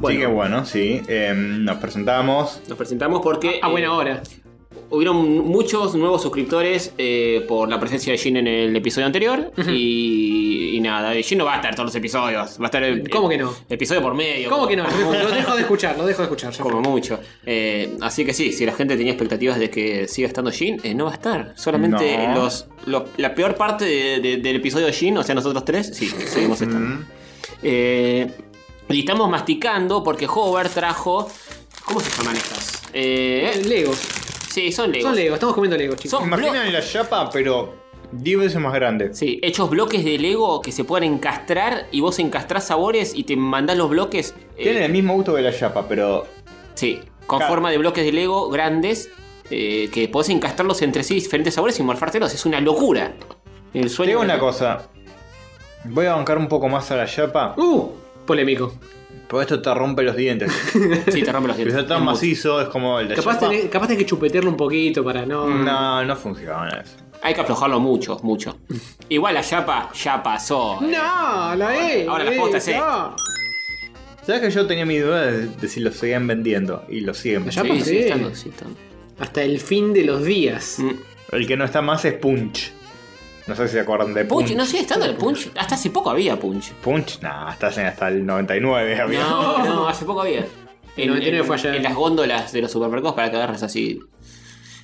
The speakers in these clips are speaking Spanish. Bueno, Así que bueno, sí. eh, nos presentamos. nos presentamos porque A eh, buena hora. hubieron muchos nuevos suscriptores eh, por la presencia de Jin en el episodio anterior. y, y nada, Jin no va a estar todos los episodios. Va a estar. el- ¿Cómo que no? Episodio por medio. ¿Cómo que no? como- Lo dejo de escuchar, lo dejo de escuchar. ya Como mucho. Eh, así que sí, si la gente tenía expectativas de que siga estando Jin, eh, no va a estar. Solamente No. los, los- la peor parte de- de- del episodio de Jin, o sea, nosotros tres, sí, seguimos estando. Mm. Eh, y estamos masticando porque Hover trajo. ¿Cómo se llaman estas? fue. Eh, Eh, Legos. sí, son Legos. Son Legos, estamos comiendo Legos, chicos. Son- Imaginan la chapa, pero 10 veces más grande. Sí, hechos bloques de Lego que se puedan encastrar y vos encastrás sabores y te mandás los bloques. eh, Tienen el mismo gusto que la chapa, pero Sí, con Claro. forma de bloques de Lego grandes eh, que podés encastrarlos entre sí diferentes sabores y morfártelos. Es una locura. El te sueño. digo de- una cosa. Voy a bancar un poco más a la chapa, Uh, polémico. porque esto te rompe los dientes. Sí, te rompe los Pero dientes. está tan Es mucho. macizo, es como el de Capaz chapa. tenés, capaz tenés que chupetearlo un poquito para no. Mm, No, no funciona eso. Hay que aflojarlo mucho, mucho. Igual la chapa ya pasó. eh. No, la E. Ahora las postas, eh. no. ¿Sabes que yo tenía mi duda de, de si lo seguían vendiendo? Y lo siguen La vendiendo. chapa Sí, sí, sí. estando, sí, estando. Hasta el fin de los días. Mm. El que no está más es Punch. No sé si se acuerdan de Punch. Punch, no sigue estando el punch. Hasta hace poco había punch. Punch, nah, estás en hasta el 99, había. No, no, hace poco había. En, 99 fue en- ayer. en las góndolas de los supermercados para que agarres así.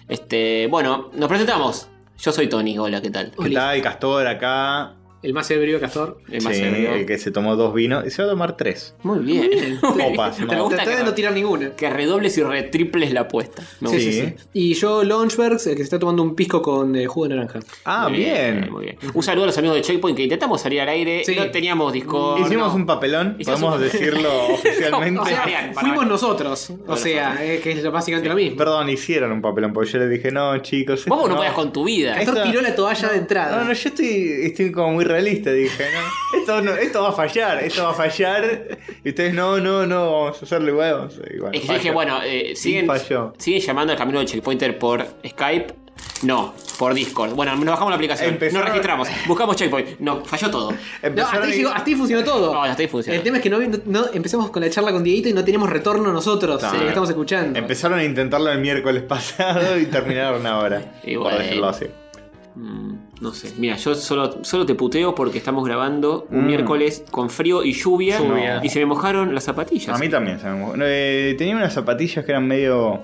Este, bueno, nos presentamos. Yo soy Tony, hola, ¿qué tal? Que Está el castor acá. El más ebrio Castor. El más sí, ebrio. el que se tomó dos vinos. Y se va a tomar tres. Muy bien. Copas, Me no. gusta Traté de no que, tirar ninguna. que redobles y retriples la apuesta. Me Sí, gusta. sí, sí. Y yo, Launchbergs, el que se está tomando un pisco con eh, jugo de naranja. Ah, Muy bien. muy bien. Un saludo a los amigos de Checkpoint que intentamos salir al aire. Sí. No teníamos Discord. Hicimos no. un papelón, Hicimos podemos un- decirlo oficialmente. O sea, Ah, Bien, para- Fuimos nosotros. O sea, eh, que es lo- básicamente lo mismo. Perdón, hicieron un papelón, porque yo les dije, no, chicos. esto Vos no, podías con tu vida. Esto- Castor tiró la toalla de entrada. No, no, yo estoy, estoy como muy realista, dije, ¿no? Esto, no- esto va a fallar, esto va a fallar. Y ustedes, no, no, no, vamos a hacerle huevos. Y bueno, Es que yo falló. dije, bueno, eh, siguen, falló. siguen llamando al camino del checkpointer por Skype. No, por Discord. Bueno, nos bajamos la aplicación. Empezaron- Nos registramos. Buscamos checkpoint. No, falló todo. No, Empezaron hasta, ahí, y- llegó- hasta ahí funcionó todo. No, hasta ahí funcionó. El tema es que no, no- empezamos con la charla con Dieguito y no tenemos retorno nosotros Claro. de lo que estamos escuchando. Empezaron a intentarlo el miércoles pasado y terminaron ahora. Y por bueno. decirlo así. Mm, no sé. Mira, yo solo, solo te puteo porque estamos grabando un Mm. miércoles con frío y lluvia. Lluvia. Y se me mojaron las zapatillas. A mí también se me mojó. No, eh, tenía unas zapatillas que eran medio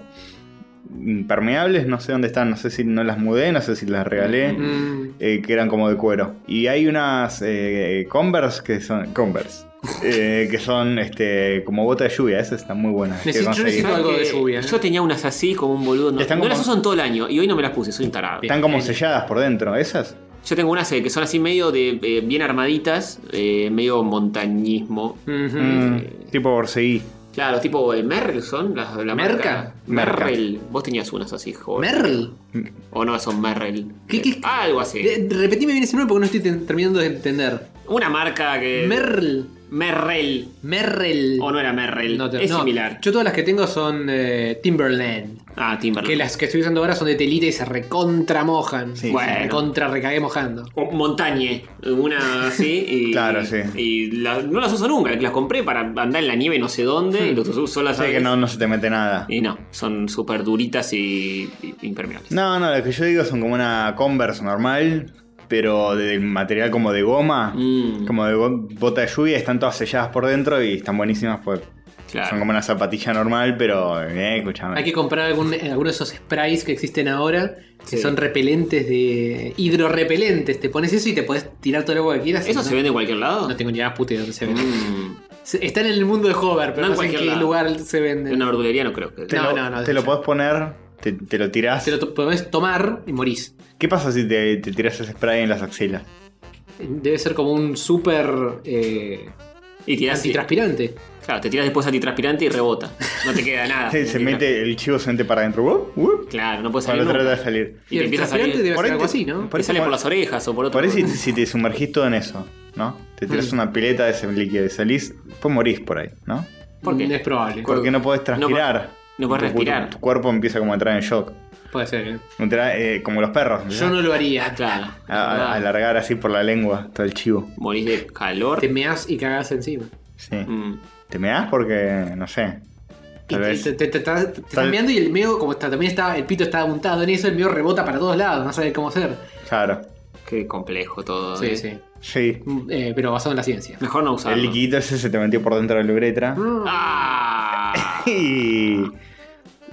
impermeables, no sé dónde están, no sé si no las mudé, no sé si las regalé. Mm. eh, que eran como de cuero. Y hay unas eh, Converse que son. Converse. eh, que son este como bota de lluvia, esas están muy buenas. que Necesito- yo conseguí. necesito- ¿Sabes algo que de lluvia, ¿eh? Yo tenía unas así como un boludo. No, Están no como- las uso en todo el año y hoy no me las puse, soy un tarado. Están como selladas por dentro, esas. Yo tengo unas eh, que son así medio de eh, bien armaditas, eh, medio montañismo. Ujú. Mm, tipo Borseguí. Claro, tipo eh, Merrell son las la ¿Merca? marca. Merca. Merrell. Vos tenías unas así, joven. Merl. o no, son Merrell. ¿Qué- qué- Eh, Algo así. Eh, repetime bien ese nombre porque no estoy ten- terminando de entender. Una marca que. Merl. Merrell. Merrel. Eh, O no era Merrell. te- es similar. Yo todas las que tengo son eh, Timberland. Ah, Que Timberland. las que estoy usando ahora son de telita y se recontra mojan. Sí, bueno. sí. Recontra recagué mojando. O Montañe. Una así. Y, Claro, sí. Y la- no las uso nunca. Las compré para andar en la nieve no sé dónde. Y los uso las Sé que no, no se te mete nada. Y no, son súper duritas y, y impermeables. No, no, lo que yo digo son como una Converse normal, pero de material como de goma, Mm. como de go- bota de lluvia, están todas selladas por dentro y están buenísimas, pues son Claro. como una zapatilla normal, pero eh, escúchame. Hay que comprar algún, alguno de esos sprays que existen ahora, que Sí. son repelentes de. hidrorepelentes. Te pones eso y te podés tirar todo el agua que quieras. ¿Eso y no- se vende en cualquier lado? No tengo ni idea puta de dónde se vende. Mm, Se- Está en el mundo de Hover, No pero en no, sé en cualquier qué lado. lugar se vende. en una verdulería no creo que. te no, lo, no, no, te lo ya. podés poner, te, te lo tirás. Te lo to- podés tomar y morís. ¿Qué pasa si te, te tiras ese spray en las axilas? Debe ser como un súper eh, Y tirás. antitranspirante. Claro, te tiras después antitranspirante y rebota. No te queda Ah, nada. se se mete, el chivo se mete para adentro. uh, ¡wup! ¡wup! Claro, no puedes salir. Cuando trata nunca. de salir. Y, te el empieza a transpirante salir. debe Por ser ahí algo te- así, ¿no? por- Te sale por por- las orejas o por otro. Por ahí si, si te sumergís todo en eso, ¿no? Te tiras Mm. una pileta de ese líquido y salís, pues morís por ahí, ¿no? ¿Por qué? Mm, Es probable. Porque no podés No po- transpirar. no podés Tu- tu- respirar. Tu, cuerpo empieza como a entrar en shock. Puede ser. ¿eh? Entra, eh, como los perros. ¿verdad? Yo no lo haría. Claro. A- a- Ah, alargar así por la lengua todo el chivo. Morís de calor. Te meás y cagás encima. Sí. Mm. ¿Te me das? Porque, no sé. Y Tal te, vez. te- te- te- te- te estás Tal- meando y el meo, como está, también está, el pito está untado en eso, el meo rebota para todos lados, no sabe cómo hacer. Claro. Qué complejo todo. Sí, eh. sí. Sí. Mm, eh, pero basado en la ciencia. Mejor no usarlo. El liquidito ese se te metió por dentro de la uretra. Mm. Ah, Y.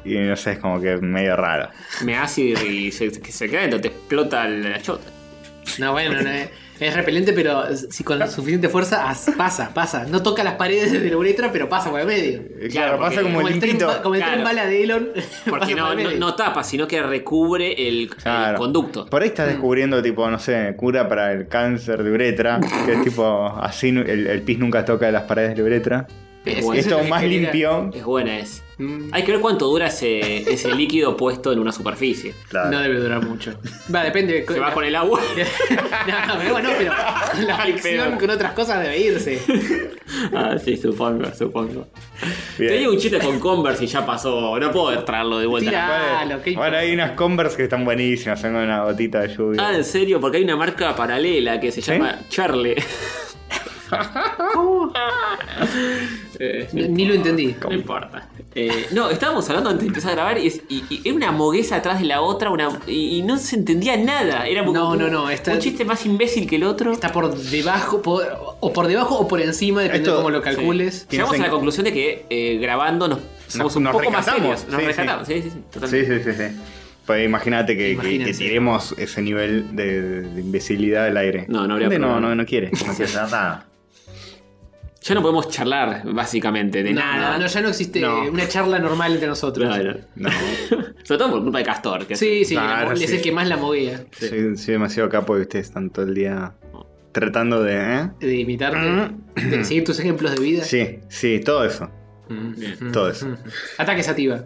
Y no sé, es como que medio raro. me hace y se, que se queda dentro, te explota la chota. No, bueno, no, eh, es repelente, pero si con suficiente fuerza as- pasa, pasa. No toca las paredes de la uretra, pero pasa por el medio. Claro, Claro, porque- pasa como, Como el el, tren, liquidito. ba- como el tren claro. bala de Elon. pasa Porque por no, el no, medio. no tapa, sino que recubre el, el Claro. conducto. Por ahí estás descubriendo, tipo, no sé, cura para el cáncer de uretra. que es tipo, así nu- el, el pis nunca toca las paredes de uretra. Es Eso buena. Esto lo que más quería. limpio. Es buena es. Mm, Hay que ver cuánto dura ese, ese líquido puesto en una superficie. Claro. No debe durar mucho. Va, depende. Se va con el agua. no, no, pero bueno, pero con la Al fricción pedo. con otras cosas debe irse. ah, sí, supongo, supongo. Bien. Tenía un chiste con Converse y ya pasó. No puedo traerlo de vuelta. Tira. Vale. Ah, lo que- Bueno, hay unas Converse que están buenísimas, son con una gotita de lluvia. Ah, en serio, porque hay una marca paralela que se llama Charlie. ¿Cómo? Eh, Ni- Ni lo entendí. No importa. Eh, no, estábamos hablando antes de empezar a grabar y, es- y- y era una mogueza atrás de la otra una, y, y no se entendía nada. Era No, un- no, no, está- un chiste más imbécil que el otro. Está por debajo, por- o por debajo o por encima, depende Esto- de cómo lo sí. calcules. Llegamos Piensen- a la conclusión de que eh, grabando nos, somos Nos- un nos poco más rescatamos. serios. Nos Sí, rescatamos, sí, sí, sí, Sí, totalmente. sí, sí, sí. Pues imagínate que, que- que Imagínense. tiremos ese nivel de, de imbecilidad al aire. No, no habría Gente no, problema. no, no quiere. No quiere hacer nada. Ya no podemos charlar, básicamente, de No, nada. no, no, ya no existe No. una charla normal entre nosotros. No, no. No. Sobre todo por culpa de Castor. Que Sí, sí, Claro, la- es sí. el que más la movía. Soy, soy demasiado capo y ustedes están todo el día tratando de. ¿eh? De imitarte, de seguir tus ejemplos de vida. Mm. Sí, sí, todo eso. Mm, mm, todo eso. mm. Ataque sativa.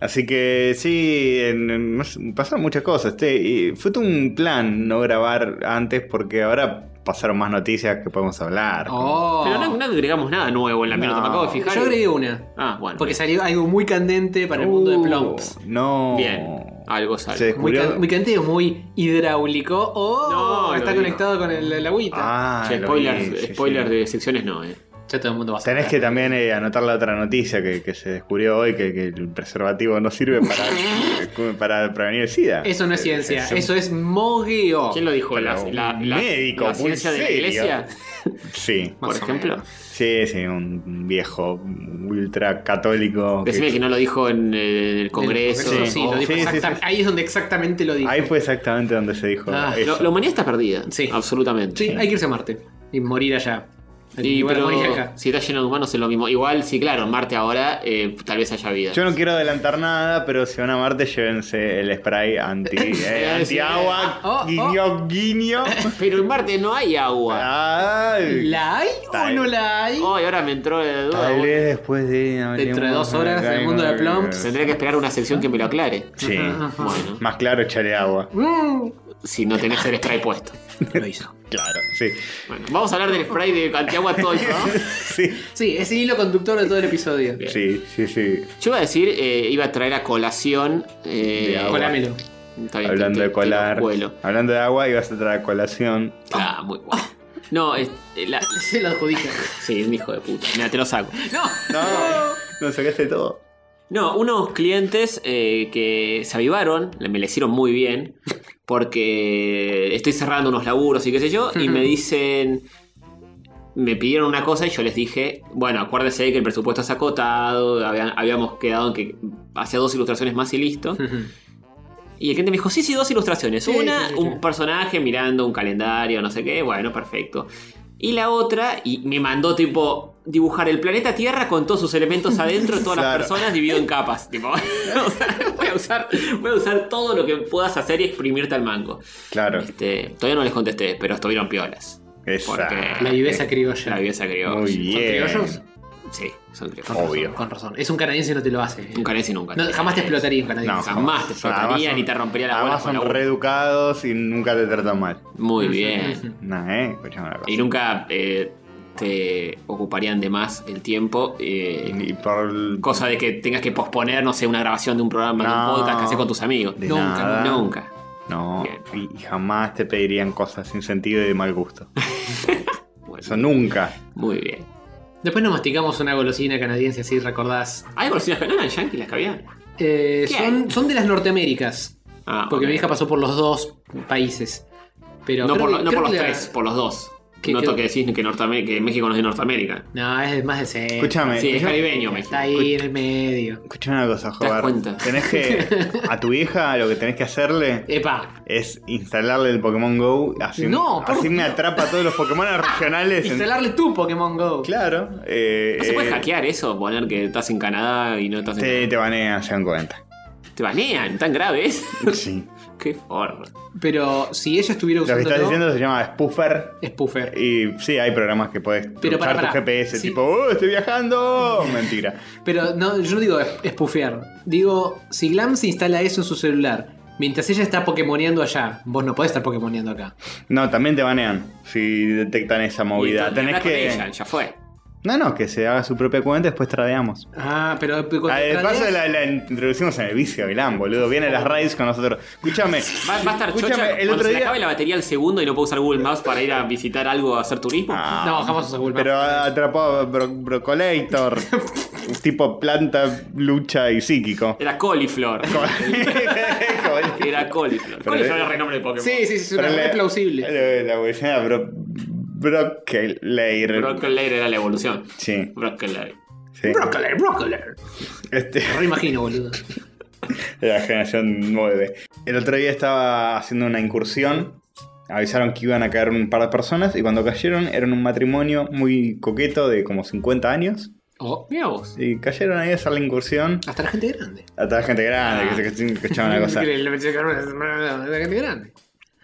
Así que sí, en- en- no sé, pasaron muchas cosas. Este, y fue todo un plan no grabar antes porque ahora pasaron más noticias que podemos hablar. Oh. Pero no, no agregamos nada nuevo en la No. minuta. Me acabo de fijar. Yo agregué una. Ah, bueno. Porque salió algo muy candente para el mundo de Uh, Plumps. No. Oh. Bien, algo sale. Se Muy, descubrió. can- muy candente o muy hidráulico. Oh, No, lo está digo. conectado con el, el agüita. Ah, Che, lo spoilers vi, sí, sí. spoilers de secciones no, eh. Ya todo el mundo va a Tenés saber. que también eh, anotar la otra noticia que, que se descubrió hoy, que, que el preservativo no sirve para, para prevenir el SIDA. Eso no es ciencia, eso es mogueo. ¿Quién lo dijo? ¿La, Pero la, un la- médico, la muy ciencia de la serio. iglesia? Sí, Por Más o ejemplo. menos. sí, sí, un viejo ultra católico. que- Decime que no lo dijo en eh, el Congreso. Oh. Congreso, Sí, sí, lo dijo Oh, Sí, sí, exacta- sí. Ahí es donde exactamente lo dijo. Ahí fue exactamente donde se dijo. Ah, eso. Lo- la humanidad está perdida. Sí. Absolutamente. Sí, hay que irse a Marte y morir allá. Y, Igual pero morir acá. si está lleno de humanos es lo mismo. Igual, sí, claro, en Marte ahora eh, tal vez haya vida. Yo no quiero adelantar nada, pero si van a Marte, llévense el spray anti, eh, antiagua, Oh, oh. guiño, guiño. Pero en Marte no hay Ah, agua. Ay. ¿La hay o Tal- no la hay? Oh, y ahora me entró la duda. Tal bueno. vez después de. hablemos de dos horas acá del y mundo de no- Plumps. Tendré que esperar una sección que me lo aclare. Sí. Ajá. Bueno, Más claro, echale agua. Mm. si no tenés el spray puesto. Lo hizo. Claro, sí. Bueno, vamos a hablar del spray de antiagua todo ¿no? Sí, Sí, es el hilo conductor de todo el episodio. Bien. sí, sí. sí. Yo iba a decir, eh, iba a traer a colación. eh, De agua. Colámelo. está bien, Hablando te- de te- colar. te lo cuelo. Hablando de agua, ibas a traer colación. Ah, muy bueno. No, es, eh, la- Se lo adjudica. sí, un hijo de puta. Mira, te lo saco. No. No, nos sacaste todo. No, unos clientes eh, que se avivaron, me le hicieron muy bien, porque estoy cerrando unos laburos y qué sé yo, y me dicen, me pidieron una cosa y yo les dije, bueno, acuérdense que el presupuesto es acotado, habían- habíamos quedado en que hacía dos ilustraciones más y listo. Y el cliente me dijo, sí, sí, dos ilustraciones. Sí, Una, sí, sí, sí. un personaje mirando un calendario, no sé qué, bueno, perfecto. Y la otra, y me mandó tipo dibujar el planeta Tierra con todos sus elementos adentro, todas Claro. las personas dividido en capas. Tipo, o sea, voy, a usar, voy a usar todo lo que puedas hacer y exprimirte al mango. Claro. Este, todavía no les contesté, pero estuvieron piolas. Exacto. La viveza criolla. La viveza creo. Muy bien. criollos? Sí, son creo. Con razón, Obvio. Con razón. Es un canadiense no te lo hace. Nunca les y nunca. No, jamás te explotaría un canadiense. No, Jamás te explotaría Además ni son- te rompería la bola Además con son la bola. reeducados y nunca te tratan mal. Muy bien. Nah, eh. Escuchame una cosa. Y nunca eh, te ocuparían de más el tiempo. eh, Y por. cosa de que tengas que posponer, no sé, una grabación de un programa, de No. un podcast que haces con tus amigos. de nunca, nada. Nunca. No, Bien. y y jamás te pedirían cosas sin sentido y de mal gusto. Bueno, Eso nunca. Muy bien. Después nos masticamos una golosina canadiense, así recordás. ¿Hay golosinas canadienses, yankees, las que había? Eh, ¿Qué son, son de las Norteaméricas. Ah, Porque ok. mi hija pasó por los dos países. Pero No creo por, que- lo- no creo por los que la- tres, por los dos. ¿Qué- no qué- toque decir que, Norteamé- que México no es de Norteamérica. No, es más de ser. Escúchame, Sí, es yo- caribeño México. Está ahí en el medio. escúchame una cosa, das joder. cuenta? Tenés que. A tu hija lo que tenés que hacerle Epa. es instalarle el Pokémon Go. Así, No, por así me atrapa a todos los Pokémon regionales. en- Instalarle tu Pokémon Go. Claro. eh, ¿No se puede eh, hackear eso? Poner que estás en Canadá y no estás en. Te, te banean, se dan cuenta. Te banean, tan grave es. Sí. Qué forro. Pero si ella estuviera Lo que usando estás diciendo Eh. se llama Spoofer. es puffer. Y sí, hay programas que puedes Pero truchar para, tu para. GPS, Sí. tipo, ¡oh, estoy viajando! Mentira. Pero no, yo no digo es- espufear. Digo, si Glam se instala eso en su celular, mientras ella está Pokémoneando allá, vos no podés estar Pokémoneando acá. No, también te banean si detectan esa movida. Y Tenés hablar con que. ella, ya fue. No, no, que se haga su propia cuenta y después tradeamos. Ah, pero cuando Ah, de tradeas- paso la, la introducimos en el vicio, Vilán, boludo. Viene a las raids con nosotros. Escúchame. Va, va a estar Escúchame, chocha el cuando otro se le día- acabe la batería al segundo y no puedo usar Google Maps para ir a visitar algo, a hacer turismo. Ah, No, jamás usa Google Maps. Pero atrapó a Bro- Brocolator. tipo planta, lucha y psíquico. Era Cauliflor. Era Cauliflor. Pero- Cauliflor era el renombre de Pokémon. Sí, sí, sí, es una Pero eh, red la- plausible. La, la bolsilla era Bro- Brocolator. Broccolator era la evolución. Sí, Broccolator. sí. Broccoli, broccoli. Este, Me reimagino, boludo. la generación 9. El otro día estaba haciendo una incursión. Avisaron que iban a caer un par de personas y cuando cayeron eran un matrimonio muy coqueto de como 50 años. Oh, Mira vos. Y cayeron ahí a hacer la incursión hasta la gente grande. a toda la gente grande Ah. que se escuchaba una cosa. Le- le- le- La gente grande.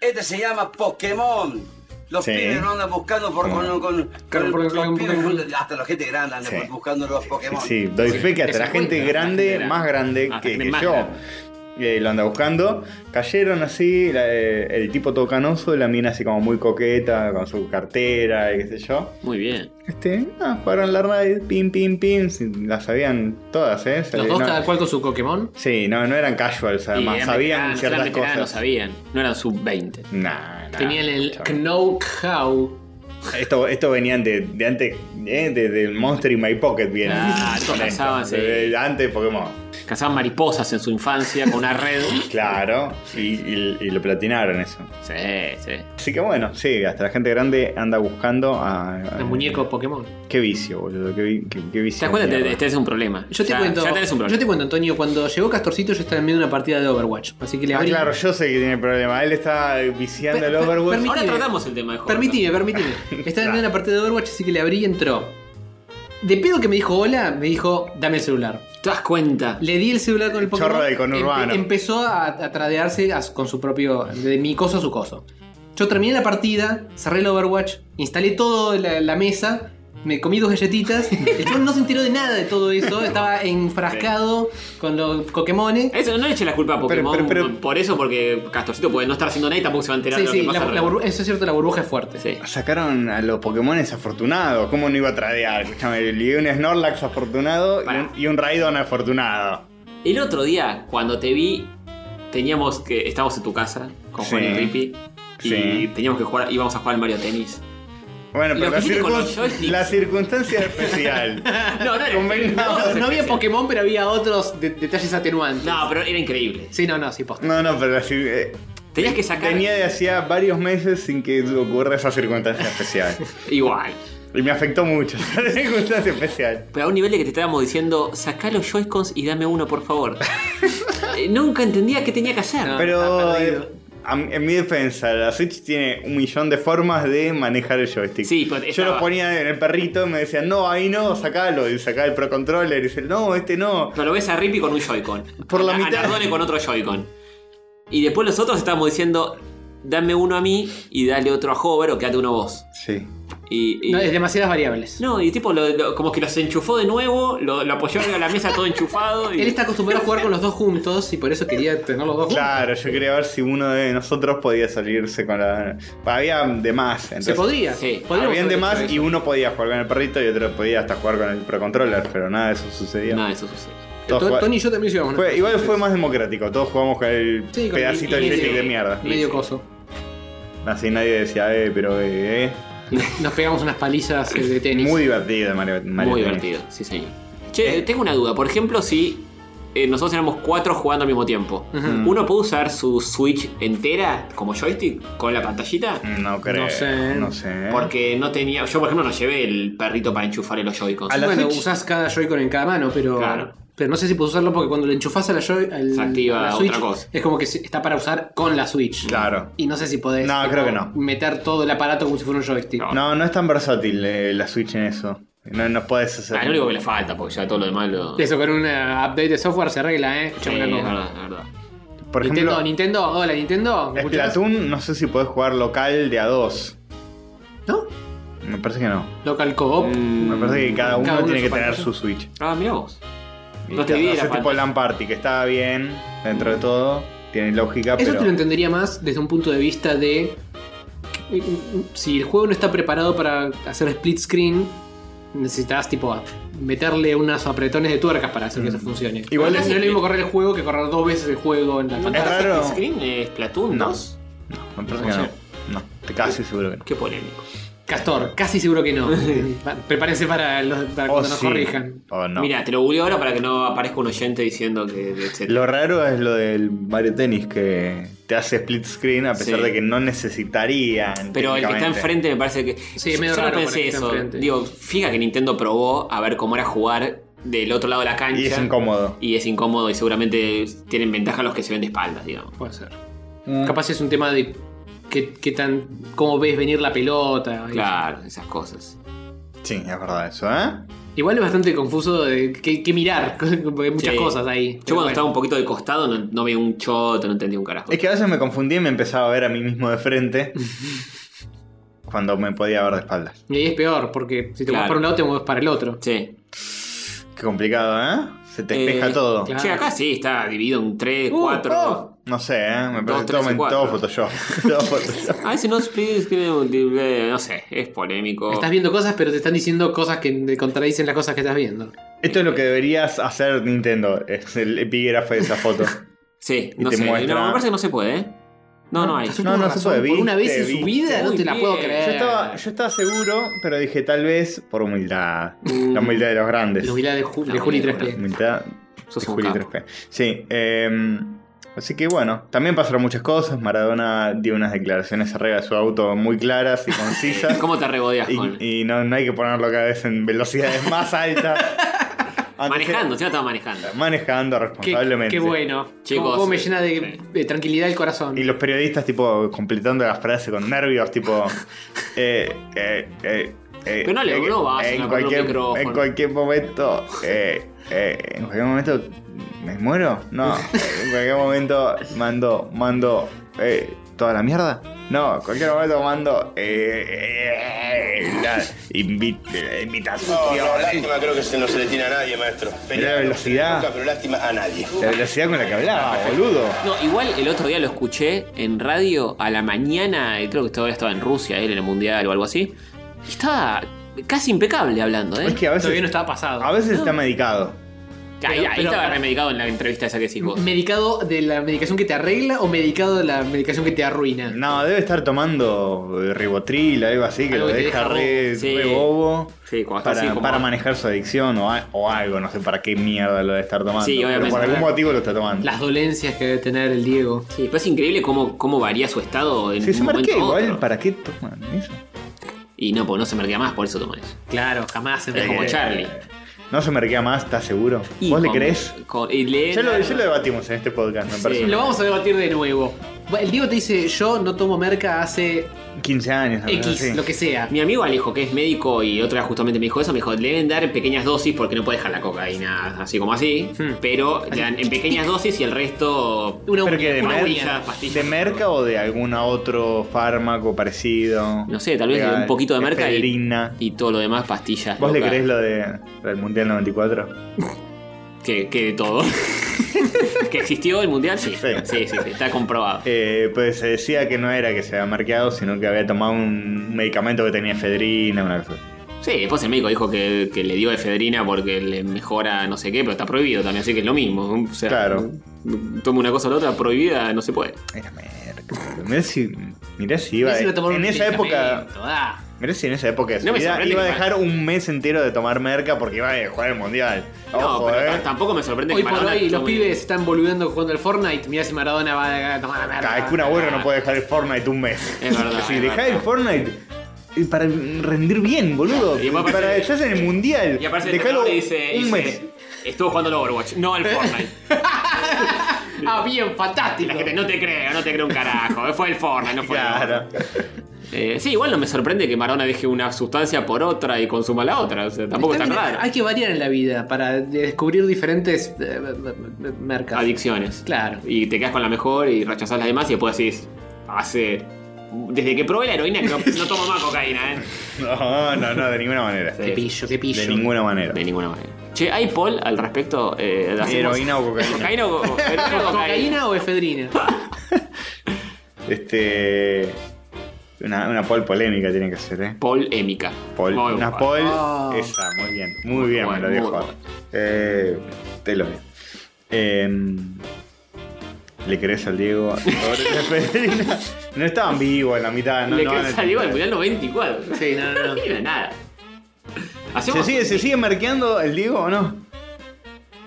Este se llama Pokémon. Los Sí. pibes no andan buscando por, con, con, con- Claro, por- los con- pibes, con- hasta la gente grande anda Sí. buscando los Pokémon. Sí, doy fe que hasta Que la se gente encuentra, la grande, gente más grande Hasta que, que que más yo, grande. eh, lo anda buscando. Cayeron así, la- eh, el tipo todo canoso, la mina así como muy coqueta, con su cartera y qué sé yo. Muy bien. Este, ah, jugaron la raid, pim, pim, pim. sí, Las sabían todas, ¿eh? Se- Los dos no- cada cual con su Pokémon. Sí, no, no eran casuals, además, Y eran sabían veteranos, eran ciertas veteranos, cosas. sabían. No eran sub-20. Nah, nah, Tenían el Ah, chao. Know-How. Esto, esto venían de, de antes, eh, de- del Monster in My Pocket, bien. Ah, esto pasaba, sí. Antes Pokémon. Cazaban mariposas en su infancia con una red. Claro, y, y- y lo platinaron eso. Sí, sí. Así que bueno, sí, hasta la gente grande anda buscando a. a- El muñeco Pokémon. Qué vicio, boludo, qué, vi- qué- qué vicio. ¿Te das cuenta? mierda. Te- Este es un problema. Yo te Ya- cuento. Ya tenés un Yo problema. te cuento, Antonio, cuando llegó Castorcito yo estaba en medio de una partida de Overwatch. Así que le Ah, abrí. claro, yo sé que tiene problema. Él está viciando Per- el per- Overwatch. permi- Ahora Permitime. tratamos el tema de juego. Permitime, permitime. Estaba en medio de una partida de Overwatch, así que le abrí y entró. De pedo que me dijo hola, me dijo, dame el celular. ¿Te das cuenta? Le di el celular con el Pokémon. Chorro de conurbano. empe- empezó a, a tradearse a- con su propio. De mi coso a su coso. Yo terminé la partida, cerré el Overwatch, instalé todo la, la mesa, me comí dos galletitas. El chabón no se enteró de nada de todo eso, estaba enfrascado con los Pokémones. Eso no le eche la culpa a Pero- Pokémon pero- pero- por eso, porque Castorcito puede no estar haciendo nada y tampoco se va a enterar Sí, de lo sí, que pasa. la- la alrededor. burbu- eso es cierto, la burbuja es fuerte. Sí. Sacaron a los Pokémon afortunados. ¿Cómo no iba a tradear? Escúchame, ligué un Snorlax afortunado y Pará. un, y un Raidon afortunado. El otro día, cuando te vi, teníamos que. Estábamos en tu casa con Juan Sí. y Rippy. Y Sí. teníamos que jugar, íbamos a jugar al Mario Tennis. Bueno, Lo pero que la, hiciste con circun- los joysticks. la circunstancia es especial. No, no, era- Convengamos. no, No había Pokémon. Pokémon, pero había otros de- detalles atenuantes. No, pero era increíble. Sí, no, no, sí, posta. No, no, pero la cir- eh, Tenías que sacar. venía de hacía varios meses sin que ocurra esa circunstancia especial. Igual. Y me afectó mucho esa circunstancia especial. Pero a un nivel de que te estábamos diciendo, sacá los Joy-Cons y dame uno, por favor. Eh, Nunca entendía qué tenía que hacer. No. Pero Ah, está eh, perdido. a- en mi defensa, la Switch tiene un millón de formas de manejar el joystick. Sí, pero Yo lo estaba- ponía en el perrito y me decían, no, ahí no, sacalo. Y sacaba el Pro Controller y dice, no, este no. Pero lo ves a Rippy con un Joy-Con. Por la A- a mitad. Nardone con otro Joy-Con. Y después los otros estábamos diciendo, dame uno a mí y dale otro a Hover o quédate uno vos. Sí. Y, y- No, no, es demasiadas variables. y tipo, lo- lo- como que los enchufó de nuevo, lo, lo apoyó arriba de la mesa todo enchufado. Y... Él está acostumbrado a jugar con los dos juntos y por eso quería tener los dos juntos. Claro, yo quería ver si uno de nosotros podía salirse con la. Había de más. Entonces, Se podría. Sí, podríamos Habían de haber más hecho y eso. uno podía jugar con el perrito y otro podía hasta jugar con el Pro Controller, pero nada de eso sucedía. Nada, eso sucede. Todos To- jugaba- Tony y yo también llevamos. Fue- nuestros igual fue juguetes. más democrático, todos jugamos con el Sí, con el- pedacito y- de y- joystick y- de mierda. Medio Sí. coso. Así nadie decía, eh, pero eh, eh. Y nos pegamos unas palizas eh, de tenis. Muy divertido, Mario. Mario Muy Tennis. divertido, sí señor. Eh. Che, tengo una duda. Por ejemplo, si eh, nosotros éramos cuatro jugando al mismo tiempo, Mm. Ujú. ¿uno puede usar su Switch entera como joystick con la pantallita? No creo. No sé. No sé. Porque no tenía. Yo, por ejemplo, no llevé el perrito para enchufarle los Joy-Cons. A la bueno, Switch- usás cada Joy-Con en cada mano, pero. Claro. Pero no sé si puedes usarlo porque cuando le enchufás a la Joy. al- Se activa a la otra Switch, cosa. Es como que se- está para usar con la Switch. Claro. Y no sé si podés. No, tipo, creo que no. Meter todo el aparato como si fuera un joystick. No. No, no es tan versátil eh, la Switch en eso. No, no puedes hacer. Ah, lo único que le falta, porque ya todo lo demás lo. Eso con una update de software se arregla, ¿eh? Sí, Escuchame es una cosa. verdad, es verdad. Por Nintendo, ejemplo, Nintendo, hola Nintendo. ¿me escuchás? Splatoon, no sé si podés jugar local de a dos. ¿No? Me parece que no. Local co-op. Mm. Mm. Me parece que cada uno, Cada uno tiene su que tener pantalla. su Switch. Ah, mira vos. Y No te vi la hace tipo pantalla. LAN Party, que está bien dentro de todo. Tiene lógica, Eso Ah, pero. te lo entendería más desde un punto de vista de. mm, Si el juego no está preparado para hacer split screen, necesitas tipo meterle unos apretones de tuercas para hacer que eso funcione. Igual no es- es lo mismo correr el juego que correr dos veces el juego en la ¿No pantalla. hace raro. split screen es Platoon No. 2? Me parece No que no. sé. No, te casi seguro que no. Qué polémico. Castor, casi seguro que no. Va, Prepárense para, los, para O cuando nos Oh, sí, corrijan. o no. Mira, te lo googleo ahora para que no aparezca un oyente diciendo que. etc. Lo raro es lo del Mario Tennis que te hace split screen a pesar Sí. de que no necesitaría. Pero el que está enfrente me parece que. Sí, es medio Yo no raro para pensé el que está eso. enfrente. Digo, fija que Nintendo probó a ver cómo era jugar del otro lado de la cancha. Y es incómodo. Y es incómodo y seguramente tienen ventaja los que se ven de espaldas, digamos. Puede ser. Mm. Capaz es un tema de qué, qué tan. cómo ves venir la pelota. y- Claro, esas cosas. Sí, es verdad eso, ¿eh? Igual es bastante confuso de qué, qué mirar. porque Hay muchas Sí. cosas ahí. Yo Pero cuando bueno. estaba un poquito de costado no, no veía un choto, no entendía un carajo. Es que a veces me confundía y me empezaba a ver a mí mismo de frente cuando me podía ver de espaldas. Y ahí es peor, porque si te Claro. mueves para un lado, te mueves para el otro. Sí. Qué complicado, ¿eh? Se te Eh, espeja todo. claro. Che, acá sí está dividido en 3, Uh, 4. oh. No sé, ¿eh? Me Dos, parece tres todo, y men- cuatro. todo Photoshop. todo Photoshop. A veces no split screen, eh, no sé, es polémico. Estás viendo cosas, pero te están diciendo cosas que te contradicen las cosas que estás viendo. Esto es lo que deberías hacer Nintendo. Es el epígrafe de esa foto. Sí, Y no te sé. muestra- Ah, No, me parece que no se puede, ¿eh? No, no hay. Estás No, tuvo no se razón, puede, Por una vez viste, en viste. su vida, no Muy te la puedo bien. creer. Yo estaba, yo estaba seguro, pero dije tal vez por humildad. Mm. La humildad de los grandes. La humildad de, Ju- La de Juli humildad, 3P. Humildad Sos de un Juli capo. 3P. Sí. eh, así que bueno, también pasaron muchas cosas. Maradona dio unas declaraciones arriba de su auto muy claras y concisas. ¿Cómo te rebodeas con? y y no, no hay que ponerlo cada vez en velocidades más altas. Antes era- Manejando, si no estaba manejando. Manejando Qué, responsablemente. qué bueno. Chicos, Cómo- cómo me sí. llena de, de tranquilidad el corazón. Y los periodistas, tipo, completando la frase con nervios, tipo. eh, eh, eh, eh, Pero no le- eh, no vas a en poner cualquier, un micrófono. en cualquier momento. eh, eh, en cualquier momento. ¿Me muero? No. En cualquier momento mando. mando eh, ¿Toda la mierda? No, en cualquier momento mando. eh, eh, la invi- la invitación. No, no, lástima creo que se- no se le tiene a nadie, maestro. Pelea Mirá la no se le velocidad. toca, pero lástima a nadie. La velocidad con la que hablaba, boludo. No, igual el otro día lo escuché en radio a la mañana, eh, creo que todavía estaba en Rusia, él en el Mundial o algo así. Y estaba casi impecable hablando, ¿eh? Es que a Todavía no veces. estaba pasado. A veces está medicado. ahí pero- ahí pero- estaba remedicado en la entrevista esa que decís vos. ¿Medicado de la medicación que te arregla o medicado de la medicación que te arruina? No, debe estar tomando eh, ribotril o algo así que Algo lo que te deja deja re, bobo, sí. re bobo. Sí, cuando está Para, así como- para manejar su adicción o, a- o algo, no sé para qué mierda lo debe estar tomando. Sí, pero obviamente. por algún motivo lo está tomando. Las dolencias que debe tener el Diego. Sí, pero es increíble cómo, cómo varía su estado en Si un se momento marquea a igual, otro. ¿para qué toman eso? Y no, pues no se marquea más, por eso toma eso. Claro, jamás se Es me como Eh, Charlie. No se marquea más, ¿estás seguro? Y ¿Vos le con- crees? con- y le- Ya lo, ya lo debatimos en este podcast, me Sí. parece. Lo vamos a debatir de nuevo. El Diego te dice, yo no tomo merca hace 15 años, algo X, así. lo que sea. Mi amigo Alejo, que es médico y otra vez justamente me dijo eso, me dijo, le deben dar pequeñas dosis porque no puede dejar la cocaína así como así, Hmm. pero le dan en pequeñas dosis y el resto... Una Pero que de, una mer- huella, pastillas, de por merca o de algún otro fármaco parecido. No sé, tal vez Legal. un poquito de merca y, Efedrina. y todo lo demás pastillas. ¿Vos le locas. crees lo de, del Mundial 94? Que, que de todo. que existió el mundial, sí. Sí. Sí, sí, sí, está comprobado. Eh, pues se decía que no era que se había marqueado, sino que había tomado un medicamento que tenía efedrina, una cosa. así. Sí, después el médico dijo que, que le dio efedrina porque le mejora no sé qué, pero está prohibido también, así que es lo mismo. O sea, Claro. Toma una cosa o la otra, prohibida no se puede. Era merca. Mirá si, mirá si iba. Mirá si iba a tomar un en esa época. medicamento, ah. Mirá si en esa época de su No me vida sorprende iba a que dejar un mes entero de tomar merca porque iba a jugar el mundial. No, Ojo, pero eh. t- tampoco me sorprende Hoy que por Maradona hoy los tome- pibes están boludeando jugando al Fortnite. Mirá si Maradona va a tomar la merda. Cada vez que un abuelo no puede dejar el Fortnite un mes. Es verdad, si es dejás verdad. el Fortnite. y Para rendir bien, boludo. Y aparte- para estás en el mundial. Y aparece el dejalo entrenador y dice, un dice, mes. Estuvo jugando al Overwatch, no al Fortnite. Ah, bien, Y fantástico. la gente, no te creo, no te creo un carajo. Fue el Fortnite, no fue el Claro. Eh, sí, igual no me sorprende que Maradona deje una sustancia por otra y consuma la otra. O sea, tampoco es tan También raro. Hay que variar en la vida para descubrir diferentes eh, mercados. Adicciones. Claro. Y te quedas con la mejor y rechazás las demás y después decís, hace. Desde que probé la heroína que no, no tomo más cocaína, ¿eh? No, no, no, de ninguna manera. Sí. Qué pillo, qué pillo. De ninguna manera. De ninguna manera. Che, ¿hay poll al respecto? Eh, hacemos- ¿Heroína o cocaína? ¿Cocaína o, o- heroína o cocaína? ¿Cocaína o efedrina? Este. Una, una poll polémica tiene que ser, ¿eh? Poll émica. Poll. Muy una bueno. poll. Ah. Esa, muy bien. Muy bien, bueno, me lo dijo. muy bueno. Eh, te lo digo. Eh, ¿Le querés al Diego? sobre la Federina? no estaban vivos en la mitad, no, Le no van a queda salió al entender. Mundial 94. Sí, no, no, no. No tiene nada. ¿Se Hacemos, sigue, ¿Se sigue marqueando el Diego o no?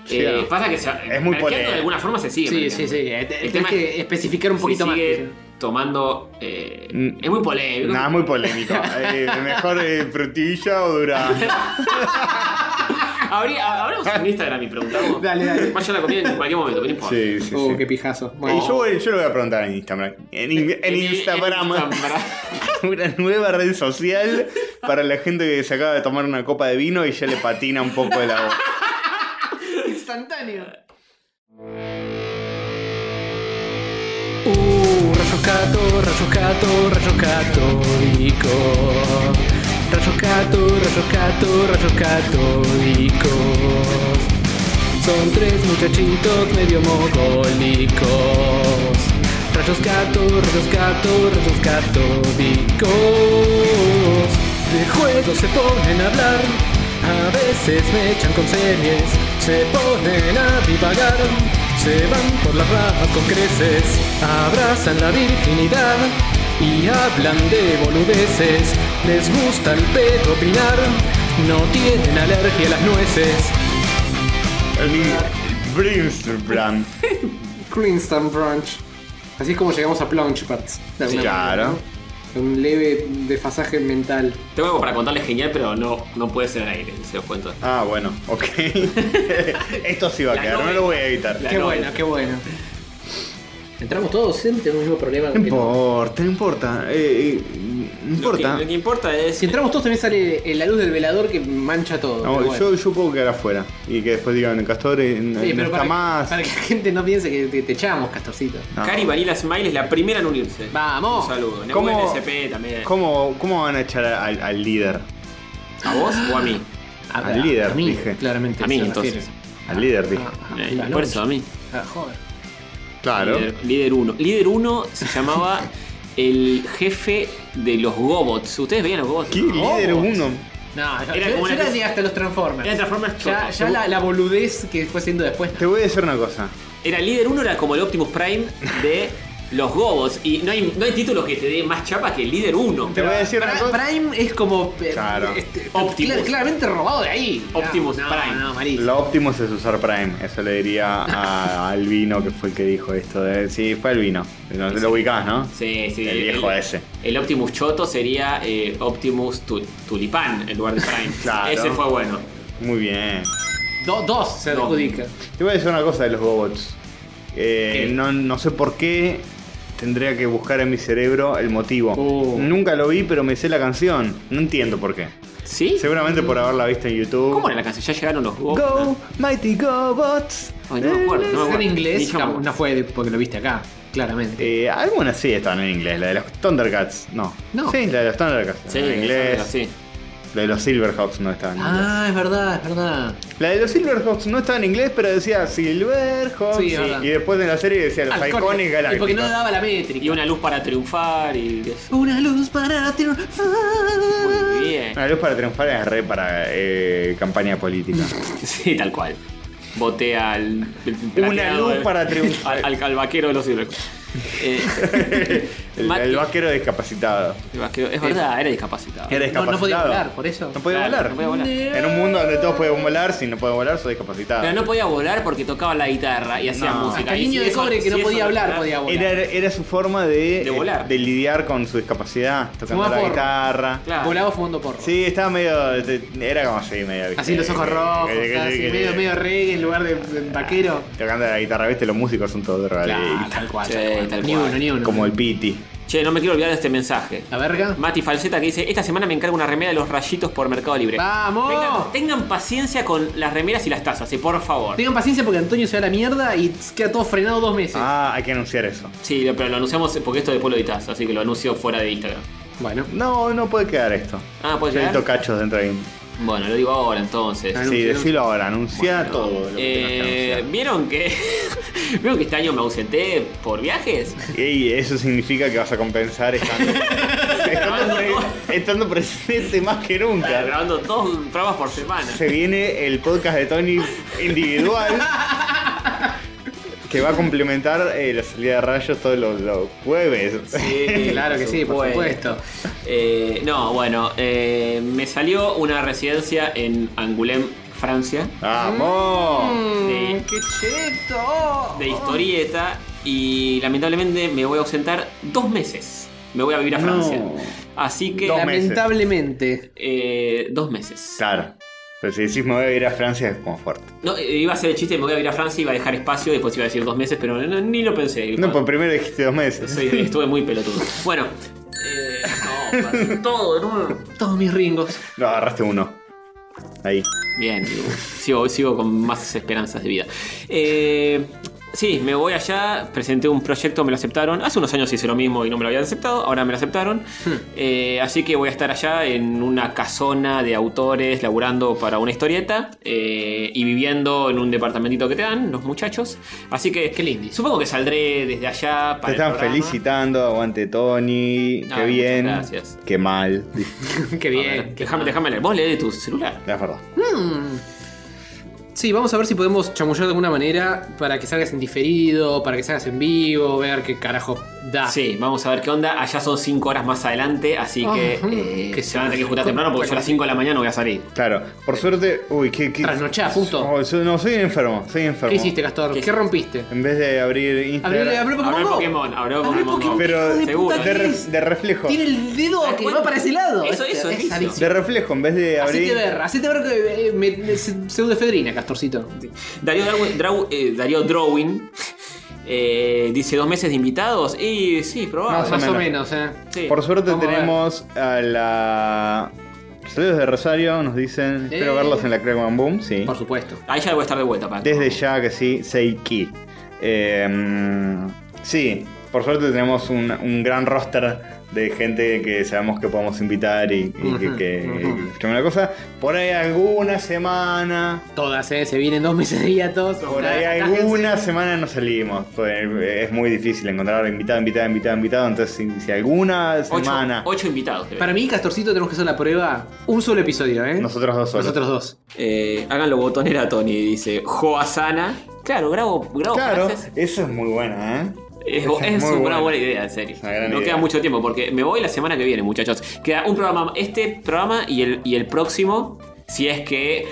Sí, eh, no. Pasa que se, Es muy Mercado polémico. de alguna forma se sigue. Sí, Mercado. sí, sí. Eh, El Tenés tema es que especificar un se poquito más. sigue tomando. eh, Mm. es muy polémico. Nada, muy polémico. Eh, mejor eh, frutilla o durazno. Habría, hablamos en ah, Instagram y preguntamos. Dale, dale. Vaya la comida en cualquier momento, no importa. Sí, sí, Oh, sí. qué pijazo. Y Bueno, yo, yo lo voy a preguntar en Instagram. En, in- en En- en Instagram. Instagram. una nueva red social para la gente que se acaba de tomar una copa de vino y ya le patina un poco el agua. instantáneo. Uh, rayos gato, rayos gato, rayos católicos. Rayos gato, rayos gato, rayos católicos. Son tres muchachitos medio mogólicos. Rayos gato, rayos gato, rayos católicos. De juegos se ponen a hablar. A veces me echan con series. Se ponen a divagar. Se van por las ramas con creces. Abrazan la virginidad. Y hablan de boludeces. Les gusta el pedo opinar. No tienen alergia a las nueces. El Brimstram. Crimson Brunch. Así es como llegamos a Plunge Parts. de alguna Claro. manera, ¿no? Un leve desfasaje mental. Tengo algo para contarles genial, pero no, no puede ser al aire, se los cuento. Ah, bueno, ok. Esto sí va a La quedar, no novela. lo voy a editar. La- qué novela. bueno, qué bueno. Entramos todos, ¿sí? Tenemos el mismo problema. No que- importa, no importa. eh, eh, no Lo importa. que, lo que importa es. Si entramos todos también sale la luz del velador que mancha todo. No, pero bueno. yo, yo puedo quedar afuera y que después digan, Castor, eh, no, Sí, no pero está para, más. para que la gente no piense que te, te echamos, Castorcito. No. Cari Vanilla Smile es la primera en unirse. ¡Vamos! Un saludo. Neu ¿Cómo- NSP también. ¿Cómo, ¿Cómo van a echar al, al líder? ¿A vos o a mí? A- Al líder, a mí, dije. Claramente. A mí, se entonces. refiere. Al líder, dije. Ah, Eh, la por longe. eso a mí. Ah, joder. Claro. Líder- Eh, Líder 1. Líder 1 se llamaba el jefe de los Gobots. ¿Ustedes veían los Gobots? ¿Qué No. líder uno? No, yo, Era yo- como una yo era especie- de hasta los Transformers. Era Transformers Ya, choto. ya la, la boludez que fue siendo después. Te voy a decir una cosa. Era líder 1, era como el Optimus Prime de los Gobots. Y no hay, no hay título que te dé más chapa que el líder 1. Te voy a decir Pri- una cosa. Prime es como. eh, Claro. este, Optimus. cla- claramente robado de ahí. Ah, Optimus no, Prime. No, Maris. Lo óptimo es usar Prime, eso le diría a Albino, que fue el que dijo esto. De, sí, fue Albino. Lo, lo ubicás, ¿no? Sí, sí. El viejo ese. El Optimus Choto sería eh, Optimus tu- Tulipán en lugar de Prime. Claro. Ese fue bueno. Muy bien. Do- dos se Dos. adjudica. Te voy a decir una cosa de los Gobots. Eh, ¿Qué? no, no sé por qué tendría que buscar en mi cerebro el motivo. Oh. Uh. Nunca lo vi, pero me sé la canción. No entiendo por qué. ¿Sí? Seguramente por haberla visto en YouTube. ¿Cómo era la canción? ¿Ya llegaron los Gobots? Go, Mighty Gobots. Ay, no me acuerdo, no me Está en acuerdo. Ni inglés, yo me no, acuerdo. no fue de- porque lo viste acá, claramente. Eh, algunas sí estaban en inglés, la de los Thundercats, no. No. Sí, la de los Thundercats. Sí, en inglés. sí. La de los Silverhawks no estaba en inglés. ah, es verdad, es verdad. La de los Silverhawks no estaba en inglés, pero decía Silverhawks. Sí, y- verdad. y después en la serie decía los Halcones. Halcones Y porque no le Galácticos. daba la Y métrica. una luz para triunfar y. qué sé yo. Una luz para triunfar. Muy bien. Una luz para triunfar es re para eh, campaña política. Sí, tal cual. Voté al. Una luz para triunfar. Al, al, al vaquero de los Silverhawks. Eh, El, Mati- el vaquero discapacitado. el vaquero- es verdad, era discapacitado. Era No, discapacitado. no podía volar, por eso. No podía Claro, volar. no podía volar. En un mundo donde todos pueden volar, si no puedes volar, sos discapacitado. Pero no podía volar porque tocaba la guitarra y hacía No. música. Hasta el Y niño si de eso- cobre si que no eso podía hablar era- podía volar. Era, era su forma de, De volar. de lidiar con su discapacidad, tocando Fumaba la porro. guitarra. Claro. Volaba fumando porro. Sí, estaba medio. te- Era como así, medio. ¿viste? Así los ojos Que- rojos, que- que- casi, que- medio, medio reggae en lugar de, de vaquero. Tocando la guitarra, viste, los músicos son todos Claro, drogadictos. tal cual. Sí, tal cual. tal Ni cual. uno, ni uno. Como el Piti. Che, no me quiero olvidar de este mensaje. La verga. Mati Falseta que dice, esta semana me encargo una remera de los rayitos por Mercado Libre. ¡Vamos! Tengan, tengan paciencia con las remeras y las tazas, eh, por favor. Tengan paciencia porque Antonio se va a la mierda y queda todo frenado dos meses. Ah, hay que anunciar eso. Sí, lo- pero lo anunciamos porque esto es de Polo y Tazas, así que lo anuncio fuera de Instagram. Bueno, No, no puede quedar esto. Ah, ¿puede Yo quedar? edito cachos dentro de mí. Bueno, lo digo ahora entonces. Ah, Sí, Anuncia. decilo ahora, anuncia todo. Lo que tengas que Eh, anunciar. ¿Vieron que vieron que este año me ausenté por viajes? Y eso significa que vas a compensar estando, estando, pre- estando presente más que Estaba nunca. grabando dos programas por semana. Se viene el podcast de Tony individual. Que va a complementar eh, la salida de rayos todos los, los jueves. Sí, claro que sí, por supuesto. Eh, no, bueno, eh, me salió una residencia en Angoulême, Francia, ¡Vamos! de, Mm, ¡Qué cheto! de historieta y lamentablemente me voy a ausentar dos meses. Me voy a vivir a No. Francia. Así que... Dos meses. Lamentablemente. eh, dos meses. Claro. Pero si decís me voy a ir a Francia es como fuerte. No, eh, iba a hacer el chiste, me voy a ir a Francia, iba a dejar espacio, después iba a decir dos meses, pero no- ni lo pensé. No, pues primero dijiste dos meses. Soy- estuve muy pelotudo. Bueno, eh, no, para- todo de nuevo. Todos mis ringos. No, agarraste uno. Ahí. Bien, sigo, sigo con más esperanzas de vida. Eh, sí, me voy allá, presenté un proyecto, me lo aceptaron. Hace unos años hice lo mismo y no me lo habían aceptado, ahora me lo aceptaron. Eh, así que voy a estar allá en una casona de autores, laburando para una historieta eh, y viviendo en un departamentito que te dan los muchachos. Así que, Qué lindo. Supongo que saldré desde allá para... Te el están programa. felicitando, aguante Tony, Ah, qué bien, muchas gracias. qué mal. Qué A bien. ver, Déjame, déjame leer. Vos lee de tu celular. La verdad. Mm. Sí, vamos a ver si podemos chamullar de alguna manera para que salgas en diferido, para que salgas en vivo, ver qué carajo da. Ah. Sí, vamos a ver qué onda. Allá son 5 horas más adelante, así que, Ah. Ajá. eh, Que se van a tener que juntar temprano porque yo a las 5 de la mañana voy a salir. Claro, por suerte, uy, qué. qué Trasnochá, justo. Oh, soy- no, soy enfermo, soy enfermo. ¿Qué hiciste, Castor? ¿Qué ¿Qué, hiciste? rompiste? En vez de abrir Instagram. Abrí- abrí Habrá Go. Pokémon, habrá Pokémon. Go. pero de Seguro. puta de, re- es. de reflejo. Tiene el dedo Ah, que bueno, va para ese lado. eso, eso, es vicio. adicción. De reflejo, en vez de Hacete abrir. ver, hacete ver que eh, me, me- se- pseudoefedrina, Castorcito. Darío, Darwin- Drau- eh, Darío Drawing eh, dice dos meses de invitados. Y sí, probable. Más o Más o menos. menos, eh. Sí. Por suerte Vamos a ver. tenemos a la. Saludos de Rosario, nos dicen. Espero Eh. verlos en la Crack Man Boom, sí. Por supuesto. Ahí ya voy a estar de vuelta, para Desde ya que sí, Seiki. Eh, sí, por suerte tenemos un, un gran roster de gente que sabemos que podemos invitar y, y que, Ujú, que- ujú. que escuchamos la cosa. Por ahí alguna semana. Todas, eh, se vienen dos meses de día todos. Por Acá- ahí atájense. alguna semana no salimos. pues, Es muy difícil encontrar invitado, invitado, invitado, invitado. Entonces, si, si alguna Ocho, semana. ocho invitados. debe. Para mí, Castorcito, tenemos que hacer la prueba un solo episodio, ¿eh? Nosotros dos solos. Nosotros dos. Eh, háganlo botonera, Tony, dice Joasana. Claro, grabo, grabo Claro, frases. eso es muy buena, ¿eh? Es, Esa es muy una buena. buena idea, en serio. Una gran no idea. queda mucho tiempo porque me voy la semana que viene, muchachos. Queda un programa, este programa y el, y el próximo, si es que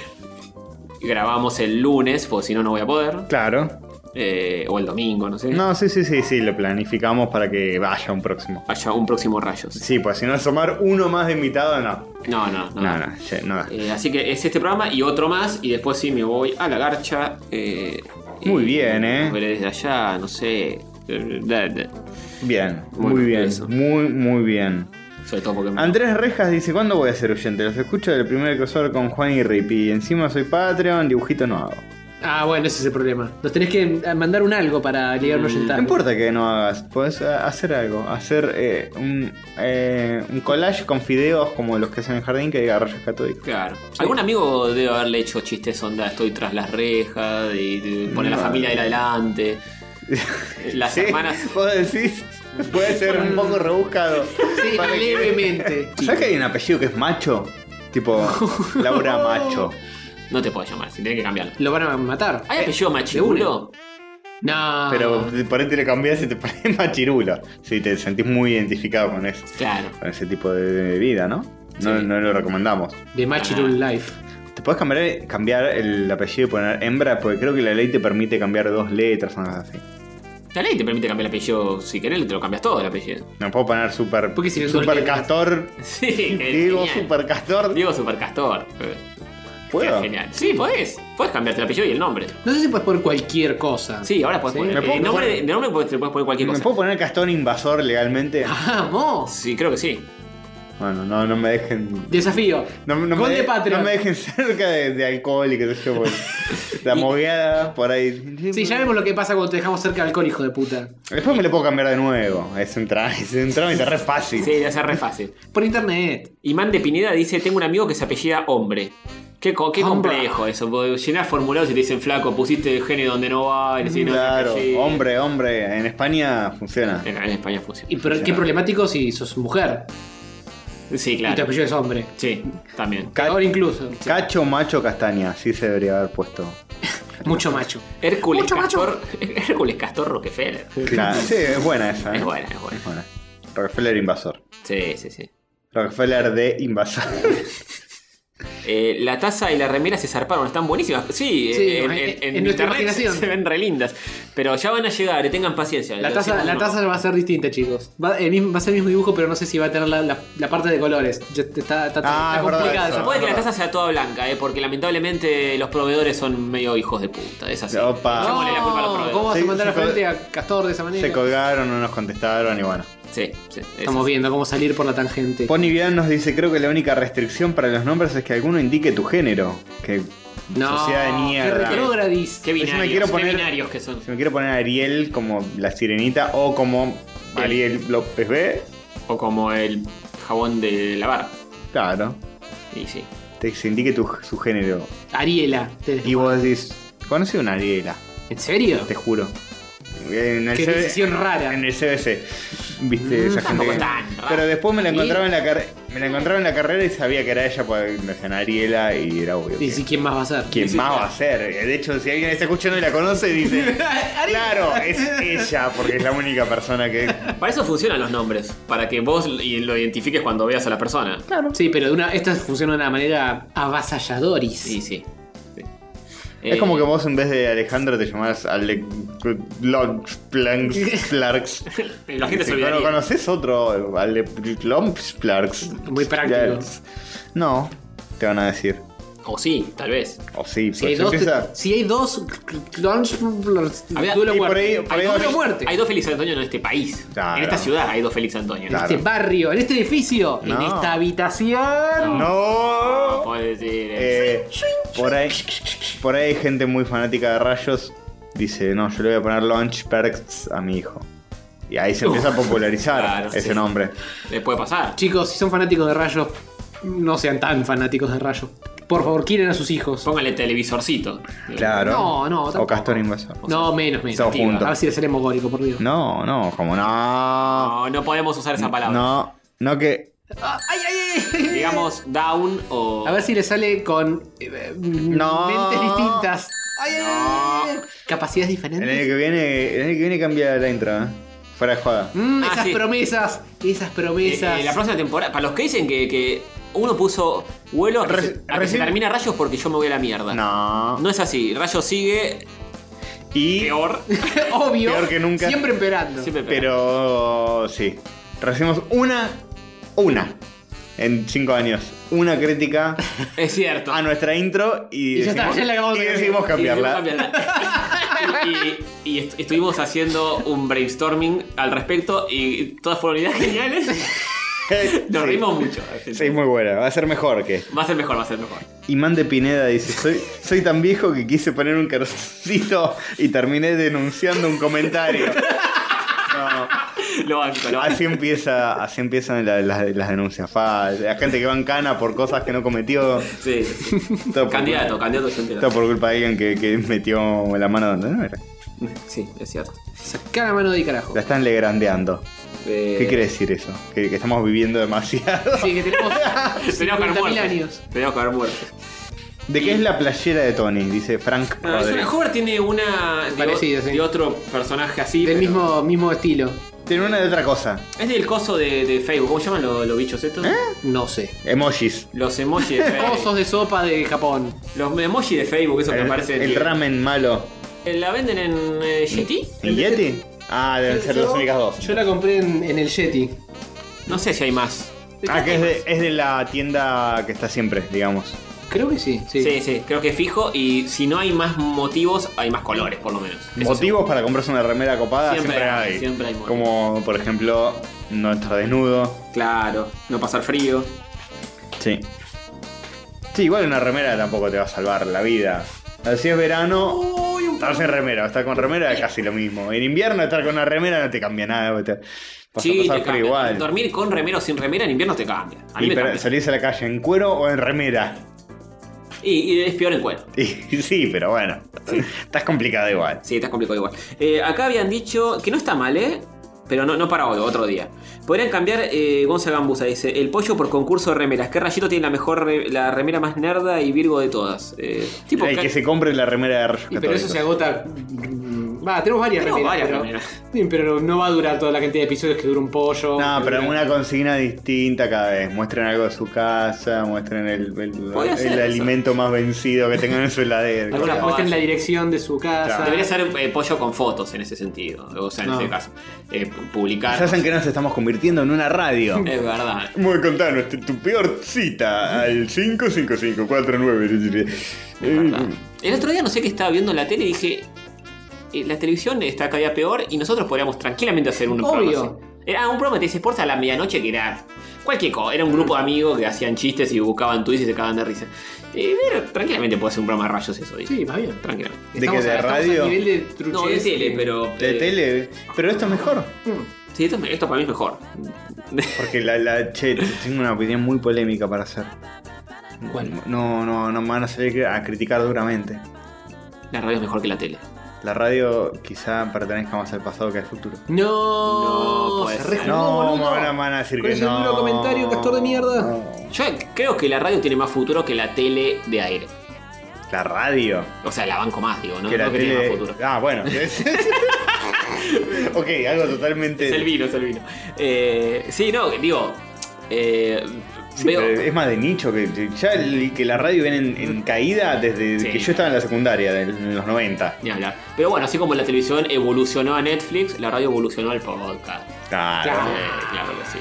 grabamos el lunes, porque si no, no voy a poder. Claro. Eh, o el domingo, no sé. No, sí, sí, sí, sí, lo planificamos para que vaya un próximo. Haya un próximo Rayos. Sí, pues si no sumar uno más de invitado, no. No, no, no. No, no, ya, no da. Eh, así que es este programa y otro más, y después sí me voy a la garcha. eh, Muy y bien, eh. nos veré desde allá, no sé. Eh, Bien, Bueno, muy bien, eso. muy, muy bien. Sobre todo porque. Andrés Rejas dice, ¿cuándo voy a ser oyente? Los escucho del primer crossover con Juan y Ripi. Encima soy Patreon, dibujito no hago. Ah, bueno, ese es el problema. Nos tenés que mandar un algo para llegar a Mm, No oyentar. importa que no hagas, puedes hacer algo. Hacer eh, un, eh, un collage con fideos como los que hacen en el jardín que diga rayos catódicos. Claro. Algún amigo debe haberle hecho chistes onda, estoy tras las rejas, y, y poner la No. familia ahí adelante. Las Sí, hermanas. Vos decís, puede ser un poco rebuscado. Sí, Para que- levemente. ¿Sabes que hay un apellido que es macho? Tipo, Laura Macho. No te puedes llamar, si tenés que cambiarlo. Eh, Lo van a matar. ¿Hay apellido de machirulo? una. No. Ah. Pero por ahí te le cambias y te pones más chirulo. Si te sentís muy identificado con, eso, Claro. con ese tipo de vida, ¿no? No, Sí. no lo recomendamos. De Machirul Life. ¿Te puedes cambiar, cambiar el apellido y poner hembra? Porque creo que la ley te permite cambiar dos letras o algo así. La ley te permite cambiar el apellido si querés, te lo cambias todo el apellido. No puedo poner super, Porque si no es super doble- castor. Sí, que es Diego genial. super castor. Diego Supercastor. ¿Puedo? Es Genial. Sí, podés. Podés cambiarte el apellido y el nombre. No sé si puedes poner cualquier cosa. Sí, ahora podés Sí. poner. ¿Me eh, puedo nombre, poner- De nombre podés- te puedes poner cualquier ¿Me cosa. puedo poner castor invasor legalmente? Ah. ¡Vamos! Sí, creo que sí. Bueno, no, no me dejen. Desafío. No, no Gol me de de- Patreon. no me dejen cerca de, de alcohol y que sé yo, pues, La mogueada por ahí. Sí, ya vemos lo que pasa cuando te dejamos cerca del alcohol, hijo de puta. Después me lo puedo cambiar de nuevo. Es un trámite, es un trámite re fácil. Sí, debe ser re fácil. Por internet. Imán de Pineda dice: Tengo un amigo que se apellida hombre. Qué, co- qué Hombre. complejo eso. porque Llenás formularios y te dicen flaco, pusiste el género donde no va. Y decís, no, Claro, sí. hombre, hombre. En España funciona. En, en España funciona. Y pero qué problemático si sos mujer Sí, y tu claro. apellido es hombre. Sí, también. Ahora incluso. Cacho, macho, castaña. Así se debería haber puesto. Mucho macho. Hércules Mucho macho. Castor. Hércules Castor Rockefeller. Claro, sí, es buena esa. ¿eh? Es buena, es buena. Es buena. Rockefeller invasor. Sí, sí, sí. Rockefeller de invasor. Eh, la taza y la remera se zarparon, están buenísimas. Sí, Sí, en, en- en- en en nuestra internet imaginación. se ven re lindas. Pero ya van a llegar, eh, tengan paciencia. La Lo taza, hacemos la uno. taza va a ser distinta, chicos. Va, el mismo- va a ser el mismo dibujo, pero no sé si va a tener la, la- la parte de colores. Ya está, está- está- Ah, está es verdad complicada eso. esa Puede parte. que la taza sea toda blanca, eh, porque lamentablemente los proveedores son medio hijos de puta. Es así. Opa. Echémosle la culpa a los No, ¿Cómo proveedores. vas a Sí, mandar se a frente col- a Castor de esa manera? Se colgaron, no nos contestaron y bueno. Sí, sí. es Estamos así. viendo cómo salir por la tangente. Pony Vidal nos dice, creo que la única restricción para los nombres es que alguno indique tu género. Que no, sociedad de Qué mierda. retrógradis. Qué Yo me binarios, quiero qué poner- binarios que son. si me quiero poner Ariel como la sirenita o como Ariel López B, O como el jabón de lavar. claro. Y sí. Te se indique tu, su género. Ariela. te- Y vos decís, conocí una Ariela, ¿En serio? te juro. En el Qué CB decisión rara. Mm, En el CBC. Viste, esa gente. tampoco que- tan raro. Pero después me la Sí. encontraba en la carrera. Me la encontraba en la carrera y sabía que era ella porque me decían Ariela y era obvio. Y que- si quién más va a ser. ¿Quién más va a ser? De hecho, si alguien está escuchando y la conoce, dice. claro, es ella, porque es la única persona que. Para eso funcionan los nombres. Para que vos y- lo identifiques cuando veas a la persona. Sí, pero de una, esta funciona de una manera avasalladoris. Sí, sí. Sí. Es Eh, como que vos en vez de Alejandro te llamás Alex Longs Planks Plarks. La gente eh, se Dice, olvidaría. "Bueno, ¿Conoces otro Alex Longs Plarks? Muy práctico. Plarks". No, te van a decir. O sí, tal vez. O sí, Si pero hay, se dos, pues empieza. si hay dos clones, Había- duelo a y por muerte. ahí- por Hay ahí duelo a hay- muerte. Hay dos Félix Antonio en este país. Claro. En esta ciudad hay dos Félix Antonio. En Claro. este barrio, en este edificio, en No. esta habitación. No ¡No! podés decir. eh, Eh, por ahí por ahí hay gente muy fanática de rayos dice no yo le voy a poner launch perks a mi hijo y ahí se empieza a popularizar Claro, ese sí. nombre le puede pasar. Chicos, si son fanáticos de rayos, no sean tan fanáticos de rayos. Por favor, quieren a sus hijos. Póngale televisorcito. claro No, no, tampoco. o castor invasor No, menos, menos. Todos tío. juntos. A ver si le seremos górico, por Dios. no no como no No, no podemos usar esa palabra. no no que Ah, ¡Ay, ay, ay! Digamos down o. A ver si le sale con eh, No. mentes distintas. Ay, ay, ay, ay. Capacidades el diferentes. año que viene el año que viene cambia la intro ¿eh? fuera de joda Mm, Ah, esas sí. promesas, esas Eh, promesas. eh, la próxima temporada. Para los que dicen que, que uno puso vuelo a que, Re- se, a que recién- se termina Rayos porque yo me voy a la mierda. no No es así. Rayos sigue y peor. Obvio. Peor que nunca. Siempre empeorando. Siempre peor. Pero sí. Recibimos una. Una. En cinco años. Una crítica Es cierto. a nuestra intro y, Y ya está, decimos- ya la acabamos y de- decidimos cambiarla. Y, y- y est- estuvimos haciendo un brainstorming al respecto y todas fueron ideas geniales. Nos Sí. reímos mucho. Sí, muy buena. Va a ser mejor que. Va a ser mejor, va a ser mejor. Imán de Pineda dice: Soy, soy tan viejo que quise poner un carcito y terminé denunciando un comentario. No. Lo banco, lo banco. Así empieza, así empiezan la- la- las denuncias. Fa, la gente que va en cana por cosas que no cometió. Sí, sí, sí. Todo por- Candidato, candidato yo Todo entero. por culpa de alguien que, que metió la mano donde no era. Sí, es cierto. Sacá la mano de ahí, carajo. La están legrandeando. Eh, ¿Qué quiere decir eso? ¿Que, que estamos viviendo demasiado. Sí, que tenemos Teníamos que haber 50.000 muerto. años. Teníamos que haber muerto. ¿De qué es la playera de Tony? Dice Frank No, es Rodríguez. una Hover Ah, tiene una de, Parecida, o- sí. de otro personaje así. Del pero- mismo, mismo estilo. Tiene una de otra cosa. Es del coso de, de Facebook. ¿Cómo llaman los, los bichos ¿Eh? estos? No sé. Emojis. Los emojis de Cosos Facebook. de sopa de Japón. los emojis de Facebook, eso que El, aparece. el ramen malo. ¿La venden en eh, GT? ¿El Yeti? Ah, deben ser las únicas dos. Yo la compré en, en el Yeti. No sé si hay más. Ah, que es de, es de la tienda que está siempre, digamos. Creo que sí. Sí. Sí. sí, creo que fijo. Y si no hay más motivos, hay más colores, por lo menos. Eso Motivos para comprarse una remera copada Siempre siempre, hay, hay. siempre hay motivos. Como, por ejemplo, no estar desnudo. sí. Claro, no pasar frío. Sí. Sí, igual una remera tampoco te va a salvar la vida. Así es verano, estar sin remera. Estar con remera es casi lo mismo. En invierno, estar con una remera no te cambia nada. porque te- Vas sí, a te pasar cambia. frío igual. Dormir con remera o sin remera en invierno te cambia. A mí Y me pero cambia. salís a la calle en cuero o en remera. Y, y es peor en cuero. Y, sí, pero bueno. Estás complicado igual. Sí, está complicado igual. Eh, acá habían dicho que no está mal, ¿eh? Pero no, no para hoy, otro día. Podrían cambiar, eh, Gonza Gambusa dice, el pollo por concurso de remeras. ¿Qué rayito tiene la mejor, re- la remera más nerda y virgo de todas? Eh, tipo, El ca- que se compre la remera de rayos Y pero eso católicos. se agota. mm, Va, tenemos varias Tenemos remeras, varias pero- remeras. Sí, pero no va a durar toda la cantidad de episodios que dura un pollo. No, que pero dura- una consigna distinta cada vez. Muestren algo de su casa, muestren el, el- Podría el ser eso. alimento más vencido que tengan en su heladera. Alguna Claro. Puesta en la Ah, sí. dirección de su casa. Claro. Debería ser eh, pollo con fotos en ese sentido. O sea, en No. ese caso. Eh, pu- publicar. Quizás en que nos estamos convirtiendo en una radio. Es verdad. Muy contanos, tu, tu peor cita al 55549. es verdad. Mm, El otro día no sé qué estaba viendo en la tele y dije. eh, La televisión está cada día peor y nosotros podríamos tranquilamente hacer un Obvio. programa. así. Era un programa de Sports a la medianoche que era cualquier cosa. Era un grupo de amigos que hacían chistes y buscaban tweets y se cagaban de risa. Eh, pero tranquilamente puede ser un programa de rayos eso. dije. Sí, más bien. Tranquilamente. ¿De Estamos qué, a- de estamos a radio? nivel de No, de truchés tele, que- pero. De eh, tele, pero esto es mejor. Sí, esto, esto para mí es mejor. Porque la, la- che, t- tengo una opinión muy polémica para hacer. ¿Cuál? No, no, no me van a salir a criticar duramente. La radio es mejor que la tele. La radio quizá pertenezca más al pasado que al futuro. No, No, puede se ser. rejugó, No, me boludo. van a- me van a decir Con que ese nulo no. comentario, castor de mierda. No. Yo creo que la radio tiene más futuro que la tele de aire. La radio. O sea, la banco más, digo, ¿no? que no la que tiene tele- más futuro. Ah, bueno. ok, algo totalmente. Es el vino, es el vino. Eh, sí, no, digo. eh, Sí, veo. pero es más de nicho que ya el- que la radio viene en, en caída desde Sí. que yo estaba en la secundaria, del- en los 90. Ni hablar. Pero bueno, así como la televisión evolucionó a Netflix, la radio evolucionó al podcast. Claro. Eh, claro que sí.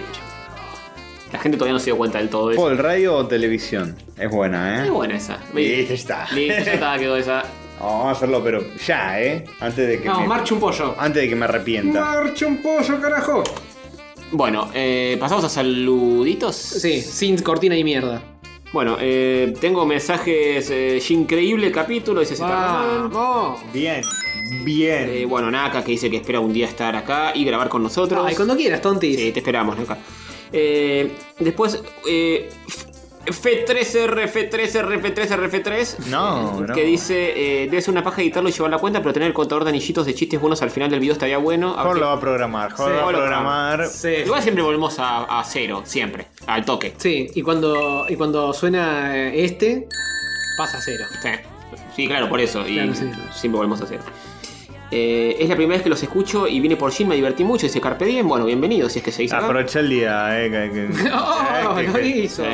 La gente todavía no se dio cuenta del todo de eso. Paul, radio o televisión. Es buena, ¿eh? Muy buena esa. Listo, está. Listo, ya está, quedó esa. Vamos a hacerlo, pero ya, ¿eh? Antes de que Vamos, me, marcha un pollo. antes de que me arrepienta. Marcha un pollo, carajo. Bueno, eh, pasamos a saluditos. Sí, sin cortina ni mierda. Bueno, eh, tengo mensajes eh, increíble capítulo, dice Zeta Román. Vamos. Bien, bien. Eh, bueno, Naka que dice que espera un día estar acá y grabar con nosotros. Ay, cuando quieras, tontis. Sí, te esperamos, Naka. Eh, después, eh, F3R, F3R, F3R, F3. No, no. Que dice, eh, debe ser una paja editarlo y llevar la cuenta, pero tener el contador de anillitos de chistes buenos al final del video estaría bueno. A ver Jorge si- lo va a programar, Jorge lo Sí, va a Jorge lo programar. Sí. Igual siempre volvemos a, a cero, siempre, al toque. Sí, y cuando, y cuando suena eh, este, pasa a cero. Sí. Sí, claro, por eso. Y Claro, sí. siempre volvemos a hacer. Eh, es la primera vez que los escucho y vine por Jim, me divertí mucho. Dice Carpe Diem, bueno, bienvenido, si es que se dice. Aprovecha el día, eh. que- que- ¡Oh! eh, Lo que- hizo.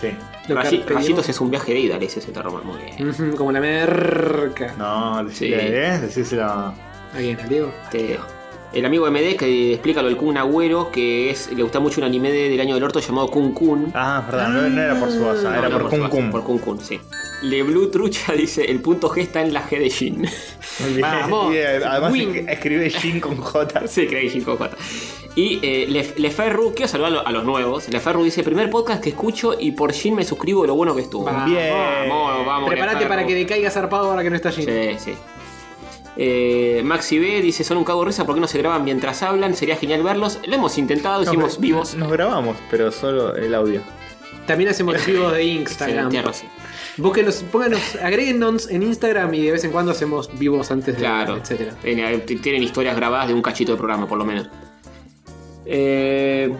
Sí. Lo Rayitos carpe diem. Eh, es un viaje de ida, le dice Zeta Román, muy bien. Ujú, eh. Como la merca. No, decíselo, Sí. eh. Decíselo. ¿A quién? ¿A Diego? Este, el amigo MD que explica lo del Kun Agüero, que es, le gusta mucho un anime de- del año del orto llamado Kun Kun. Ah, perdón, no, no era por su No, era no, por Kun su- Kun. Por Kun Kun, sí. Le Blue Trucha dice: el punto G está en la G de Jin. Muy bien. Vamos. Y, eh, además Win. es- escribe Jin con J. Sí, creo que cinco cuatro. Y eh, Le, Leferru, quiero saludar a, lo- a los nuevos. Leferru dice: primer podcast que escucho y por Jin me suscribo de lo bueno que estuvo. Vamos, Bien. Vamos, vamos. Prepárate Leferru. para que decaiga zarpado ahora que no está allí. Sí, sí. Eh, Maxi B dice: son un cago de risa, ¿por qué no se graban mientras hablan? Sería genial vernos. Lo hemos intentado, hicimos Nos- vivos. Nos grabamos, pero solo el audio. También hacemos vivos de Sí, Instagram. tiene razón. Búsquenos, pónganos, agréguennos en Instagram y de vez en cuando hacemos vivos antes de Claro. etcétera. Eh, t- Tienen historias grabadas de un cachito de programa, por lo menos. Eh,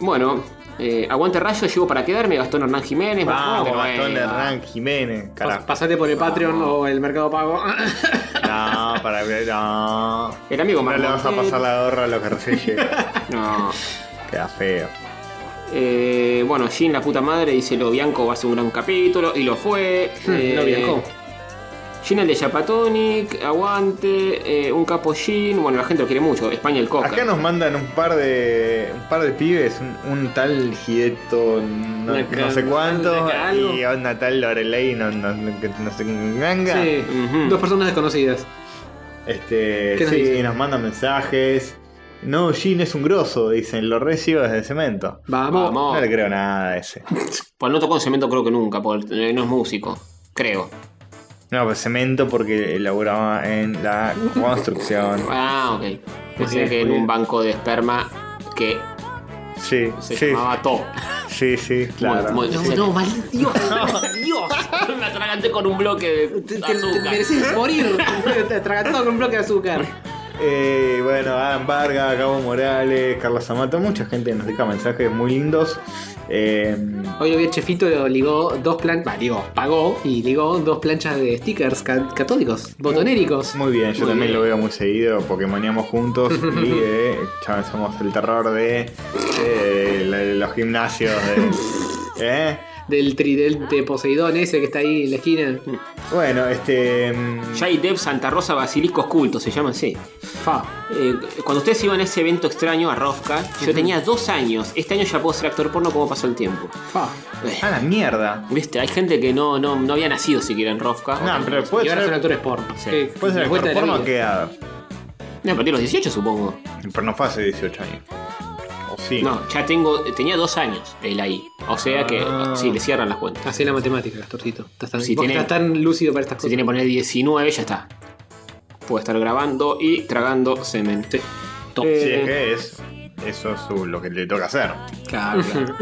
bueno, Eh, aguante rayo, llego para quedarme. Gastón Hernán Jiménez. Vamos, Bueno, Gastón bueno. Hernán Jiménez. Pas- Carajo. Pasate por el Patreon o el Mercado Pago. No, para que. No. El amigo No Marco le vas a Montiel. pasar la gorra a los que recién llegan. No. Queda feo. Eh, bueno, Jin, la puta madre, dice lo Bianco va a ser un gran capítulo. Y lo fue. Eh, Hmm, Lo viajó. Gin el de Chapatonic, aguante, eh, un capo Gin, bueno la gente lo quiere mucho, España el Coca. Acá nos mandan un par de un par de pibes, un, un tal Gieto, no, Una no sé cal- cuánto, una cal- y una tal Lorelei, no, no, no- que no sé, ganga. Sí, Ujú. dos personas desconocidas. Este, ¿Qué nos sí, dicen? nos mandan mensajes. No, Gin es un grosso, dicen, lo recibo desde cemento. Vamos. Vamos. No le creo nada a ese. Pues no tocó en cemento creo que nunca, porque eh, no es músico, creo. No, pues cemento porque laburaba en la construcción. Ah, ok. Muy Pensé bien, que muy en bien. un banco de esperma que Sí, se sí, llamaba Top. sí, sí, claro. Muy- muy- No, se- no, mal Dios. Dios, me atraganté con un bloque de Te, te- te azúcar. mereces morir. Te atragantado con un bloque de azúcar. Eh, bueno, Adam Vargas, Cabo Morales, Carlos Amato, mucha gente nos deja mensajes muy lindos. Eh, Hoy lo vi el chefito lo ligó dos planchas. ligó, pagó y ligó dos planchas de stickers ca- católicos, botonéricos. muy bien, yo Muy también bien. lo veo muy seguido, Pokémoníamos juntos y eh, ya somos el terror de, de la- de los gimnasios. de- ¿eh? Del tridente Poseidón ese que está ahí en la esquina. Bueno, este... mm, Jai Dev Santa Rosa Basiliscos Cultos se llama así. Fa. Eh, cuando ustedes iban a ese evento extraño a Rosca, yo tenía dos años. Este año ya puedo ser actor porno como pasó el tiempo. Fa. Eh, A la mierda. Viste, hay gente que no, no, no había nacido siquiera en Rosca. No, pero Y puede ahora son ser... actores porno. Sí. Eh, Puede ser la vuelta actor de la porno vida. quedado. No, a partir de los 18 supongo. Pero no fue hace 18 años. O sí. No, ya tengo, tenía dos años él ahí. O sea que Ah. sí, le cierran las cuentas. Así es la matemática, Gastorcito. Estás tan, Si vos tiene- estás tan lúcido para estas Si cosas. tiene que poner 19, ya está. Puede estar grabando y tragando semen. Top. Eh, Si es que es... Eso es su- lo que le toca hacer. Claro, claro.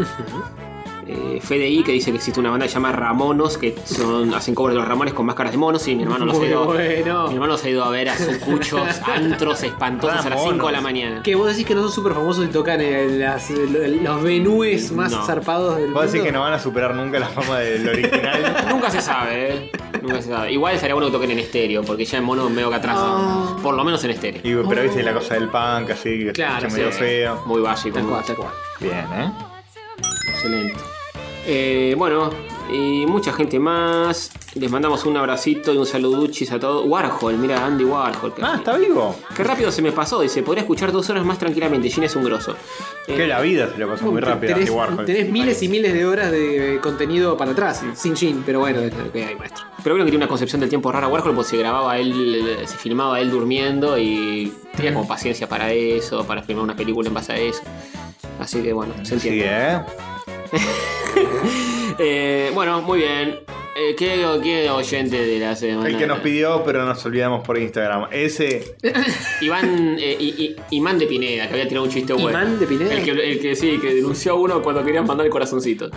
Eh, FDI que dice que existe una banda que se llama Ramonos, que son, hacen covers de los Ramones con máscaras de monos. Y mi hermano los ha Muy ido, bueno. mi hermano se ha ido a ver a sus cuchos antros espantosos a las 5 de la Ramones. mañana. Que vos decís que no son súper famosos y tocan eh, las- los menúes más No. zarpados del Vos decís mundo? que no van a superar nunca la fama del original. Nunca se sabe, ¿eh? Nunca se sabe. Igual estaría bueno que toquen en estéreo, porque ya en mono medio que atrasa. Ah. Por lo menos en estéreo. Y, pero viste la cosa del punk, así, que se Oh. Claro, escucha sí. medio feo. Muy básico. Tal muy cual, tal cual. Bien, ¿eh? Excelente. Eh, bueno, y mucha gente más. Les mandamos un abracito y un saluduchis a todos. Warhol, mira, Andy Warhol. Ah, está vivo. Qué rápido se me pasó, dice. Podría escuchar dos horas más tranquilamente. Gina es un grosso. Eh, Que la vida se lo pasó muy Bueno, rápido a tenés, Andy Warhol. tenés miles y miles de horas de contenido para atrás, sin chin, pero bueno, es lo que hay, maestro. Pero creo que tiene una concepción del tiempo rara Warhol porque se grababa él, se filmaba él durmiendo y tenía como paciencia para eso, para filmar una película en base a eso. Así que bueno, se Sí, entiende. ¿eh? Eh, bueno, muy bien. Eh, ¿qué, qué oyente de la semana? El que nos pidió, pero nos olvidamos por Instagram. Ese, Iván, eh, I- I- Imán de Pineda, que había tirado un chiste bueno. Imán de Pineda. El que, el que sí, que denunció a uno cuando querían mandar el corazoncito. es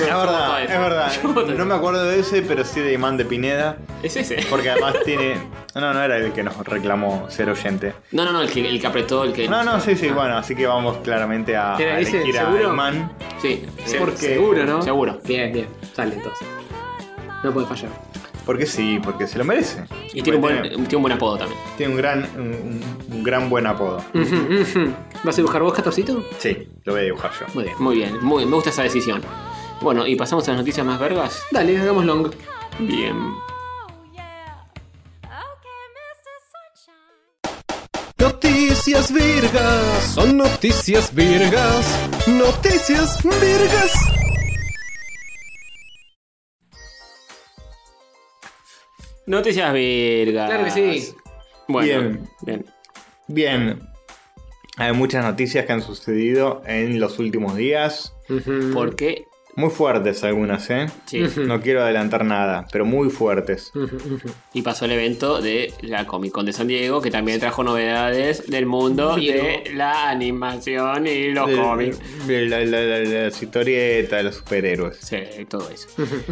voto verdad, ese. es Yo voto verdad. ese. No me acuerdo de ese, pero sí de Imán de Pineda. Es ese. Porque además tiene. No, no era el que nos reclamó ser oyente. No, no, no, el que, el que apretó, el que. No, no, sí, sí, bueno, así que vamos claramente a, a Era ese, elegir a ¿seguro? Imán. Sí, sí. Porque- Seguro, ¿no? Seguro. Bien, bien, sale entonces. No puede fallar. Porque sí, porque se lo merece. Y tiene un, buen, Tiene- tiene un buen apodo también. Tiene un gran, un, un- un gran buen apodo. Mm. ¿Vas a dibujar vos, Castorcito? Sí, lo voy a dibujar yo. Muy bien. Muy bien, muy, me gusta esa decisión. Bueno, y pasamos a las noticias más vergas. Dale, hagamos long. Bien. Noticias virgas, son noticias virgas, noticias virgas. Noticias vergas. Claro que sí. Bueno, bien. Bien. Bien. Hay muchas noticias que han sucedido en los últimos días. ¿Por qué? Muy fuertes algunas, ¿eh? Sí. No quiero adelantar nada, pero muy fuertes. Y pasó el evento de la Comic Con de San Diego, que también trajo novedades del mundo de la animación y los De- cómics. de la- la- la- las historietas, de los superhéroes. Sí, todo eso.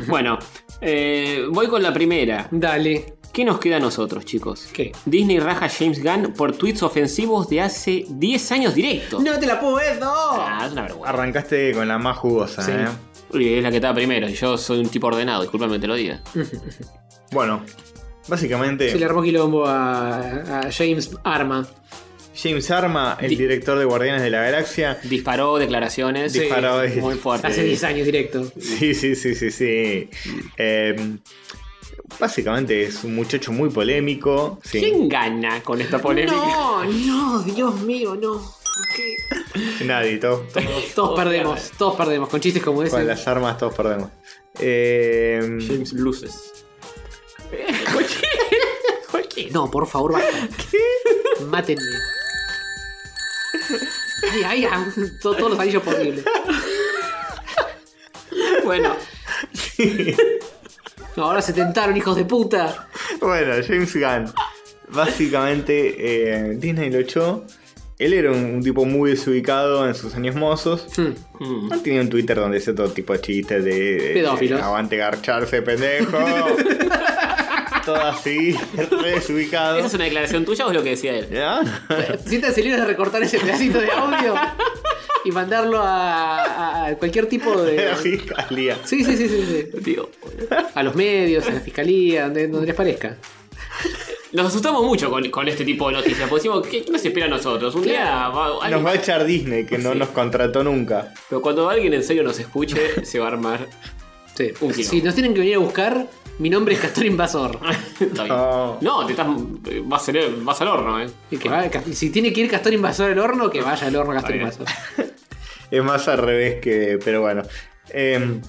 bueno, eh, voy con la primera. Dale. ¿Qué nos queda a nosotros, chicos? ¿Qué? Disney raja a James Gunn por tweets ofensivos de hace 10 años directos. ¡No te la puedo! Ah, es una vergüenza. Arrancaste con la más jugosa, Sí. ¿eh? Uy, es la que estaba primero. y Yo soy un tipo ordenado, discúlpame que te lo diga. Bueno, básicamente, Se le armó quilombo a, a James Arma. James Arma, el Di- director de Guardianes de la Galaxia. Disparó declaraciones Sí. Disparó. muy fuertes. Hace 10 años directo. Sí, sí, sí, sí, sí. Eh, básicamente es un muchacho muy polémico. Sí. ¿Quién gana con esta polémica? No, no, Dios mío, no. ¿Por qué? Nadie, todo- todo- Oh, Todos perdemos, todos perdemos. Con chistes como ese. con las armas todos perdemos. Eh, James Luces. No, por favor, basta. Mátenme. Ay, ay, ah, to- todos los anillos posibles. Bueno, No, ahora se tentaron, hijos de puta. Bueno, James Gunn. Básicamente, eh, Disney lo echó. Él era un, un tipo muy desubicado en sus años mozos. Hmm. mm, Él tenía un Twitter donde hacía todo tipo de chistes de. de- Pedófilos. de, Aguante garcharse, pendejo. todo así, re desubicado. ¿esa es una declaración tuya o es lo que decía él? ¿Ya? Siéntanse libres de recortar ese pedacito de audio y mandarlo a, a- a cualquier tipo Era de. fiscalía. Sí, sí, sí, sí, sí. Digo, A los medios, a la fiscalía, donde, donde les parezca. nos asustamos mucho con, con este tipo de noticias. Porque decimos, ¿qué, qué nos espera a nosotros? Un día va- alguien- Nos va a echar Disney, que no Sí. nos contrató nunca. Pero cuando alguien en serio nos escuche, se va a armar. Sí. Un quilombo. Si nos tienen que venir a buscar, mi nombre es Castor Invasor. Está bien. No. No, te estás. Vas, al- vas al horno, eh. Y que va- si tiene que ir Castor Invasor al horno, que vaya al horno Castor bien. Invasor. Es más al revés que. Pero bueno. Eh,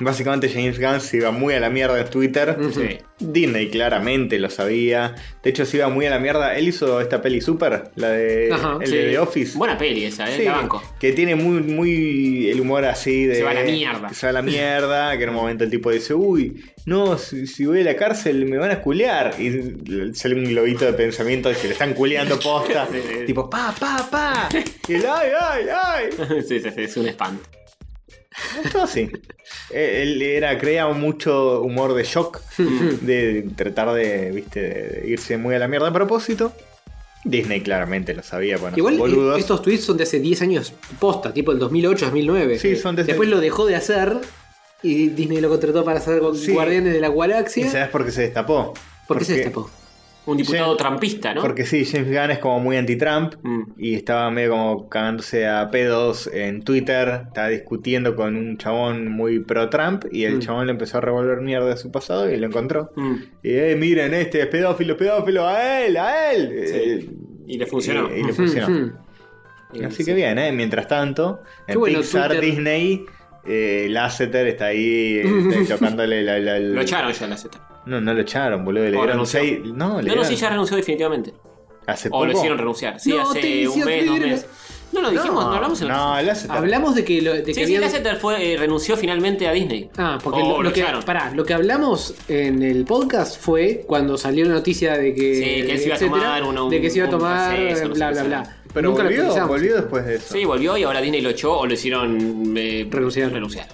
básicamente, James Gunn se iba muy a la mierda en Twitter. Sí. Disney claramente lo sabía. De hecho, se iba muy a la mierda. Él hizo esta peli super, la de, Ajá, el Sí. de The Office. Buena peli esa, eh. Sí, La banco. que tiene muy, muy el humor así de. Se va a la mierda. que se va a la mierda. Que en un momento el tipo dice, uy, no, si, si voy a la cárcel me van a culear. Y sale un globito de pensamiento de que le están culeando posta. tipo, pa, pa, pa. Y el ay, ay, ay. sí, sí, sí, es un espanto. Todo así. Eh, Él era, crea mucho humor de shock, de tratar de, viste, de irse muy a la mierda a propósito. Disney claramente lo sabía, bueno, Igual son eh, boludos. estos tweets son de hace 10 años posta, tipo el 2008, 2009. Sí, son desde- Después lo dejó de hacer y Disney lo contrató para hacer Sí. Guardianes de la ¿Y Galaxia. sabes por qué se destapó? ¿Por qué se Porque- destapó? Un diputado Sí. trampista, ¿no? Porque sí, James Gunn es como muy anti-Trump Mm. y estaba medio como cagándose a pedos en Twitter, estaba discutiendo con un chabón muy pro-Trump y Mm. el chabón le empezó a revolver mierda de su pasado y lo encontró. Mm. Y eh, miren, este es pedófilo, pedófilo, a él, a él. Eh, Y le funcionó. Y, y le Mm. funcionó. Ujú. Así que bien, ¿eh? Mientras tanto, Qué en bueno, Pixar, Twitter. Disney, eh, Lasseter está ahí este, tocándole la, la- la- Lo echaron ya en la Z. No, no lo echaron, boludo. Le O dieron renunció. seis. No, le No, no, dieron- sí, ya renunció definitivamente. Hace O poco. lo hicieron renunciar. Sí, No, hace te un mes, dos hicieron- meses. No, lo dijimos, no, hablamos en la No, Z. Lasseter. Hablamos de que, lo, de que Sí, sí, habían- Lasseter fue, eh, renunció finalmente a Disney. Ah, porque O lo, lo, lo que, echaron. pará, lo que hablamos en el podcast fue cuando salió la noticia de que, Sí, que él se iba a tomar una- de que se iba a un tomar, receso, no sé bla, qué bla, sea. bla. Pero Nunca lo volvió, actualizamos. volvió después de eso. Sí, volvió y ahora Disney lo echó o lo hicieron eh, Renunciar.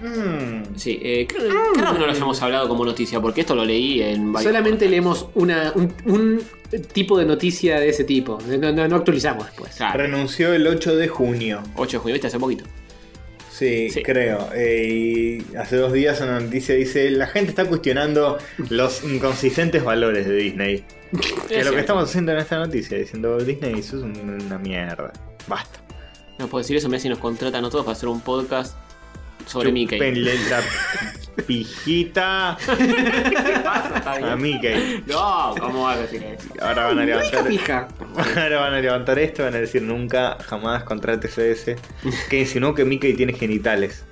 Mm. Sí, eh, creo, Ah, creo que no lo hayamos hablado como noticia, porque esto lo leí en varios- Solamente leemos una, un, un tipo de noticia de ese tipo. No, no- no actualizamos después. Claro, Renunció el 8 de junio. 8 de junio, ¿viste? Hace poquito. Sí, Sí. creo. Eh, y hace dos días una noticia dice: La gente está cuestionando los inconsistentes valores de Disney. Que Es lo que cierto. estamos haciendo en esta noticia, diciendo Disney, eso es un- una mierda. Basta. No puedo decir eso, me si nos contratan a todos para hacer un podcast sobre Mickey. Chupenle la pijita a Mickey. No, ¿cómo vas a decir eso? Ahora van a levantar. Pija. Ahora van a levantar esto, van a decir nunca, jamás contrates a ese. Que insinuó que Mickey tiene genitales.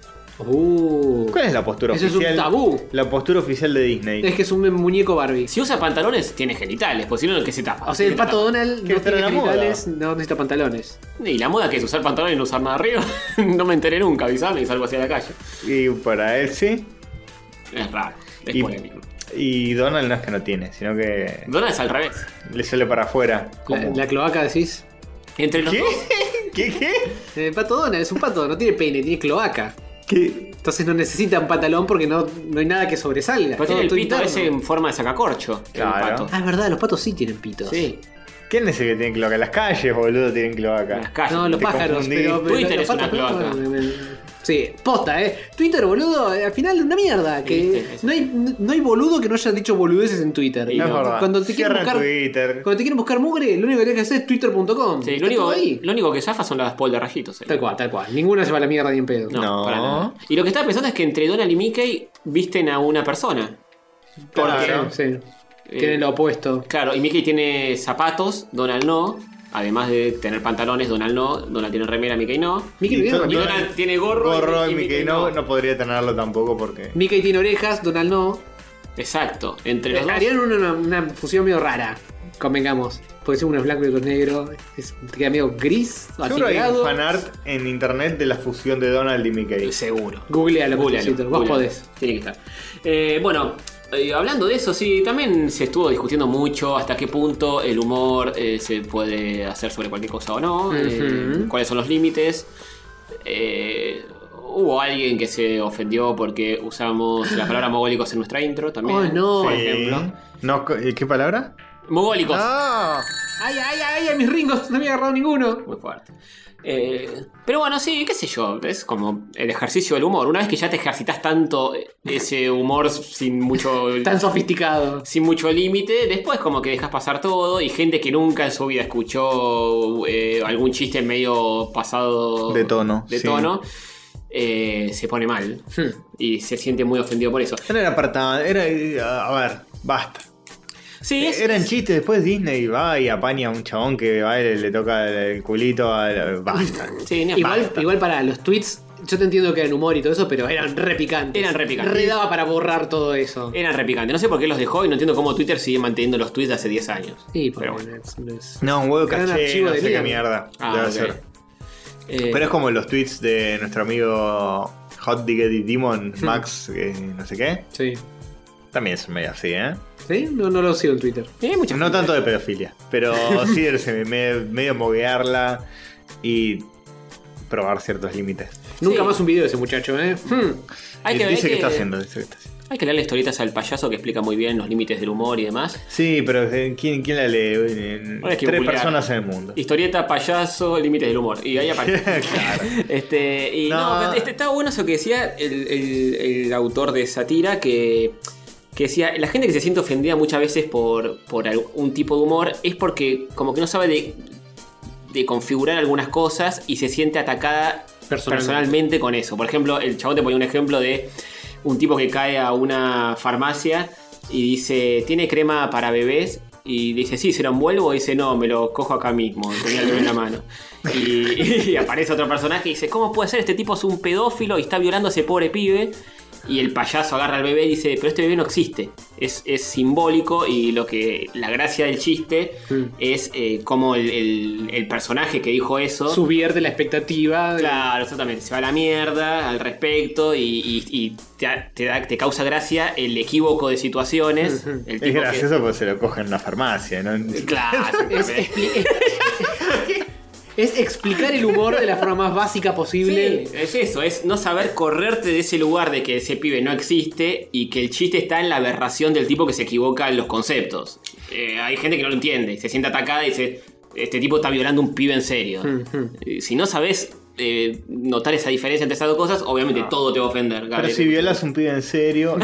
Uh. ¿Cuál es la postura Eso es un oficial? tabú. La postura oficial de Disney. Es que es un muñeco Barbie. Si usa pantalones, tiene genitales, pues si no, ¿qué se tapa? O sea, el pato Donald Que no está tiene en la moda. genitales, no necesita pantalones. Y la moda que es usar pantalones y no usar nada arriba. no me enteré nunca, avisame y salgo hacia la calle. Y para él sí. Es raro, es Y, polémico. y Donald no es que no tiene, sino que Donald es al revés. le sale para afuera. La, como- la cloaca decís. Eh, Entre los ¿Qué? dos. ¿Qué? ¿Qué? El pato Donald es un pato, no tiene pene, tiene cloaca. ¿Qué? Entonces no necesitan pantalón porque no, no hay nada que sobresalga. Pero tiene el Todo pito interno. ese en forma de sacacorcho. el Claro. pato. Ah, es verdad, los patos sí tienen pitos. Sí, ¿Quién dice que tiene cloaca? Las calles, boludo, tienen en las cloaca. calles. No, los Te pájaros, confundí. pero, pero Twitter los es una pájaros, cloaca. no, no, no. Sí, posta, eh. Twitter, boludo, eh, al final una mierda. Que Viste, es- no, hay, no hay boludo que no haya dicho boludeces en No Twitter. No es Cuando- verdad. Cuando te quieren Cierren buscar. Twitter. Cuando te quieren buscar mugre, lo único que tenés que hacer es twitter.com. Sí, Está lo, único, todo ahí. lo único que zafa son las pollas de rayitos. eh. Tal cual, tal cual. Ninguna se va a la mierda ni en pedo. No, No. para nada. Y lo que estaba pensando es que entre Donald y Mickey visten a una persona. Claro. Sí, sí. Eh, Tienen lo opuesto. Claro, y Mickey tiene zapatos, Donald no. Además de tener pantalones, Donald no. Donald tiene remera, Mickey no. Mickey, Y no tiene todo- Y remera. Donald tiene gorro. Gorro y Mickey no, no podría tenerlo tampoco porque. Mickey tiene orejas, Donald no. Exacto. Entre los Eh, dos. Harían una, una fusión medio rara, convengamos. Porque si uno es blanco y otro es negro, es- te queda medio gris, Seguro hay atigrado. fanart en internet de la fusión de Donald y Mickey. Seguro. Googlealo, Googlealo, Patricito, vos googlealo. podés. Tiene que estar. Eh, bueno, eh, hablando de eso, sí, también se estuvo discutiendo mucho hasta qué punto el humor eh, se puede hacer sobre cualquier cosa o no, eh, Ujú. cuáles son los límites. Eh, hubo alguien que se ofendió porque usamos la palabra mogólicos en nuestra intro también. Oh, no. Por Sí. ejemplo. No, ¿Qué palabra? Mogólicos. Ah, ¡Ay, ay, ay! A mis ringos no me había agarrado ninguno. Muy fuerte. Eh, pero bueno, sí, qué sé yo, es como el ejercicio del humor. Una vez que ya te ejercitas tanto ese humor sin mucho Tan sofisticado. sin mucho límite. Después como que dejas pasar todo y gente que nunca en su vida escuchó eh, algún chiste medio pasado De tono, de sí. tono, eh, se pone mal y se siente muy ofendido por eso. no era apartado, era. A ver, basta. Eh, Sí, es, Eran chistes, después Disney va y apaña a un chabón que va y le toca el culito a la- Basta. sí, ni a Igual, palo. igual para los tweets, yo te entiendo que eran humor y todo eso, pero eran repicantes. Eran re picantes. Redaba para borrar todo eso. eran repicantes. No sé por qué los dejó y no entiendo cómo Twitter sigue manteniendo los tweets de hace 10 años. Sí, por Pero bueno, es- no es- No, un huevo Era un caché, archivo no de sé qué Liam. mierda. Ah, debe ok. ser. Eh, Pero es como los tweets de nuestro amigo Hot Diggity Demon, Max, que no sé qué. Sí. También es medio así, ¿eh? ¿Sí? No, no lo sigo en Twitter. eh, mucha No gente. tanto de pedofilia, pero sí de ese me- medio moguearla y probar ciertos límites. Nunca Sí. más un video de ese muchacho, ¿eh? Hmm. Hay que, ver- dice hay que está que- haciendo, dice que está haciendo. Hay que leerle historietas al payaso que explica muy bien los límites del humor y demás. Sí, pero eh, ¿quién, quién la lee? Eh, Ahora hay que Tres googlear. personas en el mundo. Historieta, payaso, límites del humor. Y ahí aparece. Este, y no, No. pero este, estaba bueno eso que decía el, el- el autor de Satira, que, que decía, la gente que se siente ofendida muchas veces por, por un tipo de humor es porque como que no sabe de, de configurar algunas cosas y se siente atacada Personalmente. personalmente. con eso. Por ejemplo, el chabón te ponía un ejemplo de un tipo que cae a una farmacia y dice, ¿tiene crema para bebés? Y dice, sí, se lo envuelvo. Y dice, no, me lo cojo acá mismo. Tenía el bebé en la mano. Y, y aparece otro personaje y dice, ¿cómo puede ser? Este tipo es un pedófilo y está violando a ese pobre pibe. Y el payaso agarra al bebé y dice, pero este bebé no existe. Es, es simbólico y lo que la gracia del chiste es eh, como el, el- el personaje que dijo eso... Subirte la expectativa. de- Claro, exactamente. Se va a la mierda al respecto y, y- y te, te da- te causa gracia el equívoco de situaciones. Ujú. El Es tipo que- gracioso porque se lo cogen en una farmacia, ¿no? Claro, Es, exactamente. expli- es explicar el humor de la forma más básica posible. Sí, es eso, es no saber correrte de ese lugar de que ese pibe no existe y que el chiste está en la aberración del tipo que se equivoca en los conceptos. Eh, hay gente que no lo entiende, se siente atacada y dice, este tipo está violando un pibe en serio. Hmm, Ujú. Eh, Si no sabes eh, notar esa diferencia entre esas dos cosas, obviamente todo te va a ofender. Ah. Pero Gabriel. si violas un pibe en serio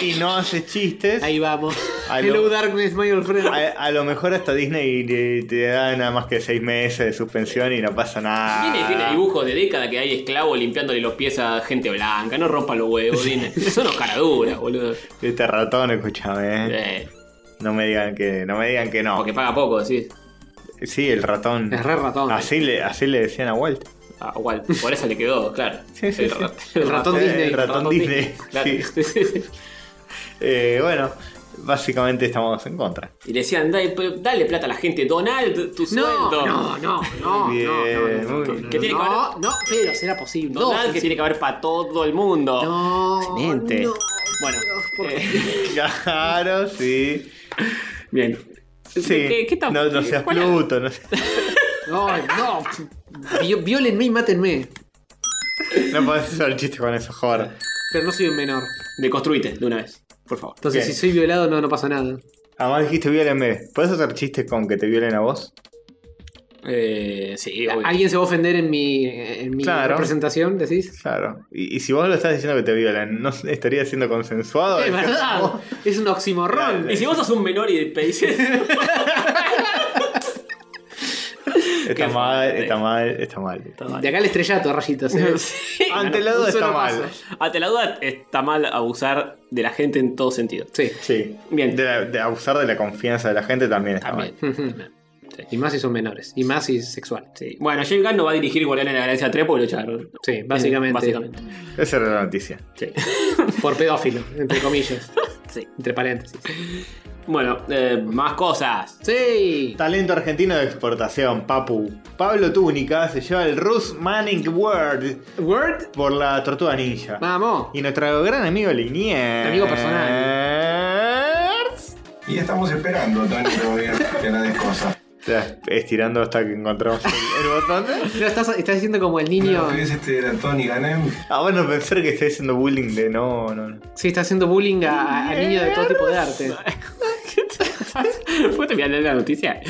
y no haces chistes, Ahí vamos. Aló. Hello Darkness, my old friend. a, a lo mejor hasta Disney le- te, da nada más que seis meses de suspensión y no pasa nada. Tiene, tiene dibujos de década que hay esclavos limpiándole los pies a gente blanca. No rompa los huevos, Dine. Son los caraduras, boludo. Este ratón, escúchame. ¿eh? Eh, No me digan que no. Me digan que no. porque paga poco, decís. Sí, el ratón. Es re ratón. Así le, así le decían a Walt. Ah, igual, por eso le quedó, claro. Sí, sí, El sí. rat- El ratón Eh, Disney. el ratón Disney, Claro. sí. Sí, sí, sí. Eh, bueno, básicamente estamos en contra. Y le decían, dale, pe- dale plata a la gente, Donald, tu No, sueldo. no, no, no, Bien, no, no, muy no, bien. no, ¿Qué tiene que no, no, pero será posible. Donald, No, que tiene que haber para todo el mundo. No, Excelente. no, Bueno, ¿por qué? eh, Claro, sí. bien. Sí. ¿Qué, qué tan- no, no seas cuál- Pluto, no seas- No, no. Vi- Violenme y mátenme. No podés hacer chistes con eso, joder. Pero no soy un menor. Deconstruite de una vez, por favor. Entonces, Bien. si soy violado, no, no pasa nada. Además dijiste viólenme. ¿Puedes hacer chistes con que te violen a vos? Eh, sí, obvio. ¿Alguien se va a ofender en mi, en mi Claro. representación, decís? Claro. Y, y si vos lo estás diciendo que te violan, ¿no estaría siendo consensuado? Es verdad, es un oximorrón. Y si vos sos un menor y pedís eso, Está Qué mal, fuerte. está mal, está mal. De acá el estrellato, rayitos. eh. Sí, Ante bueno, la duda un solo está mal. paso. Ante Ah, la duda está mal abusar de la gente en todo sentido. Sí. Sí. Bien. De, la- de abusar de la confianza de la gente también está También. mal. Y más si son menores. Y más si es sexual. Sí. Bueno, James Gunn no va a dirigir Guardianes de la Galaxia 3 porque lo echaron. Sí, básicamente. Eh, básicamente. Esa era la noticia. Sí. Por pedófilo, entre comillas. Sí. Entre paréntesis. Bueno, eh, más cosas. Sí. Talento argentino de exportación, Papu. Pablo Túnica se lleva el Rus Manning World Word. por la Tortuga Ninja. Vamos. Y nuestro gran amigo Liniers. Amigo personal. Y estamos esperando, tranquilo, bien, que no des cosas. Estás estirando hasta que encontramos el, el botón. No, estás, estás diciendo como el niño. Lo que es este de Tony Ganem, Ah, bueno, pensar que esté haciendo bullying de no, no, no. Sí, está haciendo bullying a- a- al niño de todo tipo de arte. ¿Puedes terminar de leer la noticia?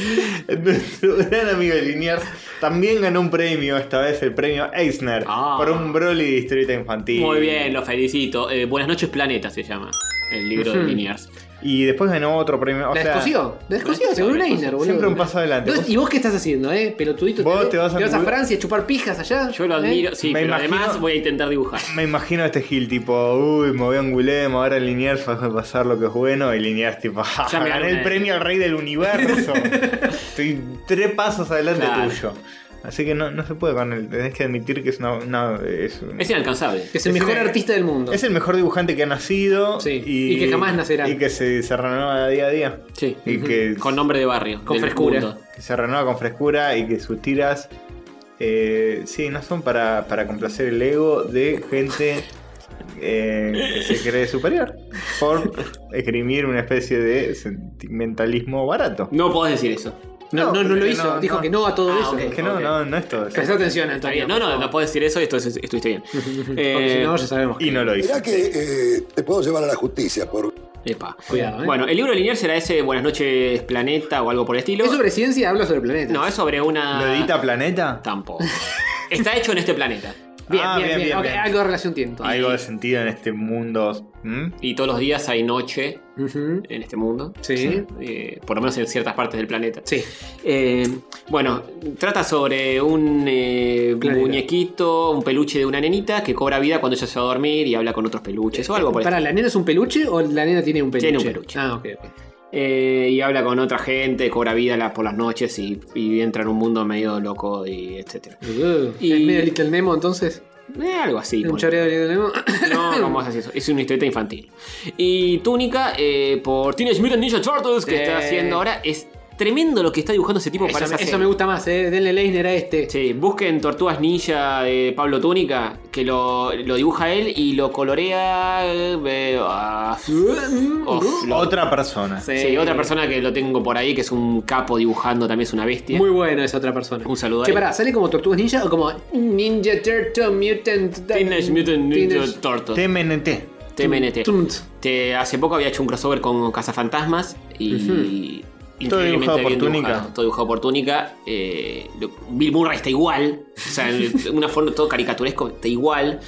Nuestro gran amigo Liniers también ganó un premio, esta vez el premio Eisner, Ah. por un Broly de historieta infantil. Muy bien, lo felicito. Eh, Buenas noches, Planeta se llama el libro de Ujú. Liniers. Y después ganó otro premio. O La sea, descosió. La descosió, según Leiner, boludo. Siempre un paso adelante. pues. Entonces, ¿Y vos qué estás haciendo, eh? Pelotudito. Vos te vas a- Francia a chupar pijas allá. Yo lo ¿eh? admiro, sí, Me pero imagino- además voy a intentar dibujar. Me imagino a este Gil tipo, uy, me voy a Angulem, ahora Liniers va a pasar lo que es bueno. Y Liniers tipo, "Ja, Ya me gané el gané. premio al rey del universo. Estoy tres pasos adelante Claro. tuyo. Así que no, no se puede con él. Tenés que admitir que es una. una- es, un- Es inalcanzable. Que es el Es mejor el- artista del mundo. es el mejor dibujante que ha nacido. Sí, y que jamás nacerá. Y que se, se renueva día a día. Sí. Y que, Con nombre de barrio. Con del frescura. mundo. que se renueva con frescura y que sus tiras. eh, sí, no son para, para complacer el ego de gente eh, que se cree superior. Por esgrimir una especie de sentimentalismo barato. No podés decir eso. No, no, no lo que hizo. no, Dijo no. que no a todo Ah, eso. ok. Que no, Ok. no, no es todo eso. Presta atención, Está Antonio. bien. No, por no, favor. no podés decir eso, esto es- estuviste bien. Porque si Eh, no, ya sabemos. Y no lo hizo. Mirá que eh, te puedo llevar a la justicia por Epa. Cuidado, ¿eh? Bueno, el libro de Liniers será ese Buenas noches, Planeta o algo por el estilo. ¿Es sobre ciencia? Habla sobre planetas. No, es sobre una. ¿Lo edita Planeta? Tampoco. Está hecho en este planeta. Bien, Ah, bien, bien, bien, bien, ok, bien. Algo de relación tiene. entonces. Algo de sentido en este mundo. ¿Mm? Y todos los días hay noche Ujú. en este mundo. Sí. Eh, por lo menos en ciertas partes del planeta. Sí. Eh, bueno, trata sobre un eh, Planeta. muñequito, un peluche de una nenita que cobra vida cuando ella se va a dormir y habla con otros peluches o algo por el Para, ¿la nena es un peluche o la nena tiene un peluche? Tiene un peluche. Ah, ok, ok. Eh, y habla con otra gente, cobra vida la- por las noches y, y entra en un mundo medio loco y etcétera. Uh, Y- ¿Es medio Little Nemo entonces? Eh, algo así. ¿Un ponele. choreo de Little Nemo? No, no vamos a hacer eso. Es una historieta infantil. Y Túnica eh, por Teenage Mutant Ninja Turtles que Sí. está haciendo ahora. Es tremendo lo que está dibujando ese tipo Eso, para esa me- eso serie. me gusta más, eh. Denle Leisner a este. Sí, busquen Tortugas Ninja de Pablo Túnica, que lo, lo dibuja él y lo colorea. eh, ah, Mm, Uf, lo- Otra persona. sí, otra persona que lo tengo por ahí, que es un capo dibujando, también es una bestia. Muy bueno esa otra persona. Un saludo a Che, él. pará, ¿sale como Tortugas Ninja o como Ninja Turtle Mutant? Teenage Mutant Ninja Teenage- Turtles. TMNT. TMNT. Tunt. Te- hace poco había hecho un crossover con Cazafantasmas y. increíblemente Todo dibujado por bien Túnica. dibujado. Todo dibujado por Túnica. Eh, lo- Bill Murray está igual. O sea, en una forma todo caricaturesco está igual.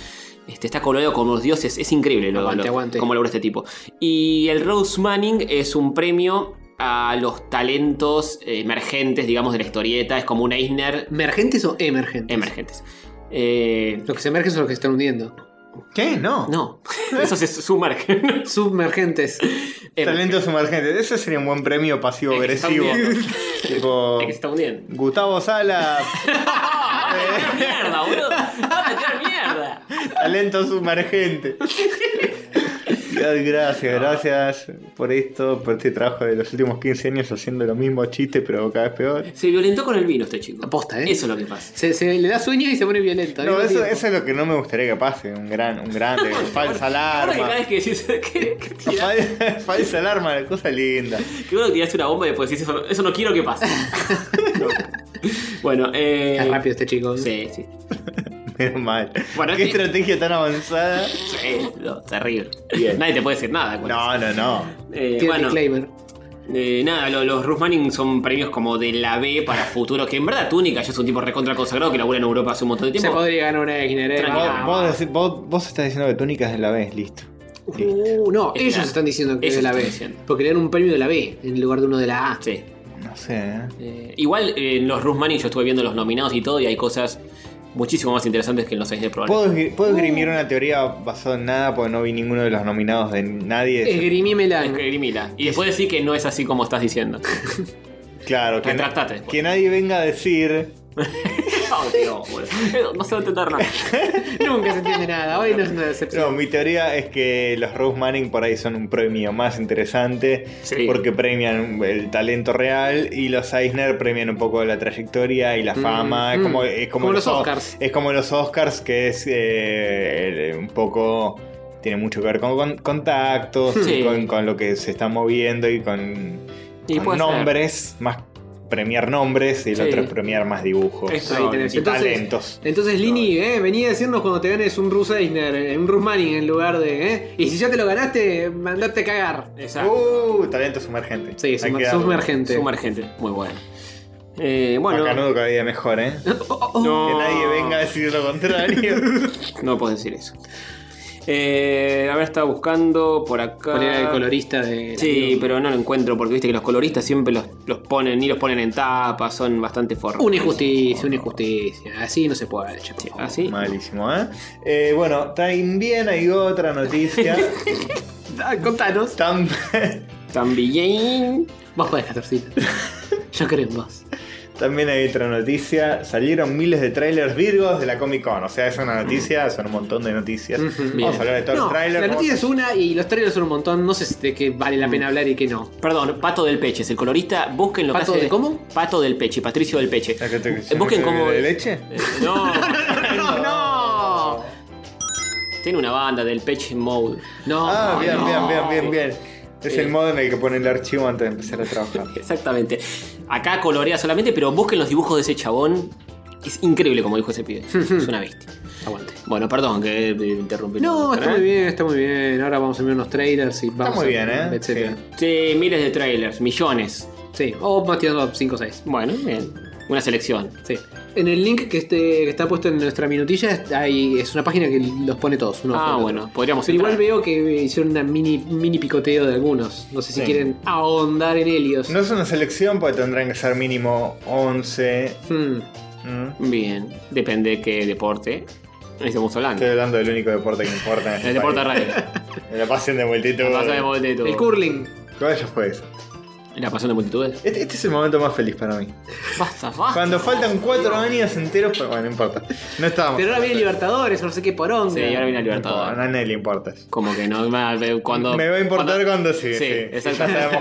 Este, está coloreado como los dioses. Es increíble lo, Aguante, lo- aguante. cómo logra este tipo. Y el Rose Manning es un premio a los talentos emergentes, digamos, de la historieta. Es como un Eisner ¿Emergentes o emergentes? emergentes. Eh, Los que se emergen son los que se están hundiendo. ¿Qué? No. no, eso se sumerge. Submergentes. Talento sumergente. Ese sería un buen premio pasivo-agresivo. Está bien. tipo. Eh, que se está hundiendo. Gustavo Sala, mierda, boludo. Van a tirar mierda. talento sumergente. Ay, Gracias, gracias por esto, por este trabajo de los últimos 15 años haciendo los mismos chistes, pero cada vez peor. Se violentó con el vino este chico. Aposta, ¿eh? Eso es lo que pasa. Se, se le da sueño y se pone violento. No, Al mismo eso, tiempo. eso es lo que no me gustaría que pase. Un gran, un grande, falsa Ahora que alarma. cada vez que decís que, que, tirás- Fal- falsa alarma, cosa linda. que uno tiraste una bomba y después decís eso, eso no quiero que pase. bueno, eh. Es rápido este chico. Sí, sí. Menos mal. Bueno, Qué es que- estrategia tan avanzada. Sí, no, terrible. Bien. Nadie te puede decir nada. con eso. No, no, no. Eh, Tiene bueno, disclaimer. eh, nada, lo- los Ruth Manning son premios como de la B para futuro. Que en verdad, Túnica ya es un tipo recontra consagrado que labura en Europa hace un montón de Se tiempo. podría ganar una Eisner, eh. Tranquilo. Vos, Vamos. vos decí- vos- vos estás diciendo que túnicas de la vez, listo. Listo. Uh, no, Es ellos la- están diciendo que es ellos de la están B. diciendo. Porque le dan un premio de la B en lugar de uno de la A. Sí. No sé, ¿eh? Eh, igual eh, en los Rusmani yo estuve viendo los nominados y todo, y hay cosas muchísimo más interesantes que en los 6 de probable. ¿Puedo, esgri- puedo esgrimir una teoría basada en nada? Porque no vi ninguno de los nominados de nadie. Esgrimímela. Esgrimila. Ah, Y después decir que no es así como estás diciendo. claro, que, na- Retractate pues. después. que nadie venga a decir. no, tío, boludo. no se va a entender nada. Nunca se entiende nada. Hoy no es una No, decepción. mi teoría es que los Rose Manning por ahí son un premio más interesante Sí. porque premian el talento real y los Eisner premian un poco la trayectoria y la fama. es mm. como, es como Como los O- Oscars. Es como los Oscars que es eh, el- un poco... Tiene mucho que ver con, con- contactos, y Sí. con, con lo que se está moviendo y con, Y con puede ser. nombres, más premiar nombres y el Sí. otro es premiar más dibujos. Es- Ahí tenés. Y talentos. Entonces, Lini, eh, venía a decirnos cuando te ganes un Bruce Eisner, eh, un Bruce Manning en lugar de. eh, y si ya te lo ganaste, mandate a cagar. Exacto. Uh, talento sumergente. Sí, Hay sumer- que darle. sumergente. Sumergente. Muy bueno. Eh, bueno. Macanudo cada día mejor, ¿eh? No, Que nadie venga a decir lo contrario. No puedes decir eso. Eh, a ver, estaba buscando por acá. ¿Cuál era el colorista de.? Sí, pero no lo encuentro porque viste que los coloristas siempre los, los ponen, ni los ponen en tapa, son bastante forros. Una injusticia, una injusticia. Así no se puede. che, por favor. Así. Malísimo, ¿eh? Eh, Bueno, también hay otra noticia. Ah, contanos. Tam- También. Vos podés, Catorcito. Yo creo en vos. también hay otra noticia. Salieron miles de trailers virgos de la Comic Con. O sea, es una noticia, son un montón de noticias. Bien. Vamos a hablar de todos No, los trailers. la vamos- noticia es una y los trailers son un montón. No sé si de qué vale Mm. la pena hablar y qué no. Perdón, Pato del Peche, es el colorista. Busquen lo ¿Pato que hace. de cómo? Pato del Peche, Patricio del Peche. ¿La que te- Eh, Busquen cómo. de leche? Eh, no, ¡No, no! tiene una banda del Peche Mode. No, Ah, bien, no. bien, bien, bien, bien. Es Eh. el modo en el que ponen el archivo antes de empezar a trabajar. Exactamente. Acá colorea solamente, pero busquen los dibujos de ese chabón. Es increíble como dijo ese pibe. es una bestia. Aguante. Bueno, perdón que eh, te interrumpí. No, ¿Pero? está muy bien, está muy bien. Ahora vamos a ver unos trailers y ¿eh? Está vamos muy a- bien, ¿eh? etcétera. Sí. Sí, miles de trailers, millones. Sí. O más tirando 5 o 6. Bueno, bien. Una selección. Sí. En el link que, este, que está puesto en nuestra minutilla hay, es una página que los pone todos. uno ah, tras otro. bueno, podríamos Pero igual entrar. veo que hicieron una mini, mini picoteo de algunos. No sé si Sí. quieren ahondar en ellos. No es una selección porque tendrán que ser mínimo 11. Hmm. ¿Mm? Bien, depende qué deporte estamos hablando. Estoy hablando del único deporte que importa en este El deporte de país. radio. Me la pasen de vueltito. La pasión de multitudes. El curling. Todo eso fue eso. La pasión de multitudes. Este, este es el momento más feliz para mí. Basta, basta. Cuando faltan cuatro años enteros, pero bueno, no importa. No estábamos. Pero ahora viene Libertadores, no sé qué poronga. Sí, ahora viene el No importa, Libertador. A nadie le importa. eso. Como que no me- cuando. Me va a importar cuando, sí. Sí, sí. Ya sabemos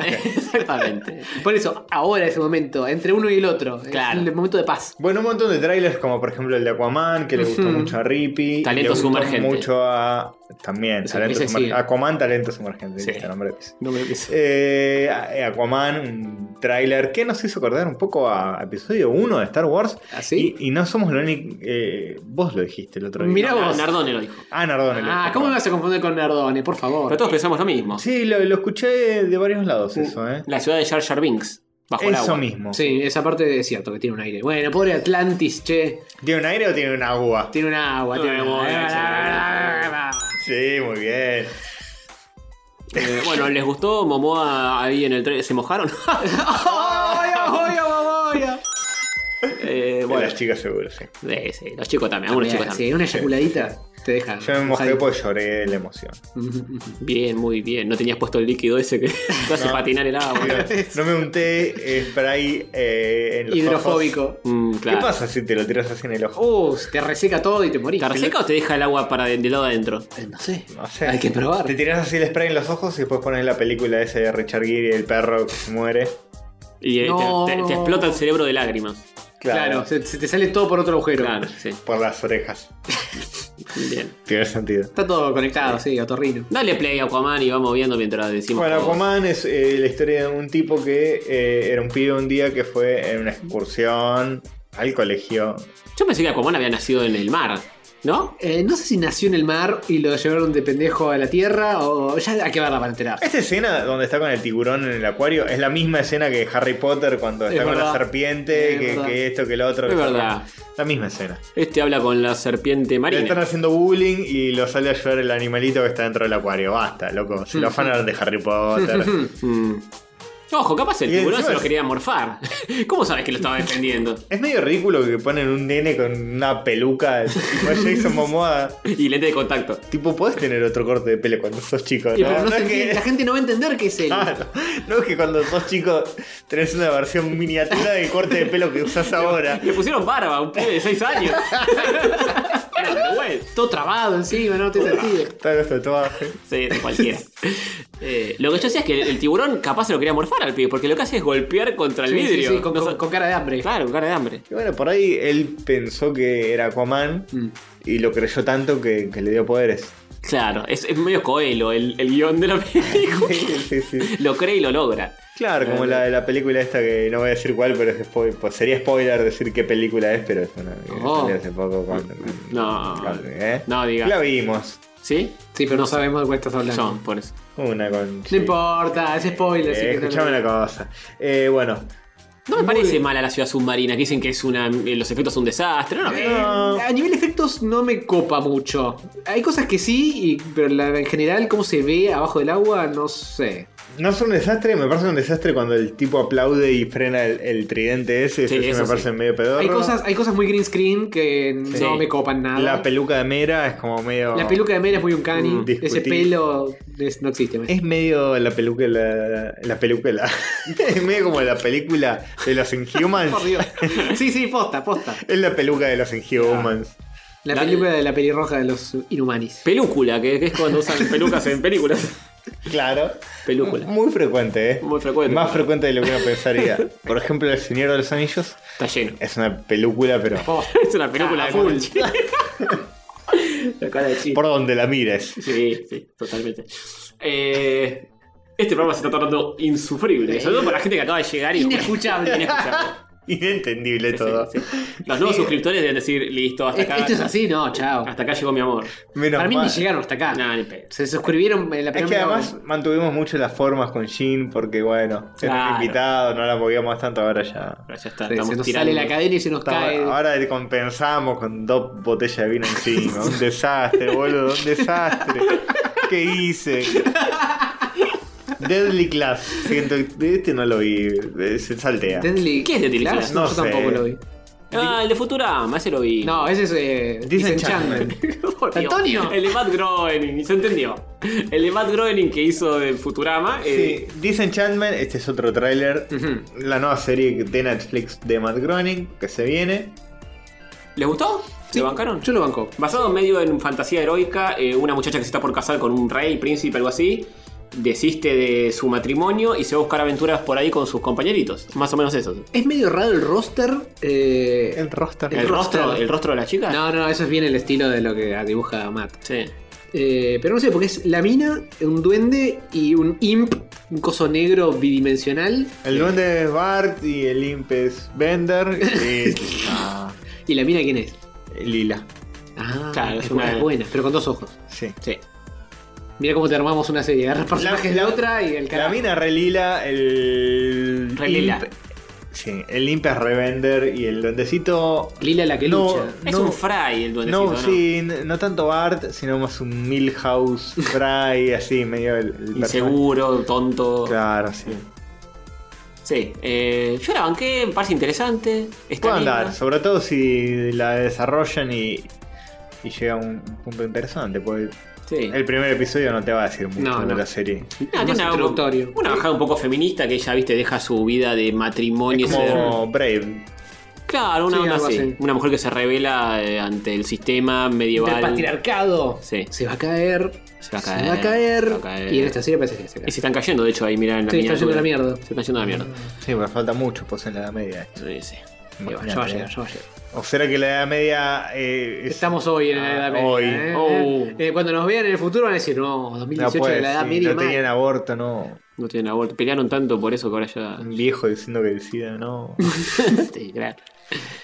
exactamente. que- exactamente. Por eso, ahora es el momento, entre uno y el otro. Es Claro. el momento de paz. Bueno, un montón de trailers, como por ejemplo el de Aquaman, que le gustó mucho a Rippy. Talento le gustó sumergente. mucho a. También, Ese- talento ese sí. sumergente. Aquaman, talento sumergente. Sí. Este nombre es. No me lo pienso. Eh, a- Aquaman, un tráiler que nos hizo acordar un poco a episodio 1 de Star Wars. ¿Ah, sí? Y, y no somos lo único. eh, vos lo dijiste el otro día. Mirá vos. Nardone lo dijo. Ah, Nardone. lo Ah, dijo, ¿cómo me perdón. vas a confundir con Nardone? Por favor. Pero todos pensamos lo mismo. Sí, lo, lo escuché de varios lados Uh, eso, ¿eh? La ciudad de Jar Jar Binks. Bajo el Eso agua. mismo. Sí, esa parte es cierto que tiene un aire. Bueno, pobre Atlantis, che. ¿Tiene un aire o tiene un agua? Tiene un agua, tiene un agua. Sí, muy bien. Eh, bueno, ¿les gustó Momoa ahí en el tren? ¿Se mojaron? Eh, Bueno, bueno, las chicas seguro, sí. eh, sí, los chicos también, algunos chicos ah. Sí, también. una eyaculadita te deja. Yo me mojé porque lloré de la emoción. Bien, muy bien. No tenías puesto el líquido ese que te hace No. patinar el agua. No me unté eh, spray eh, en los ojos. Hidrofóbico. Mm, ¿Qué claro. pasa si te lo tiras así en el ojo? Uh, te reseca todo y te morís. ¿Te reseca o te deja el agua para de- del lado adentro? Eh, No sé. No sé. Hay que probar. Te tiras así el spray en los ojos y después pones la película esa de Richard Gere y el perro que se muere. Y eh, No. te, te- te explota el cerebro de lágrimas. Claro, se, se te sale todo por otro agujero. Claro, sí. Por las orejas. Bien. Tiene sentido. Está todo conectado, sí, otorrino. Dale play a Aquaman y vamos viendo mientras decimos. Bueno, cosas. Aquaman es eh, la historia de un tipo que eh, era un pibe un día que fue en una excursión al colegio. Yo pensé que Aquaman había nacido en el mar. ¿No? Eh, no sé si nació en el mar y lo llevaron de pendejo a la tierra o ya hay que verla para enterar. Esta escena donde está con el tiburón en el acuario es la misma escena que Harry Potter cuando Es está con la verdad. serpiente, Es que, verdad. que esto, que lo otro. Es que- verdad. La misma escena. Este habla con la serpiente Le están marina. haciendo bullying y lo sale a ayudar el animalito que está dentro del acuario. Basta, loco. Se lo afanan de Harry Potter. Mm. Ojo, capaz el Y tiburón encima se lo es- quería morfar. ¿Cómo sabes que lo estaba defendiendo? es medio ridículo que ponen un nene con una peluca tipo Jason Momoa. Y lente de contacto. Tipo, podés tener otro corte de pelo cuando sos chico, Y ¿no? pero no No se es entiende, que... La gente no va a entender que es él. Claro. No es que cuando sos chico tenés una versión miniatura del corte de pelo que usás ahora. Le pusieron barba a un pibe de 6 años. Pero, güey, Todo trabado encima, no tiene sentido. Todo esto tatuaje. Sí, de cualquiera. Eh, lo que yo sé es que el, el tiburón capaz se lo quería morfar al pibe, porque lo que hace es golpear contra el Sí, sí, vidrio. sí, con, No con- sé- con cara de hambre. Claro, con cara de hambre. Y bueno, por ahí él pensó que era Aquaman y lo creyó tanto que, que le dio poderes. Claro, es, es medio coelo el, el guión de la película. sí, sí. lo cree y lo logra. Claro, como la, la película esta que no voy a decir cuál, pero es spoil- pues sería spoiler decir qué película es, pero es una que Oh. salió hace poco. cuando- No. ¿eh? No digas. La vimos. ¿Sí? Sí, pero no sabemos de cuál estás hablando. Son, por eso. Una con. No importa, es spoiler. así Eh, que no- escuchame una cosa. Eh, bueno. No me parece mala la ciudad submarina, que dicen que es una, eh, los efectos son un desastre. No, no. Eh, A nivel efectos no me copa mucho. Hay cosas que sí, y- pero la- en general cómo se ve abajo del agua, no sé. No es un desastre, me parece un desastre cuando el tipo aplaude y frena el, el tridente ese. Eso Sí, sí eso me sí. parece medio pedorro. Hay cosas, hay cosas muy green screen que Sí. no me copan nada. La peluca de Mera es como medio. La peluca de Mera es muy uncanny. Mm, Ese discutí. pelo es- no existe. man. Es medio la peluca, la, la peluca, la- es medio como la película de los Inhumans. Por Dios. Sí, sí, posta, posta. es la peluca de los Inhumans. La, La- película de la pelirroja de los inhumanis. Pelúcula, que, que es cuando usan pelucas en películas. Claro. Película. Muy frecuente, ¿eh? Muy frecuente. Más frecuente de lo que uno pensaría. Por ejemplo, El Señor de los Anillos Está lleno. es una película, pero Es una película Ah, de full. Monchi. La cara de chino. por donde la mires. Sí, sí, totalmente. Eh, este programa se está tornando insufrible. Sobre todo para la gente que acaba de llegar y. Inescuchable. Inescuchable. Inentendible Sí, todo. sí. Los nuevos suscriptores deben decir, listo, hasta Es- acá. Esto Este es así, no, chao. Hasta acá llegó mi amor. Menos Para mí ni mal. llegaron hasta acá. Nah, ni pedo. Se suscribieron en la Es primera que además mantuvimos mucho las formas con Jin porque, bueno, era Claro. invitado, no la movíamos tanto, ahora ya. Pero ya está, Sí, estamos se nos tirando. sale la cadena y se nos Estaba- cae. Ahora le compensamos con dos botellas de vino encima. un desastre, boludo, un desastre. ¿Qué hice? Deadly Class. Siento, de este no lo vi. eh, Se saltea. Deadly- ¿Qué es Deadly Class? Class? No, No yo sé. tampoco lo vi. Ah, el de Futurama, ese lo vi. No, ese es eh, Disenchantment. Disenchantment. Por Dios. Antonio. El de Matt Groening, se entendió. El de Matt Groening que hizo de Futurama. eh, Sí, Disenchantment, este es otro tráiler. La nueva serie de Netflix de Matt Groening que se viene. ¿Les gustó? Sí, ¿Se bancaron? Yo lo banco. Basado en medio en fantasía heroica, eh, una muchacha que se está por casar con un rey, príncipe, algo así, desiste de su matrimonio y se va a buscar aventuras por ahí con sus compañeritos. Más o menos eso. Es medio raro el roster. eh, El roster. ¿El, rostro. rostro, ¿El rostro de la chica? No, no, eso es bien el estilo de lo que dibuja Matt. Sí. Eh, pero no sé, porque es la mina, un duende y un imp, un coso negro bidimensional. El duende es Bart y el imp es Bender. Y, ah, ¿Y la mina quién es? Lila. Ah, Claro, es, es una una- buena, pero con dos ojos. Sí. Sí. Mira cómo te armamos una serie. Agarras personajes de la- otra y el La carajo. mina re lila, el. Re lila. imp- Sí, el imp es revender y el duendecito. Lila la que No, lucha. Es no, un fry el duendecito, no, ¿no? sí, n- no tanto Bart, sino más un Milhouse Fry, así, medio el. el Inseguro, tonto. personaje. Claro, sí. Sí. eh, yo la banqué, me parece interesante. Está Puede linda. andar, sobre todo si la desarrollan y. y llega a un punto interesante, porque Sí. el primer episodio no te va a decir mucho No, de no. la serie. Ah, tiene más una, introductorio. una bajada un poco feminista que ella, viste, deja su vida de matrimonio. Es y se- como Brave. Claro, una Sí, onda algo así. así. Una mujer que se revela eh, ante el sistema Del medieval. patriarcado. Sí. Se va a caer. Se va a caer, Se va a caer. se va a caer. Y en esta serie parece que se cae. Y se están cayendo, de hecho, ahí mirá en la Sí, está yendo a la miniatura. mierda. Se están yendo a la mierda. Sí, pero falta mucho, pues en la edad media. esto. Sí, sí. Y va, Imagínate, Ya va a ¿eh? llegar, ya va a llegar. ¿O será que la Edad Media eh, es- Estamos hoy en la Edad Media. Hoy. ¿eh? Oh. Eh, cuando nos vean en el futuro van a decir, no, 2018 puede de la Edad ser, Media. pues, no mal". tenían aborto, no. No tienen aborto. Pelearon tanto por eso que ahora ya. Un viejo diciendo que decida, no. Sí, claro.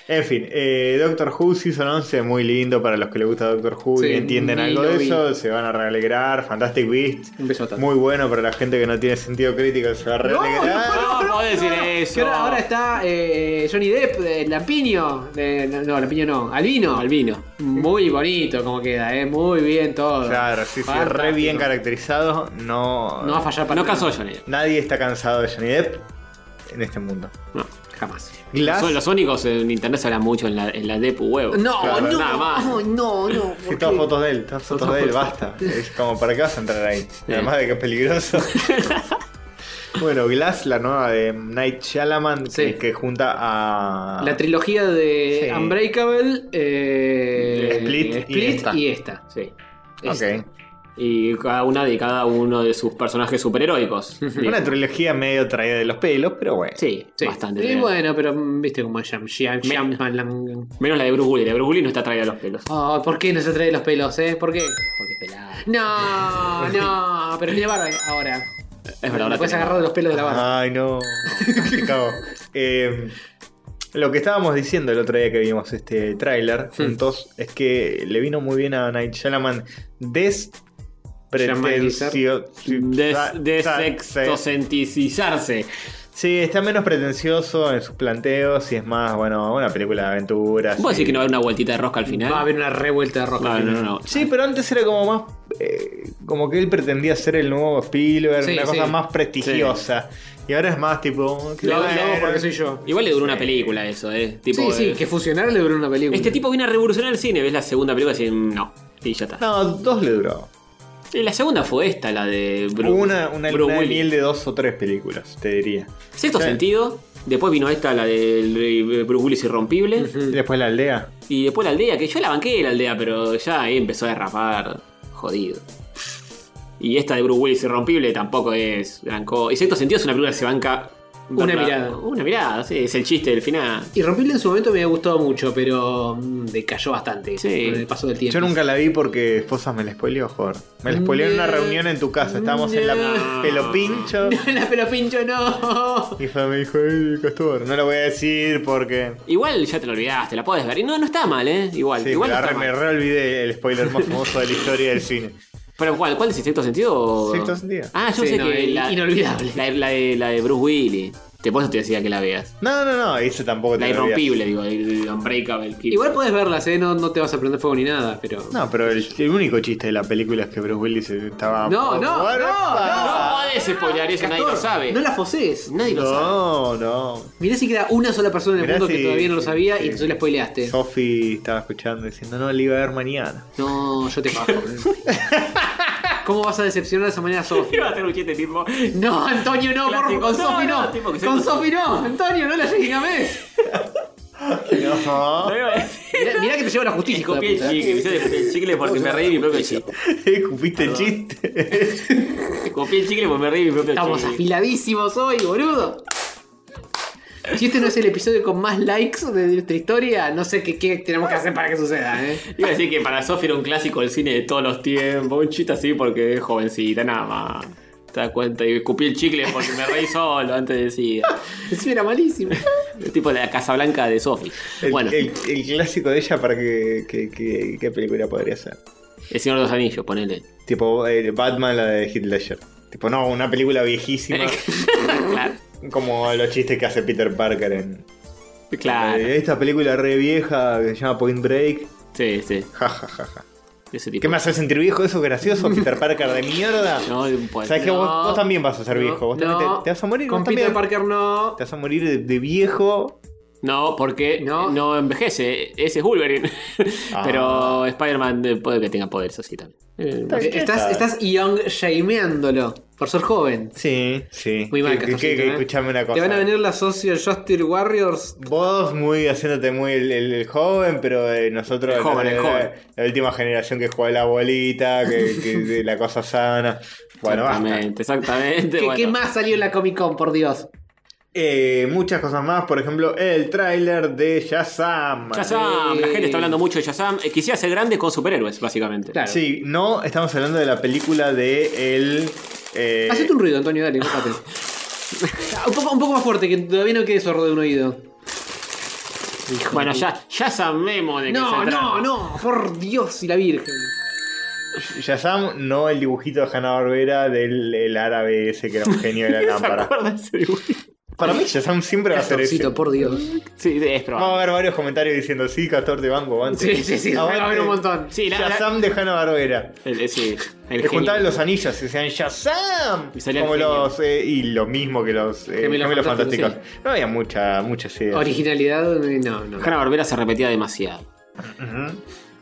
En fin, eh, Doctor Who Season 11, muy lindo para los que les gusta Doctor Who Sí, y entienden ni algo lo de vi. eso, se van a realegrar. Fantastic Beasts, Un beso a todos. muy bueno para la gente que no tiene sentido crítico, se va a realegrar. No, podés decir eso. Que ahora, ahora está eh, Johnny Depp, eh, Lampiño. eh, no, no, Lampiño no, Albino. Albino. Muy bonito como queda, eh, muy bien todo. Claro, sí, sí, Fantástico. re bien caracterizado. No, Ah, No va a fallar para No nada. cansó Johnny Depp. nadie está cansado de Johnny Depp en este mundo. No, jamás. Glass. Son los únicos en internet se hablan mucho en la, en la Depu huevo. No, Claro, no, nada más. no, no, no. Sí, todas fotos de él, todas fotos Todas de él, fotos. basta. Es como, ¿para qué vas a entrar ahí? Además de que es peligroso. bueno, Glass, la nueva de Night Shyamalan, Sí. que, que junta a... La trilogía Sí. de Unbreakable, eh, Split y esta. y esta. Sí. Ok. Y cada una de cada uno de sus personajes superheroicos. Una trilogía medio traída de los pelos, pero bueno. Sí, Sí. bastante. Y bien. bueno, pero mm, viste cómo es Sham, Sham, Me- Sham- Sham- Menos la de Bruce Willis. La de Bruce Willis no está traída a los pelos. Oh, ¿Por qué no se trae los pelos, eh? ¿Por qué? Porque pelada. No, no, pero tiene barba ahora. Es verdad, Lo ahora Ah, puedes tenemos. agarrar de los pelos de la barba. Ay, no. Me cago. Eh, lo que estábamos diciendo el otro día que vimos este tráiler juntos es que le vino muy bien a Night Shyamalan Shyamalan-izar. despretencio... Des- Desextocenticizarse. Sí, está menos pretencioso en sus planteos y es más, bueno, una película de aventuras. ¿Puedo y- decir que no va a haber una vueltita de rosca al final? Va a haber una revuelta de No, roja. no, no. no. Sí, pero antes era como más. eh, como que él pretendía ser el nuevo Spielberg, Sí, una sí. cosa más prestigiosa. Y ahora es más tipo. Lo, lo bueno, hago porque soy yo. Igual le duró una película eso, ¿eh? Tipo, Sí, sí, eh, que fusionar le duró una película. Este tipo viene a revolucionar el cine. ¿Ves la segunda película? Y dicen, no. Y ya está. No, dos le duró. Y la segunda fue esta, la de Bru Hubo una, una Bruce luna de Willis. miel de dos o tres películas, te diría. Sexto Sí. sentido. Después vino esta, la de Bruce Willis irrompible. Y después la aldea. Y después la aldea, que yo la banqué la aldea, pero ya ahí empezó a derrapar. Jodido. Y esta de Bruce Willis irrompible tampoco es gran cosa. Y sexto sentido es una película que se banca. Una verla- mirada. Una mirada, sí, es el chiste del final. Irrompible en su momento me había gustado mucho, pero mm, decayó bastante Sí. con el paso del tiempo. Yo nunca la vi porque Fosas me la spoileó, joder. Me la spoileó en una No. reunión en tu casa. Estábamos en la No. pelopincho. la pelo pincho no. Y Fede me dijo, "Ey, Castor, no lo voy a decir porque. Igual ya te lo olvidaste, la podés ver. Y no, no está mal, ¿eh? Igual. Sí, igual me no la está re- me mal. reolvidé el spoiler más famoso de la historia del cine. Pero ¿cuál? ¿Cuál es el sexto sentido? Sexto sentido. Ah, yo Sí, sé no, que. el- inolvidable. La, la de, la de Bruce Willis. Te por eso te decía que la veas. No, no, no, ese tampoco La te lo olvidas. irrompible, digo, el Unbreakable. Kid. Igual podés verlas, ¿eh? No, no te vas a prender fuego ni nada, pero. No, pero el, el único chiste de la película es que Bruce Willis estaba. No, no, no, No ¡Guarda! podés spoilear eso, nadie lo Castor, sabe. No la foses. Nadie lo sabe. No, no. Mirá si queda una sola persona en el Mirá mundo que si- todavía no lo sabía sí. y tú la spoileaste. Sophie estaba escuchando diciendo, no, la iba a ver mañana. No, yo te bajo. ¿Cómo vas a decepcionar de esa manera a Sofi? Iba a hacer un chiste tipo. No, Antonio, no, por Clásico. con No, Sofi no. no, tipo que soy- con Sofi no, Antonio, no la llegues No. No iba a decir. mirá, mirá que te lleva la justicia, hijo de Copié el puta. chicle, me hice eh, el chicle porque me reí de mi propio chiste. Escupiste el chiste. Copié el chicle porque me reí de mi propio Estamos chicle. afiladísimos hoy, boludo. Si este no es el episodio con más likes de nuestra historia, no sé qué, qué tenemos que hacer para que suceda, ¿eh? Iba a decir que para Sofi era un clásico del cine de todos los tiempos. Un chiste así porque es jovencita, nada más. Te das cuenta. Y escupí el chicle porque me reí solo antes de decir. Encima era malísimo. Es tipo la Casa Blanca de Sofi. El, Bueno, el, el clásico de ella para que, que, que- qué película podría ser. El Señor de los Anillos, ponele. Tipo eh, Batman, la de Heath Ledger. Tipo, no, una película viejísima. claro. como los chistes que hace Peter Parker en... Claro. Eh, Esta película re vieja que se llama Point Break. Sí, sí. Ja, ja, ja, ja. Ese ¿Y tipo. ¿Qué me hace sentir viejo eso? ¿Gracioso? Peter Parker de mierda. No, de un poeta. Sabes que vos, No. vos también vas a ser No, viejo. Vos también no. te, te vas a morir. Con vos también. Peter Parker no. Te vas a morir de, de viejo. No, porque No. no, envejece. Ese es Wolverine. Ah. Pero Spider-Man eh, puede que tenga poderes así también. Eh, no sé. Estás, estás young shameándolo por ser joven. Sí, sí. Muy mal, Que- que- que- Castorcito, que- ¿eh? Escuchame una cosa. Te van a venir las Social Justice Warriors. Vos muy haciéndote muy el, el- el joven, pero eh, nosotros El joven, la, el la- joven. la última generación que juega a la abuelita, que, que- de la cosa sana. Bueno, basta. exactamente, exactamente. ¿Qué, qué bueno. más salió en la Comic Con, por Dios? Eh, muchas cosas más, por ejemplo, el tráiler de Shazam. Shazam, la Sí. gente está hablando mucho de Shazam. Eh, Quisiera ser grande con superhéroes, básicamente. Claro. Sí, no estamos hablando de la película de el. eh, Hacete un ruido, Antonio, dale, enfócate. un, poco, un poco más fuerte, que todavía no quede sordo de un oído. Bueno, ya, ya sabemos de qué se No, trata. no, no, por Dios y la Virgen. Shazam, no el dibujito de Hanna Barbera del el árabe ese que era un genio de la ¿Se lámpara. acuerdan ese dibujito? Para mí, Shazam siempre va a ser ese. Castorcito, por Dios. Sí, es probable. Vamos a ver varios comentarios diciendo sí, Castor de Banco, antes. Sí, sí, sí, va a haber un montón. Sí, la- la- Shazam de Hanna Barbera. El, eh, sí, Le el genio. juntaban los anillos y decían Shazam. Y salía el Como genio. los, eh, y lo mismo que los eh, Gemelos gemelos, Fantásticos, fantásticos. No había mucha, muchas ideas. Originalidad, eh, no, no. Hanna Barbera se repetía demasiado. Ujú.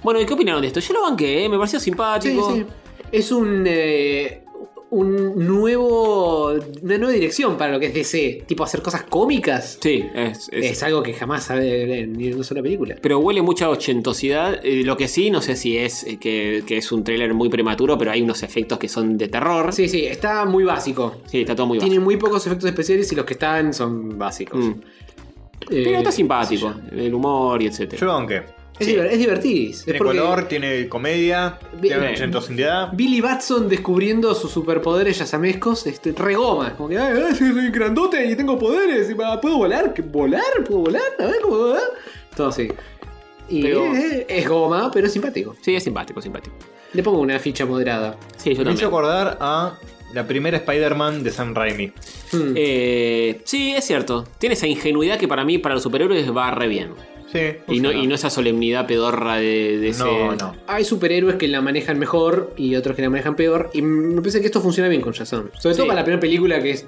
Bueno, ¿y qué opinaron de esto? Yo lo banqué, ¿eh? me pareció Sí, simpático. sí. Es un. eh, un nuevo. Una nueva dirección para lo que es DC. Tipo hacer cosas cómicas. Sí, es, es- Es algo que jamás sabe ni en una sola película. Pero huele mucha ochentosidad. Eh, lo que sí, no sé si es eh, que, que es un tráiler muy prematuro, pero hay unos efectos que son de terror. Sí, sí, está muy básico. Sí, está todo muy Tiene bajo. muy pocos efectos especiales y los que están son básicos. Mm. Pero Eh, está simpático. El humor y etcétera. Yo aunque. Es, diver- es divertido. Es Tiene porque color, tiene comedia, Bien. tiene ochentosidad. Billy Batson descubriendo sus superpoderes yazamescos, este, regoma. Como que, "Ay, ay, soy soy grandote y tengo poderes. y, ah, ¿Puedo volar? ¿Qué- ¿Volar? ¿Puedo volar? A ver, ¿cómo puedo volar?" Todo así. Y Pero- eh, es goma, pero es simpático. Sí, es simpático, simpático. Le pongo una ficha moderada. Sí, yo Me hizo también. acordar a la primera Spider-Man de Sam Raimi. Hmm. Eh, sí, es cierto. Tiene esa ingenuidad que para mí, para los superhéroes, va re bien. Sí. Y no, funciona. y no esa solemnidad pedorra de, de ese. No, no. Hay superhéroes que la manejan mejor y otros que la manejan peor. Y me parece que esto funciona bien con Shazam. Sobre todo Sí. para la primera película que es,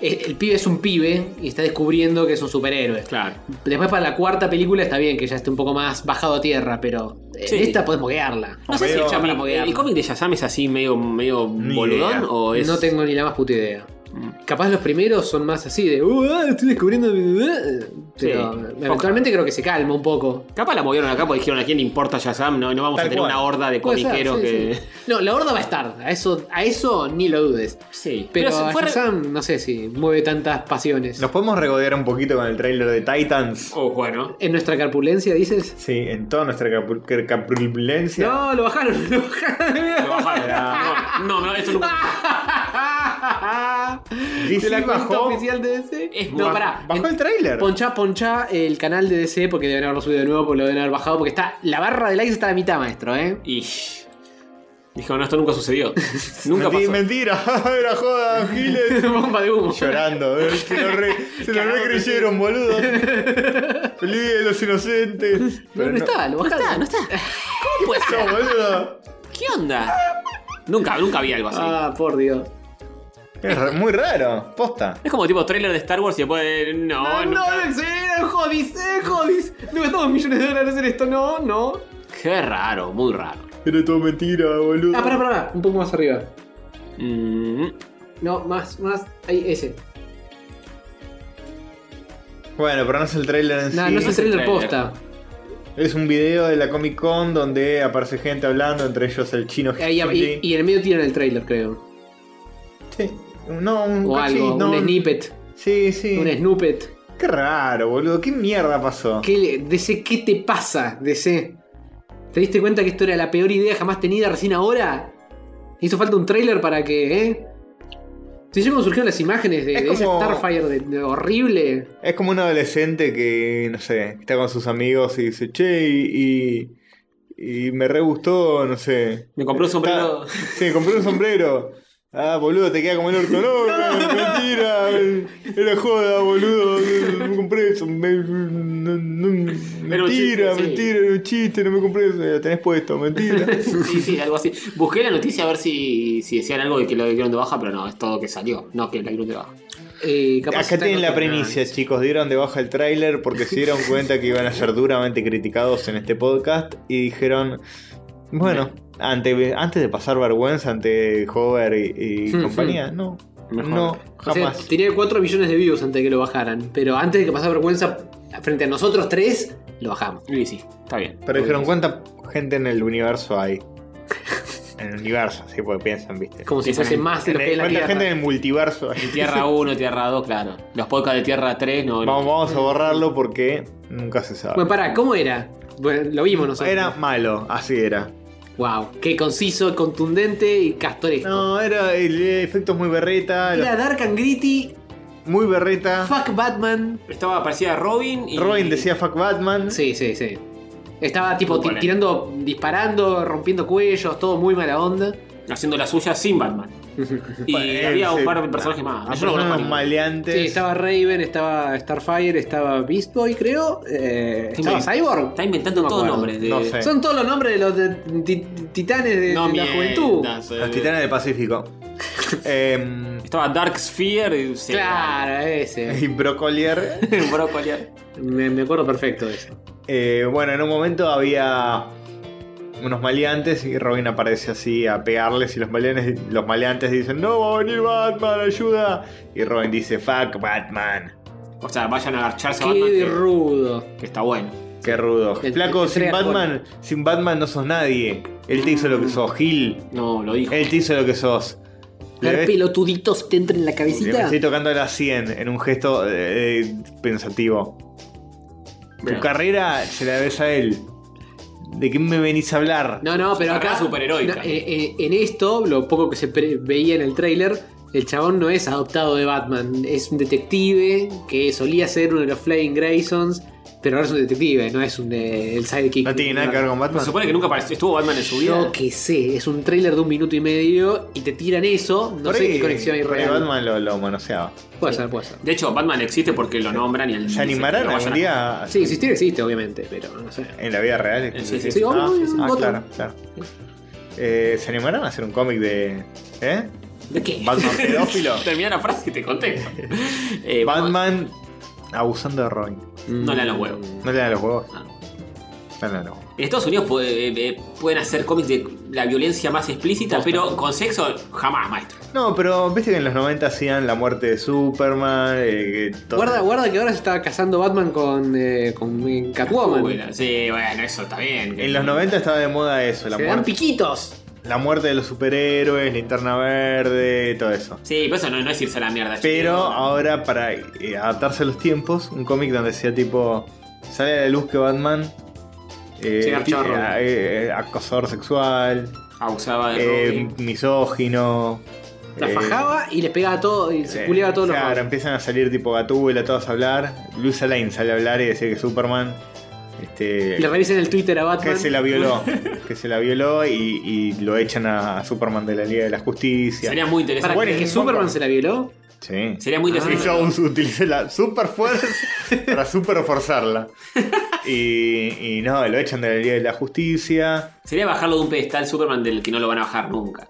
es- El pibe es un pibe y está descubriendo que es un superhéroe. Claro. Después para la cuarta película está bien que ya esté un poco más bajado a tierra, pero en Sí. esta podés moguearla. No sé si Medio- el, Ya para cómic- moguearla. el cómic de Shazam es así medio, medio Ni boludón idea. o es. No tengo ni la más puta idea. Mm. Capaz los primeros son más así de "Uh, ah, estoy descubriendo mi- eh", pero Sí. eventualmente creo que se calma un poco. Capaz la movieron acá porque dijeron a quién le importa Shazam, no, no vamos Tal a tener cual. una horda de Puede ser, comiqueros sí, que. sí. No, la horda va a estar. A eso, a eso ni lo dudes. Sí, Pero, pero a fue re- Shazam, no sé si mueve tantas pasiones. Nos podemos regodear un poquito con el trailer de Titans. Oh, bueno. ¿En nuestra carpulencia dices? Sí, en toda nuestra capu- car- capulencia. No, lo bajaron, lo bajaron. Lo bajaron. No, no, no, esto nunca. DC de la cuenta bajó- oficial de DC. Es- no, ba- pará. Bajó el trailer. Ponchá, ponchá el canal de DC porque deben haberlo subido de nuevo, porque lo deben haber bajado, porque está. La barra de likes está a la mitad, maestro, ¿eh? Y. Dijo, no, esto nunca sucedió. nunca Menti- pasó. Mentira, era joda, Giles. Bomba de humo. Llorando, eh, se lo re, se lo re creyeron, boludo. Feliz día de los inocentes. No, no está, lo bajaron. No está. ¿Cómo puede No, ser? boludo. ¿Qué onda? Nunca, nunca vi algo así. Ah, por Dios. Es ra- muy raro, posta. Es como tipo trailer de Star Wars y después. eh, No, Ah, no, nunca. no, sí, jodis, eh, jodis. No gastamos millones de dólares en esto, no, no. Qué raro, muy raro. Era todo mentira, boludo. Ah, pará, pará, pará, un poco más arriba. Mm, No, más, más. Ahí, ese. Bueno, pero no es el trailer en No, sí. no es el es el trailer trailer. posta. Es un video de la Comic Con donde aparece gente hablando, entre ellos el chino Ahí, Jim y, Lee. y en el medio tiran el trailer, creo. Sí. No, un O cachín, algo, no, un snippet. Sí, sí. Un snippet. Qué raro, boludo. ¿Qué mierda pasó? ¿Qué, le- DC, ¿Qué te pasa, DC? ¿Te diste cuenta que esto era la peor idea jamás tenida recién ahora? ¿Hizo falta un trailer para que, eh? Si ya cuando surgieron las imágenes de, Es de ese como- Starfire de- de horrible. Es como un adolescente que, no sé, está con sus amigos y dice, che, y, y, y me re gustó, no sé. Me compré un sombrero. Está- Ah, sí, me compré un sombrero. Ah, boludo, te queda como el orto. No, mentira. Era joda, boludo. No me compré eso. Me- no- no- Era un chiste, mentira, sí. mentira, era un chiste. No me compré eso. Lo tenés puesto, mentira. Sí, sí, algo así. Busqué la noticia a ver si, si decían algo de que lo dieron de baja, pero no, es todo que salió. No, que la dieron de baja. Eh, capaz Acá está tienen la con- primicia, chicos. Dieron de baja el tráiler porque se dieron cuenta que iban a ser duramente criticados en este podcast y dijeron, bueno, ante- antes de pasar vergüenza ante Hover y, y Mm, compañía, no, Mejor. no, O sea, jamás. tenía 4 millones de views antes de que lo bajaran. Pero antes de que pasara vergüenza frente a nosotros tres, lo bajamos. Y sí, está bien. Pero dijeron, ¿cuánta gente en el universo hay? En el universo, sí, porque piensan, viste. Como si Piensan fuese en- más de En lo que es el- la ¿Cuánta tierra. gente en el multiverso hay? Tierra 1, Tierra 2, claro. Los podcasts de Tierra 3 no. Vamos, vamos a borrarlo porque nunca se sabe. Bueno, pues, pará, ¿cómo era? Bueno, lo vimos nosotros. Era malo, así era. Wow, qué conciso, contundente y castoresco. No, era el efecto es muy berreta. los Era Dark and Gritty muy berreta. Fuck Batman. Estaba parecida Robin y. Robin decía fuck Batman. Sí, sí, sí. Estaba tipo ti- Bueno. tirando, disparando, rompiendo cuellos, todo muy mala onda. Haciendo la suya sin Batman. y Bueno, había un sí. Ah, par de personajes A más. Yo no personas conozco a ninguno. maleantes. Sí, estaba Raven, estaba Starfire, estaba Beast Boy, creo. eh, Está estaba invent- Cyborg. Está inventando No me todos acuerdo. nombres. De... No sé. Son todos los nombres de los de- ti- titanes de, No de la juventud. mientas, eh. Los titanes del Pacífico. eh, Estaba Dark Sphere. y se- Claro, ese. y Brocolier. Brócoli. Me, me acuerdo perfecto de eso. Eh, bueno, en un momento había unos maleantes y Robin aparece así a pegarles y los maleantes, los maleantes dicen, no va a venir Batman, ayuda. Y Robin dice, fuck Batman. O sea, vayan a agarcharse a Batman. Qué que- rudo. que está bueno. Qué rudo. El- Flaco, el- sin el- Batman, sin Batman no sos nadie. Él te hizo lo que sos, Gil. No, lo dijo. Él te hizo lo que sos. Le Ver ves- pelotuditos te entra en la le cabecita. estoy tocando la 100 en un gesto eh, pensativo. Tu Bien. carrera se la ves a él. ¿De qué me venís a hablar? No, no, pero Acá acá. superheroica. no, eh, eh, en esto, lo poco que se pre- veía en el tráiler, el chabón no es adoptado de Batman. Es un detective que solía ser uno de los Flying Graysons, pero ahora es un detective, no es un eh, el sidekick. No tiene nada que ver con Se Batman. supone que nunca apareció. Estuvo Batman en su vida. Yo que sé, es un tráiler de un minuto y medio y te tiran eso. No Por sé ahí- qué conexión hay por ahí real. Batman lo, lo manoseaba. Puede ser, puede ser. De hecho, Batman existe porque lo nombran y el. ¿Se animarán algún día a- Sí, existir existe, obviamente, pero no sé. en la vida real? Sí, sí, sí. Sí, obvio, ah, obvio, ah, Gotham. claro, claro. Eh, ¿Se animarán a hacer un cómic de. ¿Eh? ¿De qué? Batman pedófilo. Termina la frase y te contesto. Eh, vamos- Batman abusando de Robin. No le dan los huevos. Mm, No le dan los huevos. Ah. No le dan los huevos. En Estados Unidos pu- eh, eh, pueden hacer cómics de la violencia más explícita, pero con sexo jamás, maestro. No, pero viste que en los 90 hacían la muerte de Superman. eh, que todo- Guarda, guarda que ahora se está casando Batman con, eh, con eh, Uy, Catwoman. sí, bueno, eso está bien. En los 90 estaba de moda eso, la Se dan muerte, piquitos. la muerte de los superhéroes, linterna verde, todo eso. Sí, pero eso no, no es irse a la mierda. Pero chiquito. ahora, para eh, adaptarse a los tiempos, un cómic donde sea tipo. Sale a la luz que Batman. eh, Se garchó a Robin. eh, eh, acosador sexual, Abusaba de eh, Robin. misógino. La eh, fajaba y les pegaba todo y se eh, culeaba todos los Claro, roles. empiezan a salir tipo Gatúbela, todos a hablar. Luis Lane sale a hablar y decir que Superman. Este, Le revisan el Twitter a Batman. que se la violó. que se la violó y, y lo echan a Superman de la Liga de la Justicia. Sería muy Para interesante. que- Bueno, Ah. que es un Superman montón. se la violó. Sí. Sería muy Ah. interesante. Hizo un- utilicé la super fuerza para super forzarla. Y, y no, lo echan de la Liga de la Justicia. Sería bajarlo de un pedestal Superman del que no lo van a bajar nunca.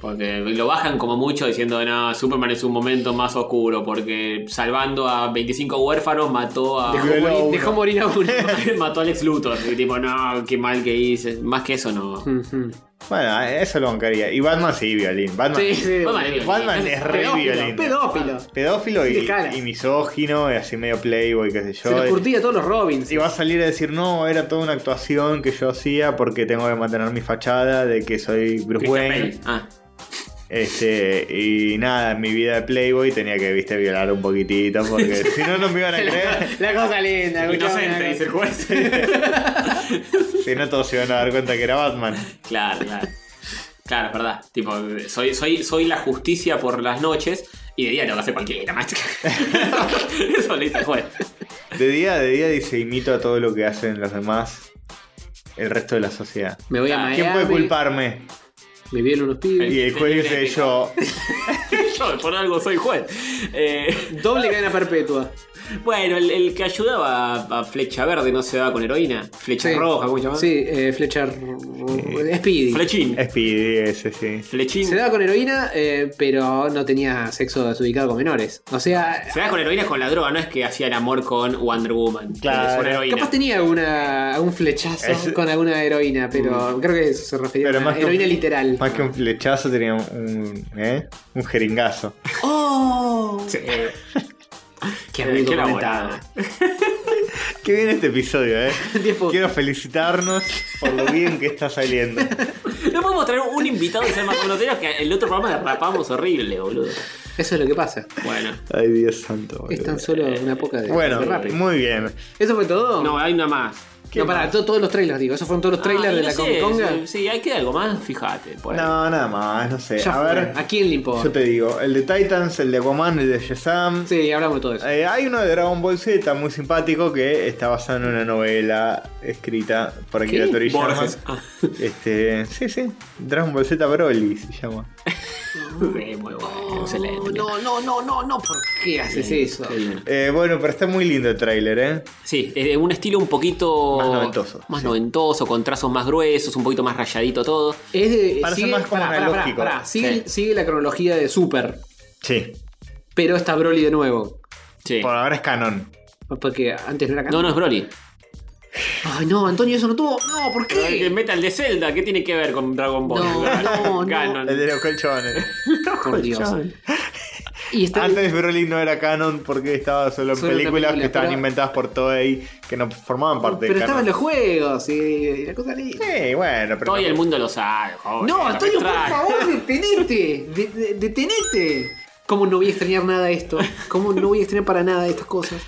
Porque lo bajan como mucho diciendo, no, Superman es un momento más oscuro porque salvando a 25 huérfanos mató a... Dejó Dejó Violó morir- uno. Dejó morir a uno. mató a Lex Luthor. Y tipo, no, qué mal que hice. Más que eso, no. Ujú. Bueno, eso lo bancaría. Y Batman sí, violín. Batman, sí, sí. Batman es Batman violín. es re Pedófilo, violín. pedófilo. Pedófilo Sí, y, de cara. y misógino, y así medio playboy, qué sé Se los yo. curtía a todos los Robins. Y va a salir a decir, no, era toda una actuación que yo hacía porque tengo que mantener mi fachada de que soy Bruce Christian Wayne. Bale. Ah, Este, y nada, en mi vida de Playboy tenía que, viste, violar un poquitito, porque si no, no me iban a creer. La cosa linda, escuchame, inocente, la dice el juez. Si no, todos se iban a dar cuenta que era Batman. claro, claro. Claro, es verdad. Tipo, soy, soy, soy la justicia por las noches y de día tengo que hacer cualquiera, maestro. eso le dice el juez. De día, de día dice, imito a todo lo que hacen los demás, el resto de la sociedad. Me voy a Miami. Ah, ¿Quién puede culparme? Me vieron unos pibes. Y el juez dice, yo. Yo, por algo soy juez. Eh, Doble cadena perpetua. bueno, el, el que ayudaba a, a Flecha Verde no se daba con heroína. Flecha Sí. Roja, ¿cómo se llama? Sí, eh, Fletcher. Eh, Speedy. Flechín. Speedy, ese sí. Flechín. Se daba con heroína, eh, pero no tenía sexo desubicado con menores. O sea, Se da con heroína con la droga, no es que hacía el amor con Wonder Woman. Claro. Es una heroína. capaz tenía alguna, algún flechazo Es- Mm. con alguna heroína, pero creo que eso se refería Pero a más una que un- heroína literal. Más que un flechazo tenía un, un- ¿eh? un jeringazo. Sí. Qué Eh, amigo qué comentado. Qué bien este episodio, eh. Tipo- Quiero felicitarnos por lo bien que está saliendo. No podemos traer un invitado y ser más conoteros que el otro programa derrapamos horrible, boludo. Eso es lo que pasa. Bueno. Ay, Dios santo. Es boludo. tan solo una poca de. Eh, Bueno, de rápido. muy bien. ¿Eso fue todo? No, hay una más. No, pará, to- todos los trailers, digo. Esos fueron todos los trailers Ah, de no la sé, Comic Conga. Eh, sí, Sí, hay que algo más, fíjate. pues. Por ahí. No, nada más, no sé. Ya a fue. ver, ¿A quién le importa? yo te digo, el de Titans, el de Aquaman, el de Shazam. Sí, hablamos de todo eso. Eh, hay uno de Dragon Ball Z muy simpático que está basado en una novela escrita por Akira ¿Qué? Toriyama. Borges. Ah, Este, sí, sí, Dragon Ball Z Broly se llama. muy bueno, excelente. No, no, no, no, no, ¿por qué haces eso? Eh, bueno, pero está muy lindo el tráiler, ¿eh? Sí, es de un estilo un poquito. Más noventoso, Más sí. noventoso, con trazos más gruesos, un poquito más rayadito todo. Es de. Parece más como pará, pará, pará, analógico. pará. Sigue, Sí. sigue la cronología de Super, Sí, pero está Broly de nuevo. Sí. por ahora es canon. Porque antes no era No, no es Broly. Ay, no, Antonio, eso no tuvo. No, ¿por Pero El qué? Metal de Zelda, ¿qué tiene que ver con Dragon Ball? No, no, Ganon. El de los colchones. Por Dios. Y está. Antes Broly no era canon porque estaba solo en Solo en la películas película, que estaban pero- inventadas por Toei, que no formaban parte pero de estaban canon. los juegos y, y la cosa linda. Sí, bueno, pero... Todo el mundo lo sabe, joder, No, lo Antonio, por retrae. favor, detenete. De- de- detenete. ¿Cómo no voy a extrañar nada de esto? ¿Cómo no voy a extrañar para nada estas cosas?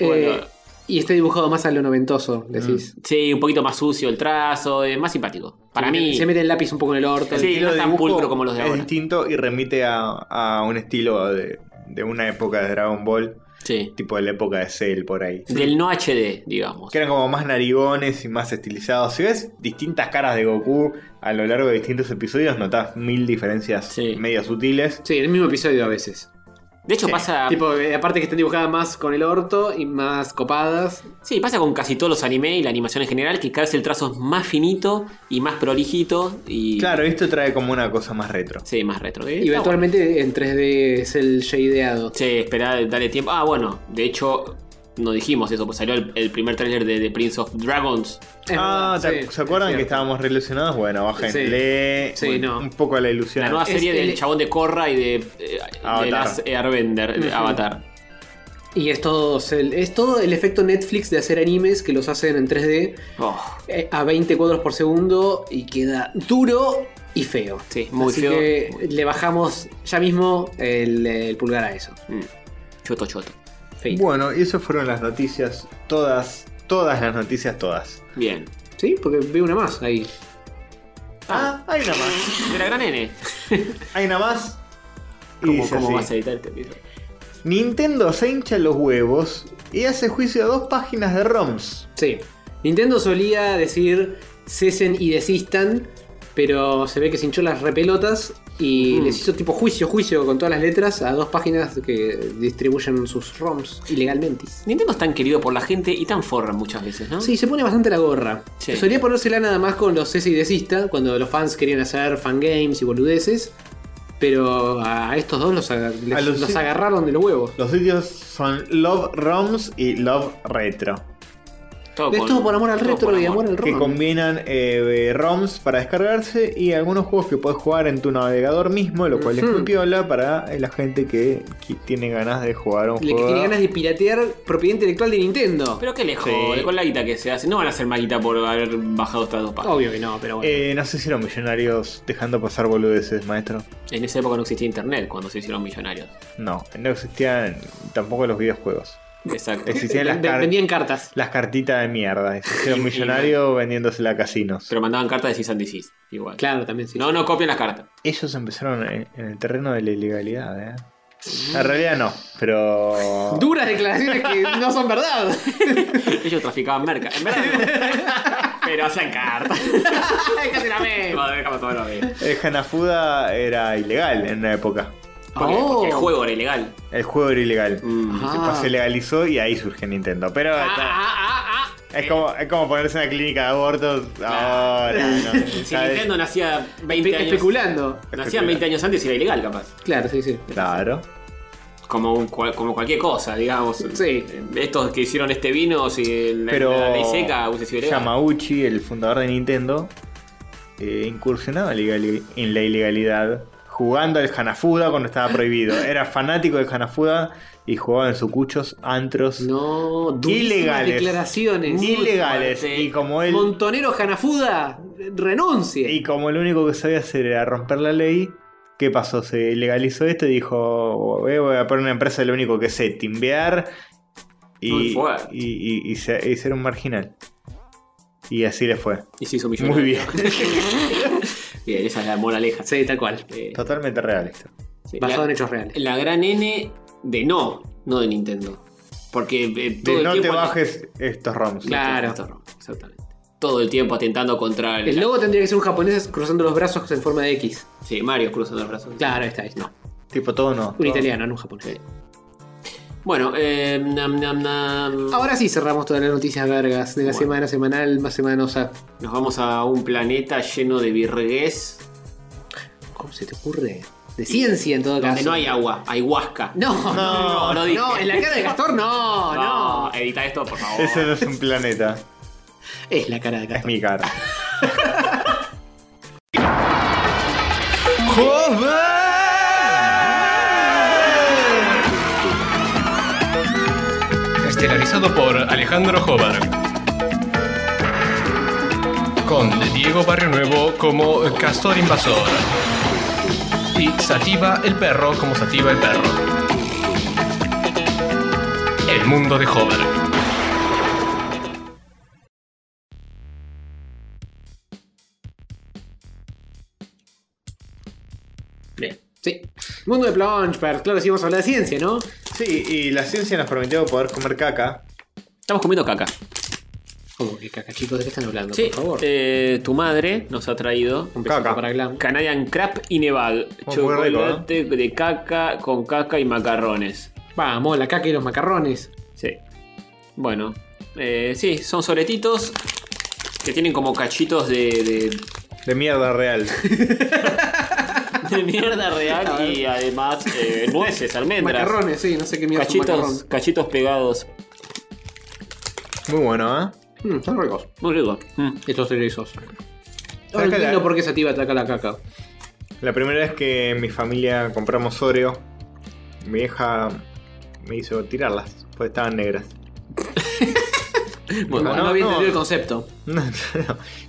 Eh, Bueno. y está dibujado más a lo noventoso, decís. Mm. Sí, un poquito más sucio el trazo, es más simpático. Para Se mete- mí. Se mete el lápiz un poco en el orto. Sí, estilo no de es tan dibujo pulcro como los de Es ahora. distinto y remite a, a un estilo de, de una época de Dragon Ball, Sí. tipo de la época de Cell por ahí. Del no HD, digamos. Que eran como más narigones y más estilizados. Si ves distintas caras de Goku a lo largo de distintos episodios, notas mil diferencias Sí. medio sutiles. Sí, en el mismo episodio a veces. De hecho, Sí, pasa. Tipo, eh, aparte que están dibujadas más con el orto y más copadas. Sí, pasa con casi todos los anime y la animación en general, que cada vez el trazo es más finito y más prolijito y. Claro, esto trae como una cosa más retro. Sí, más retro. y eventualmente en 3D es el shadeado. Sí, esperá, dale tiempo. Ah, bueno, de hecho, no dijimos eso, pues salió el, el primer tráiler de, The Prince of Dragons. Es ah, verdad, ¿te- sí, ¿se acuerdan es que cierto. estábamos relacionados? Bueno, bájenle Sí, un, no. un poco a la ilusión. La nueva Es serie del el- chabón de Korra y de, eh, de Avatar. las Airbender, de Ujú. Avatar. Y es todo, el- es todo el efecto Netflix de hacer animes que los hacen en 3D Oh, eh, a 20 cuadros por segundo y queda duro y feo. sí, muy Así feo. que le bajamos ya mismo el, el pulgar a eso. Mm. Choto, choto. Feito. Bueno, y esas fueron las noticias, todas, todas las noticias, todas. Bien. Sí, porque veo una más ahí. Ah, hay una más. De la gran N. Hay una más. Y ¿Cómo, dice cómo así. vas a editar este video? Nintendo se hincha los huevos y hace juicio a dos páginas de ROMs. Sí. Nintendo solía decir cesen y desistan, pero se ve que se hinchó las repelotas y Mm. les hizo tipo juicio, juicio con todas las letras a dos páginas que distribuyen sus ROMs ilegalmente. Nintendo es tan querido por la gente y tan forra muchas veces, ¿no? Sí, se pone bastante la gorra. Sí. Solía ponérsela nada más con los cese y desista, cuando los fans querían hacer fangames y boludeces. Pero a estos dos los, aga- les- los- los agarraron de los huevos. Los sitios son Love ROMs y Love Retro, Todo Es con- todo por amor al todo retro por y amor al que rock. combinan eh, ROMs para descargarse y algunos juegos que puedes jugar en tu navegador mismo, lo cual es Ujú. muy piola para eh, la gente que, que tiene ganas de jugar un Le que juego. tiene ganas de piratear propiedad intelectual de Nintendo. Pero qué lejos, Sí. con la guita que se hace. No van a hacer más guita por haber bajado estas dos páginas. Obvio que no, pero bueno. Eh, no sé si eran millonarios dejando pasar boludeces, maestro. Oh. En esa época no existía internet cuando se hicieron millonarios. No, no existían tampoco los videojuegos. Exacto. Existían las, Ven- car- vendían cartas. las cartitas de mierda. Existían Y- y- millonarios vendiéndosela a casinos. Pero mandaban cartas de cis and desist, igual. Claro, también sí. No, no copian las cartas. Ellos empezaron en, en el terreno de la ilegalidad, ¿eh? En realidad no, pero. Duras declaraciones que no son verdad. Ellos traficaban merca. En verdad. no. Pero hacían cartas. Déjate la ver. Madre, déjame tomar la vida. El Hanafuda era ilegal en una época. Porque, Oh. porque el juego era ilegal. El juego era ilegal. Mm. Ah. Después se legalizó y ahí surge Nintendo. Pero Ah, está- ah, ah, ah. es, como, es como ponerse en una clínica de abortos ahora. ¿no? Si ¿Sabes? Nintendo nacía 20 Espe- años. Especulando. Nacía 20 años antes y era ilegal, capaz. Claro, sí, sí. Claro. Como, un cual- como cualquier cosa, digamos. Sí. Estos que hicieron este vino, si la, Pero la ley seca hubiese sido ilegal. Yamauchi, el fundador de Nintendo, eh, incursionaba legali- en la ilegalidad jugando al Hanafuda cuando estaba prohibido. Era fanático del Hanafuda y jugaba en sucuchos, antros No, durísimas Ilegales. declaraciones. Muy ilegales. fuerte. Y como él Montonero Hanafuda, renuncie. y como el único que sabía hacer era romper la ley, ¿qué pasó? Se legalizó esto y dijo, "Eh, voy a poner una empresa de lo único que sé, timbear y, Muy fuerte. y- y- y se- y ser un marginal. Y así le fue. Y se hizo millonario. Muy bien. Bien, esa es la moraleja. Sí, tal cual. Eh, Totalmente real esto. sí, Basado la- en hechos reales. La gran N de no, no de Nintendo. Porque eh, todo De el no te tiempo- bajes estos ROMs. No te Claro. bajes todo, Exactamente. Todo el tiempo atentando contra el. El logo tendría que ser un japonés cruzando los brazos en forma de X. Sí, Mario cruzando los brazos. Claro, ahí está, ahí está. No. Tipo todo no. Un italiano, no un japonés. Bueno, eh, nam, nam, nam. Ahora sí cerramos todas las noticias vergas de la Bueno. semana semanal, más semanosa. nos vamos a un planeta lleno de virgués. ¿Cómo se te ocurre? De ciencia en todo Donde caso. no hay agua, hay huasca. No, no, no, no dije. en la cara de Castor no, no. Ah, edita esto, por favor. Ese no es un planeta. Es la cara de Es Castor. mi cara. Estelarizado por Alejandro Jobar. Con Diego Barrio Nuevo como Castor Invasor. Y Sativa el Perro como Sativa el Perro. El mundo de Jobar. Bien. Sí. Mundo de Plongeberg, claro, sí vamos a hablar de ciencia, ¿no? Sí, y la ciencia nos permitió poder comer caca. Estamos comiendo caca. ¿Cómo que caca, chicos? ¿De qué están hablando? Sí, Por favor. eh, tu madre nos ha traído Un besito caca. para Glam. Canadian Crab y Neval. Oh, muy chocolate de caca con caca y macarrones. Vamos, la caca y los macarrones. Sí. Bueno, eh, sí, son soletitos que tienen como cachitos de, De mierda real. de- de mierda real y además eh, nueces, almendras. Macarrones, sí, no sé qué mierda es un Cachitos, macarrón. cachitos pegados. Muy bueno, ¿eh? Mm, son ricos. Muy rico. Mm. Estos cerezos. Saca Ahora entiendo la- por qué Sativa ataca la caca. La primera vez que en mi familia compramos Oreo, mi hija me hizo tirarlas, porque estaban negras. Bueno, no, no había no. entendido el concepto. No, no,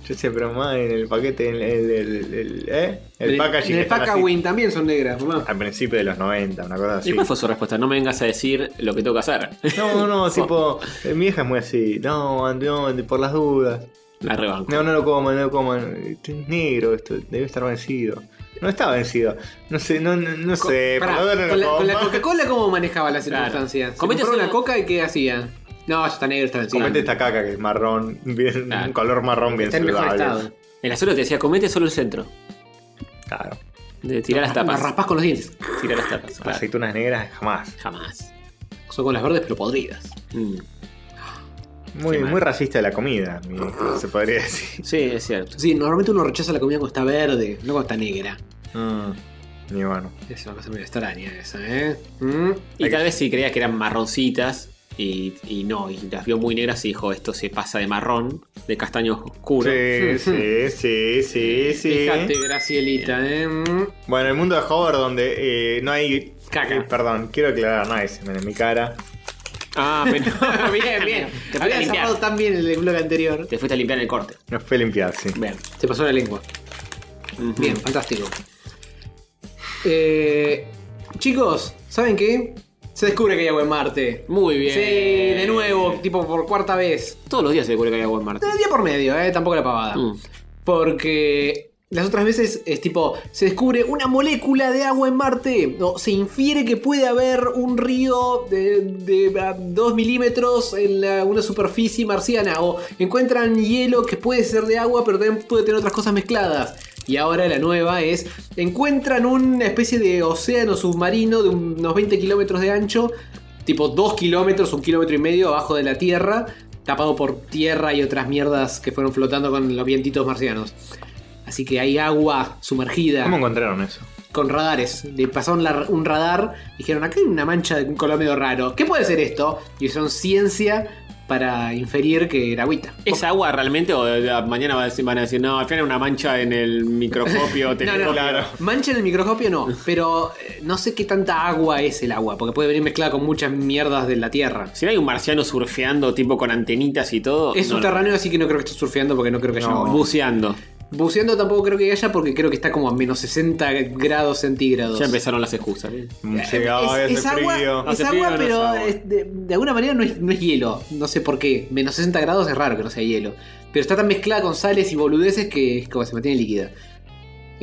yo sé, pero más en el paquete, en el, el, el- ¿eh? el Del- packaging. que Del están así. packaging también son negras, mamá. Al principio de los 90, una cosa ¿Y así. cuál fue su respuesta? No me vengas a decir lo que tengo que hacer. No, no, tipo, eh, mi hija es muy así. No, no, por las dudas. La rebanco. No, no lo coman, no lo coman. Esto es negro, esto debe estar vencido. No está vencido. No sé, no, no, no Co- sé. pará, por la duda no con, lo la, con la coman. Coca-Cola, ¿cómo manejaba las Claro. circunstancias? ¿Se Comete compró una una- coca y qué hacía? No, ya está negro, está vencido. Comete esta caca que es marrón, bien, Claro. un color marrón bien Está en mejor saludable. estado. El acero te decía, comete solo el centro. Claro. De tirar las Las tapas. raspas con los dientes. Tirar las tapas. claro. Aceitunas negras jamás. Jamás. Son con las verdes, pero podridas. Mm. Muy, muy racista de la comida, mi- se podría decir. Sí, es cierto. Sí, normalmente uno rechaza la comida cuando está verde, no cuando está negra. Mm, Y bueno. Es una cosa medio extraña esa, ¿eh? Mm. Y tal vez si creía que eran marroncitas y, y no, y las vio muy negras y dijo, esto se pasa de marrón, de castaño oscuro. Sí, sí, sí, Eh, sí, sí. Fíjate, Gracielita, ¿eh? Mm. Bueno, el mundo de Hover donde eh, no hay... Caca. eh, perdón, quiero aclarar, no hay semen en mi cara. Ah, pero... bien, bien. Te fuiste, a Había limpiar. zafado tan bien el blog anterior. Te fuiste a limpiar el corte. No fue limpiar, sí. Bien. Se pasó la lengua. Ujú. Bien, fantástico. Eh, chicos, ¿saben qué? Se descubre que hay agua en Marte. Muy bien. Sí, de nuevo, tipo por cuarta vez. Todos los días se descubre que hay agua en Marte. De día por medio, eh, tampoco la pavada. Mm. Porque las otras veces es tipo, se descubre una molécula de agua en Marte. O se infiere que puede haber un río de, 2 milímetros en la- una superficie marciana. O encuentran hielo que puede ser de agua, pero también puede tener otras cosas mezcladas. Y ahora la nueva es, encuentran una especie de océano submarino de unos 20 kilómetros de ancho. Tipo 2 kilómetros, un kilómetro y medio abajo de la Tierra, tapado por tierra y otras mierdas que fueron flotando con los vientitos marcianos. Así que hay agua sumergida ¿Cómo encontraron eso? con radares. Le pasaron la- un radar, dijeron, acá hay una mancha de un color medio raro. ¿Qué puede ser esto? Y usaron ciencia para inferir que era agüita. ¿Es agua realmente o de- de- mañana van a decir, van a decir, no, al final era una mancha en el microscopio? No, no, telescopio"? Mancha en el microscopio no, pero eh, no sé qué tanta agua es el agua, porque puede venir mezclada con muchas mierdas de la Tierra. Si no hay un marciano surfeando, tipo con antenitas y todo. Es no, no. subterráneo, así que no creo que esté surfeando porque no creo que haya agua. Buceando. Buceando tampoco creo que haya porque creo que está como a menos 60 grados centígrados. Ya empezaron las excusas. ¿eh? Llegaba es, ese es agua, frío. es Hace agua, frío, no pero es agua. es de, de alguna manera no es, no es hielo. No sé por qué. Menos 60 grados es raro que no sea hielo. pero está tan mezclada con sales y boludeces que es como se mantiene líquida.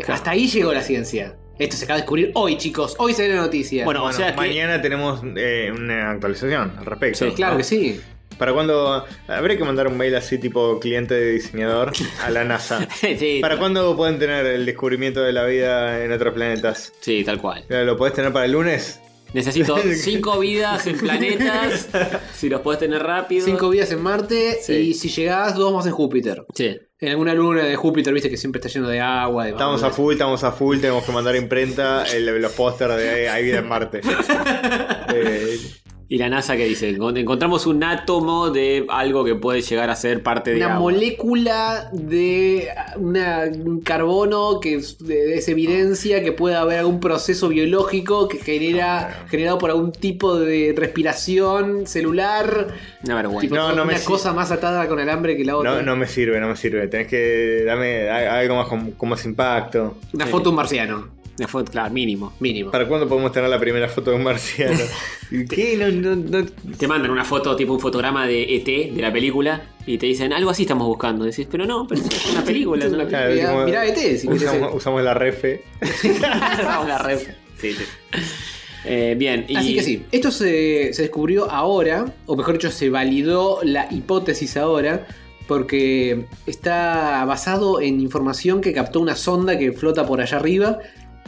Hasta ahí llegó la ciencia. Esto se acaba de descubrir hoy, chicos. Hoy se ve la noticia. Bueno, o Bueno, sea que. mañana tenemos eh, una actualización al respecto. Sí, claro ¿no? que sí. Para cuando. Habría que mandar un mail así, tipo cliente de diseñador, a la NASA. sí, ¿Para cuándo pueden tener el descubrimiento de la vida en otros planetas? sí, tal cual. ¿Lo podés tener para el lunes? Necesito cinco vidas en planetas. si los podés tener rápido. Cinco vidas en Marte Sí. y si llegás, dos más en Júpiter. Sí. En alguna luna de Júpiter, viste que siempre está lleno de agua. De Estamos a full, estamos a full, tenemos que mandar a imprenta el- los pósters de Hay vida en Marte. Eh, Y la NASA que dice, "Encont- encontramos un átomo de algo que puede llegar a ser parte de Una agua". molécula de una- un carbono que es, de- es evidencia que puede haber algún proceso biológico que Ah, genera generado por algún tipo de respiración celular. Una vergüenza. Tipo, no, no una me- cosa más atada con alambre que la otra. no, no me sirve, no me sirve. Tenés que darme a- algo más con, con más impacto. Una foto de un marciano, Una foto, claro, mínimo. mínimo. ¿Para cuándo podemos tener la primera foto de un marciano? ¿Qué? No, no, no. Te mandan una foto, tipo un fotograma de ET, de la película, y te dicen, algo así estamos buscando. Decís, pero no, pero es una película, es una película. Claro, Mirá- como- mirá ET, si querés. eh. usamos, usamos la refe. Vamos a la red. Sí, sí. Eh, bien, y- Así que sí, esto se, se descubrió ahora, o mejor dicho, se validó la hipótesis ahora, porque está basado en información que captó una sonda que flota por allá arriba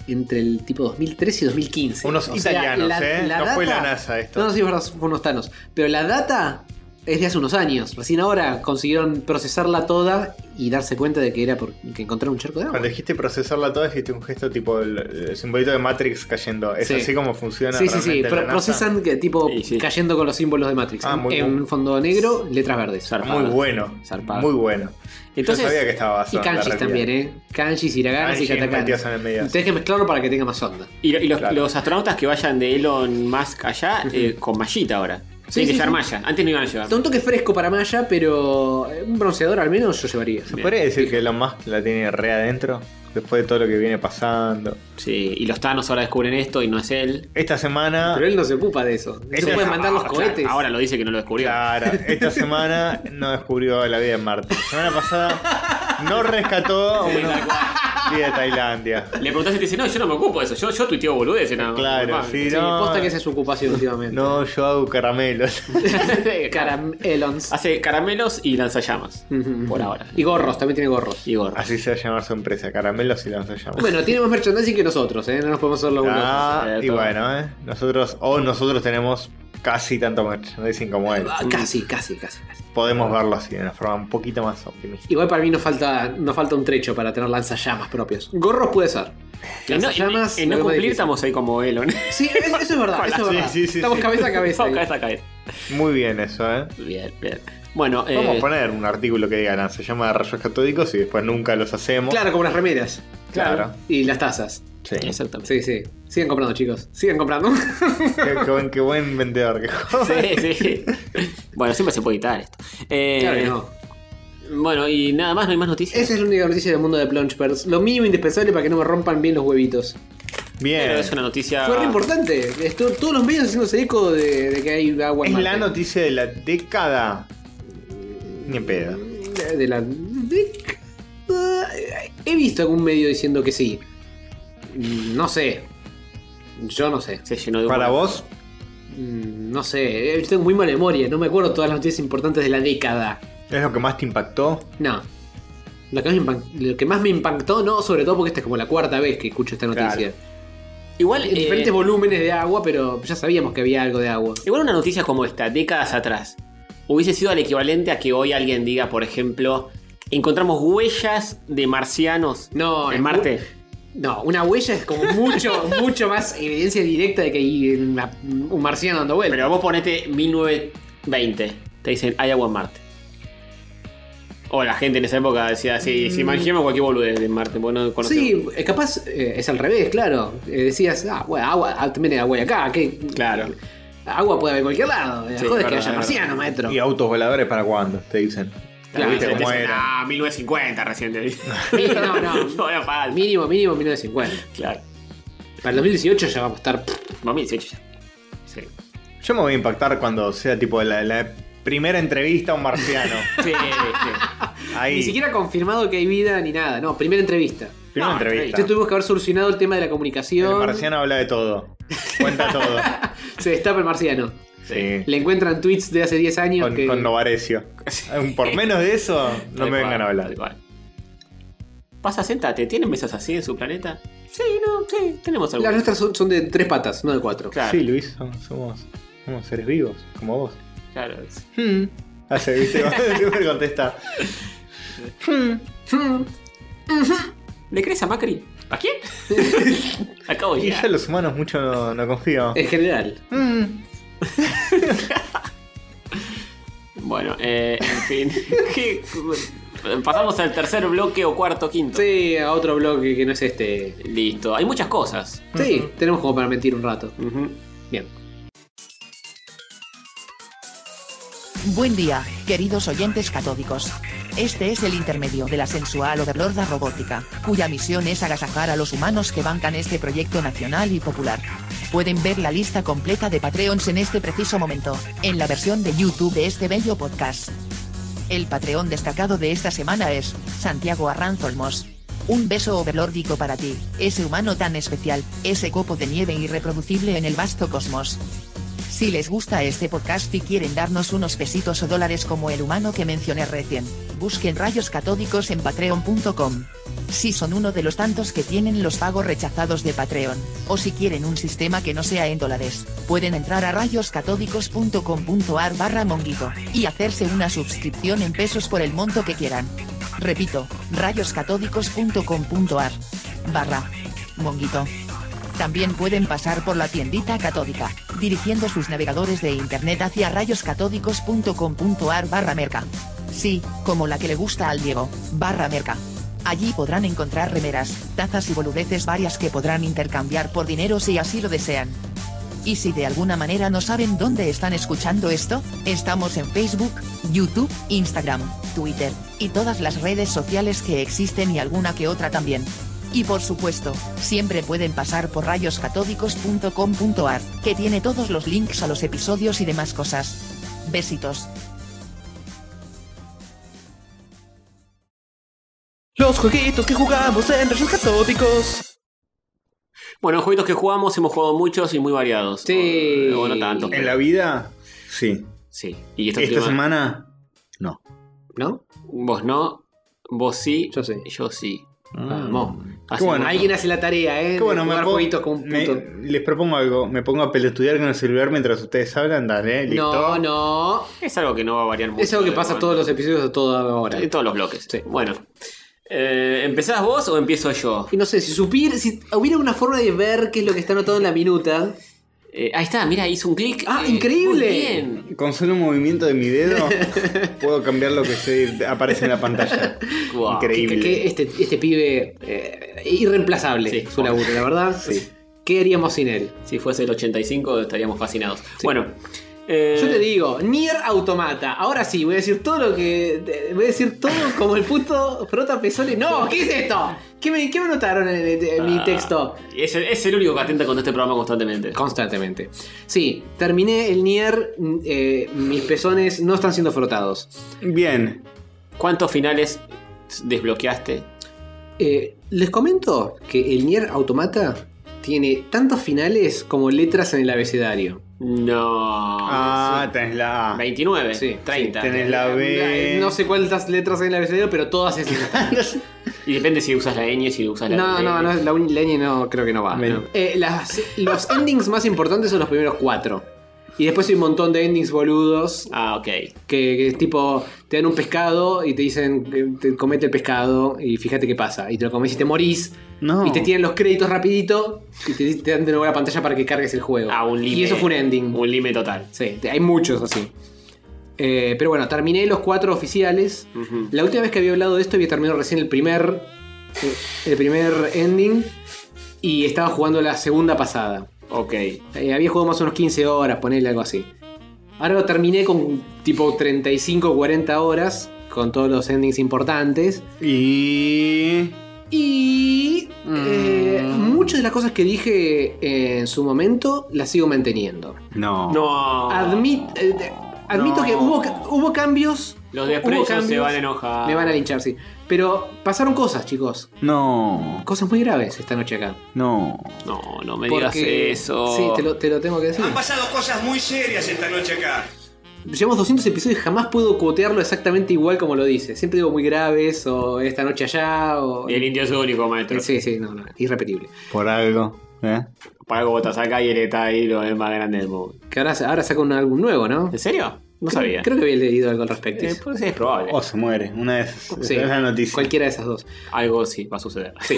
entre el tipo 2013 y 2015. Unos sea, italianos, la- ¿eh? la no fue la data- NASA esto. No, no, sí, es verdad, fue unos tanos. Pero la data es de hace unos años. Recién ahora consiguieron procesarla toda y darse cuenta de que era porque encontraron un charco de agua. Cuando dijiste procesarla toda, dijiste un gesto tipo el, el simbolito de Matrix cayendo. ¿Es Sí. así como funciona? Sí, sí, sí. realmente pro- la NASA? procesan que, tipo Sí, sí. cayendo con los símbolos de Matrix. Ah, muy en bueno. un fondo negro, letras verdes. Zarpado. Muy bueno. Zarpado. Muy bueno. Entonces- Yo sabía que estaba Y basado en la kanjis realidad. también, ¿eh? Kanjis, hiraganas Kanjis y metidos en el katakanas. medio. Tenés que mezclarlo para que tenga más onda. y lo- y los, Claro. los astronautas que vayan de Elon Musk allá, eh, con mallita ahora. Tienen Sí, que sí, llevar sí. malla. Antes no iban a llevar. Está un toque fresco para Maya, pero eh, un bronceador al menos yo llevaría. ¿Se podría decir que Elon Musk la tiene re adentro? Después de todo lo que viene pasando. Sí, y los Thanos ahora descubren esto y no es él. Esta semana. Pero él no se ocupa de eso. No Ese se pueden es- mandar los Ah, cohetes. claro, ahora lo dice que no lo descubrió. Claro, esta semana no descubrió la vida en Marte. La semana pasada no rescató a una vida de Tailandia. Le preguntás y te dice, no, yo no me ocupo de eso, yo, yo tuiteo boludeces nada más. Claro, Papá. sí, Sí, no. posta que esa es su ocupación últimamente. No, yo hago caramelos. Caramelons. Hace caramelos y lanzallamas. por ahora. Y gorros, también tiene gorros. Y gorra. Así se va a llamar su empresa, caramelos y lanzallamas. Bueno, tiene más merchandising que nosotros, ¿eh? No nos podemos hacerlo Ah, eh, y todo. bueno, ¿eh? Nosotros, o nosotros tenemos casi tanto merchandising como él. Ah, Casi, casi, casi, casi. Podemos verlo así, de una forma un poquito más optimista. Igual para mí nos falta, nos falta un trecho para tener lanzallamas propios. Gorros puede ser. En no, en- Lanzallamas, en no lo veo más cumplir difícil. estamos ahí como Elon. Sí, es- eso es verdad, eso es Sí, verdad. sí, sí, Estamos sí. cabeza a cabeza. ahí. Vamos, cabeza a cabeza. Muy bien eso, ¿eh? Bien, bien. Bueno, Vamos eh, a poner un artículo que digan, se llama Rayos Catódicos y después nunca los hacemos. Claro, como las remeras. Claro. Y las tazas. Sí. Exactamente. Sí, sí. Sigan comprando, chicos. Sigan comprando. Qué, qué buen, qué buen vendedor que joder. Sí, sí. bueno, siempre se puede editar esto. Eh, Claro que no. Bueno, y nada más, no hay más noticias. Esa es la única noticia del mundo de Plunge Birds. Lo mínimo indispensable para que no me rompan bien los huevitos. Bien. Pero es una noticia. Fue re importante. Estuvo todos los medios haciéndose eco de, de que hay agua en Es la Marte. noticia de la década. Ni en pedo. de la década. He visto algún medio diciendo que sí. Mm, No sé. Yo no sé. Se llenó de Para humor. vos, Mm, No sé. Eh, Tengo muy mala memoria. No me acuerdo todas las noticias importantes de la década. es lo que más te impactó. No. Lo que, más me impan- lo que más me impactó, no, sobre todo porque esta es como la cuarta vez que escucho esta noticia. Igual, En eh, diferentes volúmenes de agua, pero ya sabíamos que había algo de agua. igual una noticia como esta, décadas atrás, hubiese sido el equivalente a que hoy alguien diga, por ejemplo, encontramos huellas de marcianos No, en es Marte. No, una huella es como mucho, mucho más evidencia directa de que hay una- un marciano dando vueltas. Pero vos ponete 1920. Te dicen, hay agua en Marte. O la gente en esa época decía, sí, si imaginemos cualquier boludez de Marte, vos no conocemos. Sí, eh, capaz eh, es al revés, claro. Eh, decías, ah, bueno, agua, ah, también hay agua acá, que Claro. agua puede haber en cualquier lado. La Sí, joda es verdad, que haya verdad. marciano, maestro. Y autos voladores para cuándo, te dicen. Claro, ¿Viste te cómo dicen, era? "Ah, 1950 recién te dije". Sí, no, no. no falta. Mínimo, mínimo 1950. Claro. Para el 2018 ya vamos a estar. 2018 ya. Sí. Yo me voy a impactar cuando sea tipo la, la primera entrevista a un marciano. Sí, sí. Ahí. Ni siquiera confirmado que hay vida ni nada. No, primera entrevista. Primera entrevista. Entonces tuvimos que haber solucionado el tema de la El comunicación. marciano habla de todo. Cuenta todo. Se destapa el marciano. Sí. Le encuentran tweets de hace 10 años Con, que. con Novarecio. Eh, Por menos de eso, no Tal me cual, vengan a tal hablar. cual. Pasa, sentate. ¿Tienen mesas así en su planeta? Sí, no, sí, tenemos Las algunas. nuestras son, son de tres patas, no de cuatro. Claro, Sí, Luis, somos, somos, somos seres vivos, como vos. claro. Hmm. Hace, viste, siempre contesta. ¿Le crees a Macri? ¿A quién? Acabo Oh, de Y ya llegar. los humanos mucho no, no confío. En general. Bueno, eh, en fin. ¿Qué? Pasamos al tercer bloque o cuarto, quinto. Sí, a otro bloque que no es este. Listo. Hay muchas cosas. Sí, tenemos como para mentir un rato. Ujú. Bien. Buen día, queridos oyentes catódicos. Este es el intermedio de la sensual overlorda robótica, cuya misión es agasajar a los humanos que bancan este proyecto nacional y popular. Pueden ver la lista completa de Patreons en este preciso momento, en la versión de YouTube de este bello podcast. El Patreon destacado de esta semana es Santiago Arranz Olmos. Un beso overlórdico para ti, ese humano tan especial, ese copo de nieve irreproducible en el vasto cosmos. Si les gusta este podcast y quieren darnos unos pesitos o dólares como el humano que mencioné recién, busquen rayos catódicos en patreon.com. Si son uno de los tantos que tienen los pagos rechazados de Patreon, o si quieren un sistema que no sea en dólares, pueden entrar a rayoscatódicos.com.ar barra monguito, y hacerse una suscripción en pesos por el monto que quieran. Repito, rayoscatódicos.com.ar barra monguito. También pueden pasar por la tiendita catódica, dirigiendo sus navegadores de internet hacia rayoscatódicos.com.ar barra merca. Sí, como la que le gusta al Diego, barra merca. Allí podrán encontrar remeras, tazas y boludeces varias que podrán intercambiar por dinero si así lo desean. Y si de alguna manera no saben dónde están escuchando esto, estamos en Facebook, YouTube, Instagram, Twitter, y todas las redes sociales que existen y alguna que otra también. Y por supuesto, siempre pueden pasar por rayoscatódicos.com.ar, que tiene todos los links a los episodios y demás cosas. Besitos. Los jueguitos que jugamos en Rayos Catódicos. Bueno, juegos que jugamos, hemos jugado muchos y muy variados. Sí. O, o no tanto. En la vida, sí. Sí. Y esta, Esta última- semana, no. ¿No? Vos no, vos sí, Yo sí. yo sí. Vamos. mm. Hace bueno. mucho. Alguien hace la tarea, ¿eh? Qué bueno, de me jugar pongo- jueguitos con un me- puto. les propongo algo. Me pongo a pelestudiar con el celular mientras ustedes hablan, dale, listo. No, no. Es algo que no va a variar mucho. Es algo que pero pasa bueno. todos los episodios a toda hora. En todos los bloques. Bueno. Eh, ¿Empezás vos o empiezo yo? Y no sé, si supiera, si hubiera una forma de ver qué es lo que está anotado en la minuta. Eh, ahí está, mira, hizo un clic. ¡Ah, Eh, muy increíble! bien. Con solo un movimiento de mi dedo puedo cambiar lo que se aparece en la pantalla. Wow, Increíble. Que este, este pibe eh, irreemplazable Sí. su laburo, la verdad. ¿Qué haríamos sin él? Si fuese el 85 estaríamos fascinados. Bueno. eh, Yo te digo, Nier Automata. Ahora sí, voy a decir todo lo que. eh, Voy a decir todo como el puto Frota Pesole. ¡No! ¿Qué es esto? ¿Qué me, qué me anotaron en, el- en mi ah, texto? Es el, es el único que atenta contra este programa constantemente. Constantemente. Sí, terminé el Nier. mm, eh, mis pezones no están siendo frotados. Bien. ¿Cuántos finales desbloqueaste? Eh, les comento que el Nier Automata tiene tantos finales como letras en el abecedario. No. Ah, tenés la A. 29, Sí, 30. Tenés la B. Eh, No sé cuántas letras hay en el abecedario, pero todas es Y depende si usas la ñ, si usas la No, L. no, no, la uni- la ñ no creo que no va. Ven. no. Eh, las- los endings más importantes son los primeros cuatro. Y después hay un montón de endings boludos Ah, ok. que, que es tipo te dan un pescado y te dicen eh, te comete el pescado y fíjate qué pasa. Y te lo comes y te morís. No. Y te tiran los créditos rapidito y te, te dan de nuevo la pantalla para que cargues el juego. Ah, un límite. y eso fue un ending. Un límite total. Sí, te- hay muchos así. Eh, pero bueno, terminé los cuatro oficiales. Ujú. La última vez que había hablado de esto había terminado recién el primer. eh, El primer ending. Y estaba jugando la segunda pasada. Ok. Eh, había jugado más o menos 15 horas, ponerle algo así. Ahora lo terminé con tipo 35 40 horas. Con todos los endings importantes. Y. Y. eh, Mm. muchas de las cosas que dije eh, en su momento las sigo manteniendo. No. No. Admit- eh, de- admito No. que hubo, ca- hubo cambios Los Hubo desprecios se cambios. van a enojar. Me van a linchar, sí. Pero pasaron cosas, chicos. No. Cosas muy graves esta noche acá. No. No, no me Porque- digas eso. Sí, te lo, te lo tengo que decir. pasado cosas muy serias esta noche acá. Llevamos 200 episodios y jamás puedo cuotearlo exactamente igual como lo dice. Siempre digo muy graves, o esta noche allá, o. Y el indio es único, maestro. Sí, sí, no, no, irrepetible. Por algo. ¿eh? Para algo botas acá y él está ahí, lo es más grande del mundo. Que ahora, ahora saca un álbum nuevo, ¿no? ¿En serio? No Creo- sabía. Creo que había leído algo al respecto. Eh, pues es probable. O Oh, se muere. Una de esas. Sí. Esa es la noticia. Cualquiera de esas dos. Algo sí va a suceder. Sí.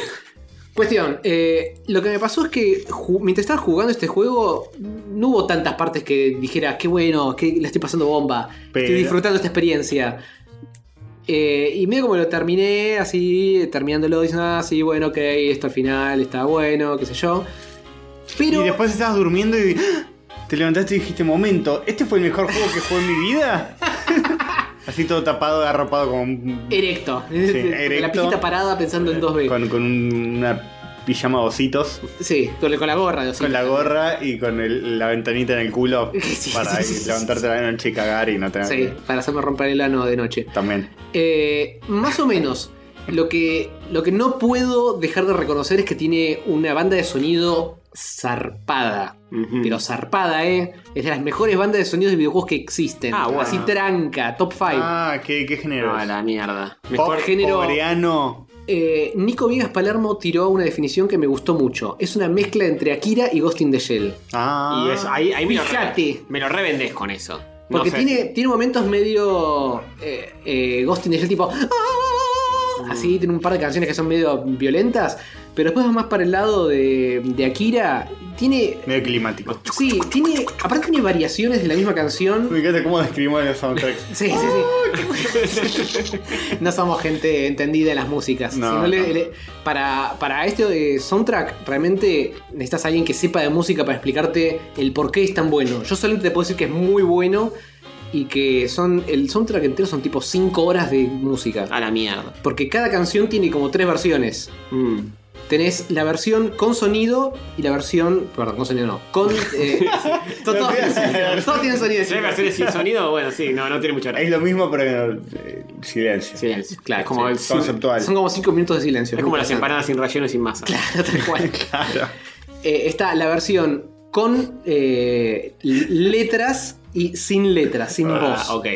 Cuestión, eh, lo que me pasó es que ju- mientras estaba jugando este juego, no hubo tantas partes que dijera, qué bueno, que la estoy pasando bomba, Pero- estoy disfrutando esta experiencia. Eh, y medio como lo terminé, así, terminándolo, diciendo, ah, sí, bueno, ok, esto al final está bueno, qué sé yo. Pero Y después estabas durmiendo y te levantaste y dijiste, momento, ¿este fue el mejor juego que jugué en mi vida? Así todo tapado, agarropado con, un- erecto, la erecto. pijita parada pensando en 2B. con, con un- una pijama de ositos, Sí, con, con la gorra de con la osito. gorra y con el- la ventanita en el culo Sí, para sí, sí, sí, levantarte a la noche y cagar y no tener... Sí, para hacerme romper el ano de noche. También. Eh, más o menos. Lo que, lo que no puedo dejar de reconocer es que tiene una banda de sonido zarpada. Ujú. Pero zarpada, ¿eh? Es de las mejores bandas de sonidos de videojuegos que existen. Ah, bueno. Así tranca, top 5. Ah, ¿qué, qué género No, es? la mierda. Pop Mejor género- coreano. Eh, Nico Viegas Palermo tiró una definición que me gustó mucho. Es una mezcla entre Akira y Ghost in the Shell. Ah. Y eso, ahí, ahí me, lo Fíjate. me lo revendés con eso. No Porque sé. tiene, tiene momentos medio eh, eh, Ghost in the Shell, tipo. "Ah", Así, tiene un par de canciones que son medio violentas. Pero después va más para el lado de, de Akira. Tiene. Medio climático. Sí, tiene. Aparte, tiene variaciones de la misma canción. Me encanta cómo describimos los soundtracks. Sí, sí, sí. no somos gente entendida en las músicas. No, Si no le- no. le- para, para este de soundtrack, realmente necesitas alguien que sepa de música para explicarte el por qué es tan bueno. Yo solamente te puedo decir que es muy bueno y que son el soundtrack entero son tipo 5 horas de música. A la mierda. Porque cada canción tiene como tres versiones. Mm. Tenés la versión con sonido y la versión. Perdón, con sonido no. Con. eh, to- todos, todos tienen sonido. Si hay versiones sin sonido, bueno, sí, no, no tiene mucha Es gracia. lo mismo, pero en eh, silencio. Silencio. Claro, es como, sí. el- Conceptual. Son como 5 minutos de silencio. es como las Interesante. empanadas sin relleno y sin masa. Claro, tal cual. Claro. Eh, está la versión con eh, l- letras y sin letras, sin Ah, voz. ok.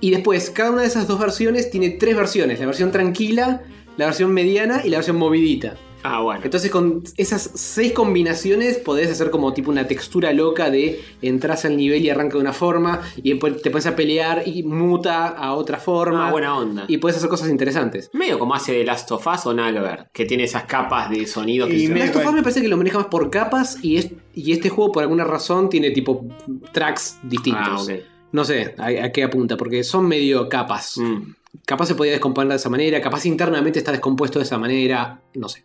Y después, cada una de esas dos versiones tiene tres versiones: la versión tranquila, la versión mediana y la versión movidita. Ah, bueno. Entonces, con esas seis combinaciones podés hacer como tipo una textura loca de entras al nivel y arranca de una forma, y después te pones a pelear y muta a otra forma. Ah, buena onda. Y puedes hacer cosas interesantes. Medio como hace The Last of Us o nada que ver, que tiene esas capas de sonido que Y se- me- Last of Us me parece que lo maneja más por capas y, es, y este juego por alguna razón tiene tipo tracks distintos. Ah, ok. No sé a, a qué apunta, porque son medio capas. Mm. Capaz se podía descomponer de esa manera, capaz internamente está descompuesto de esa manera, no sé.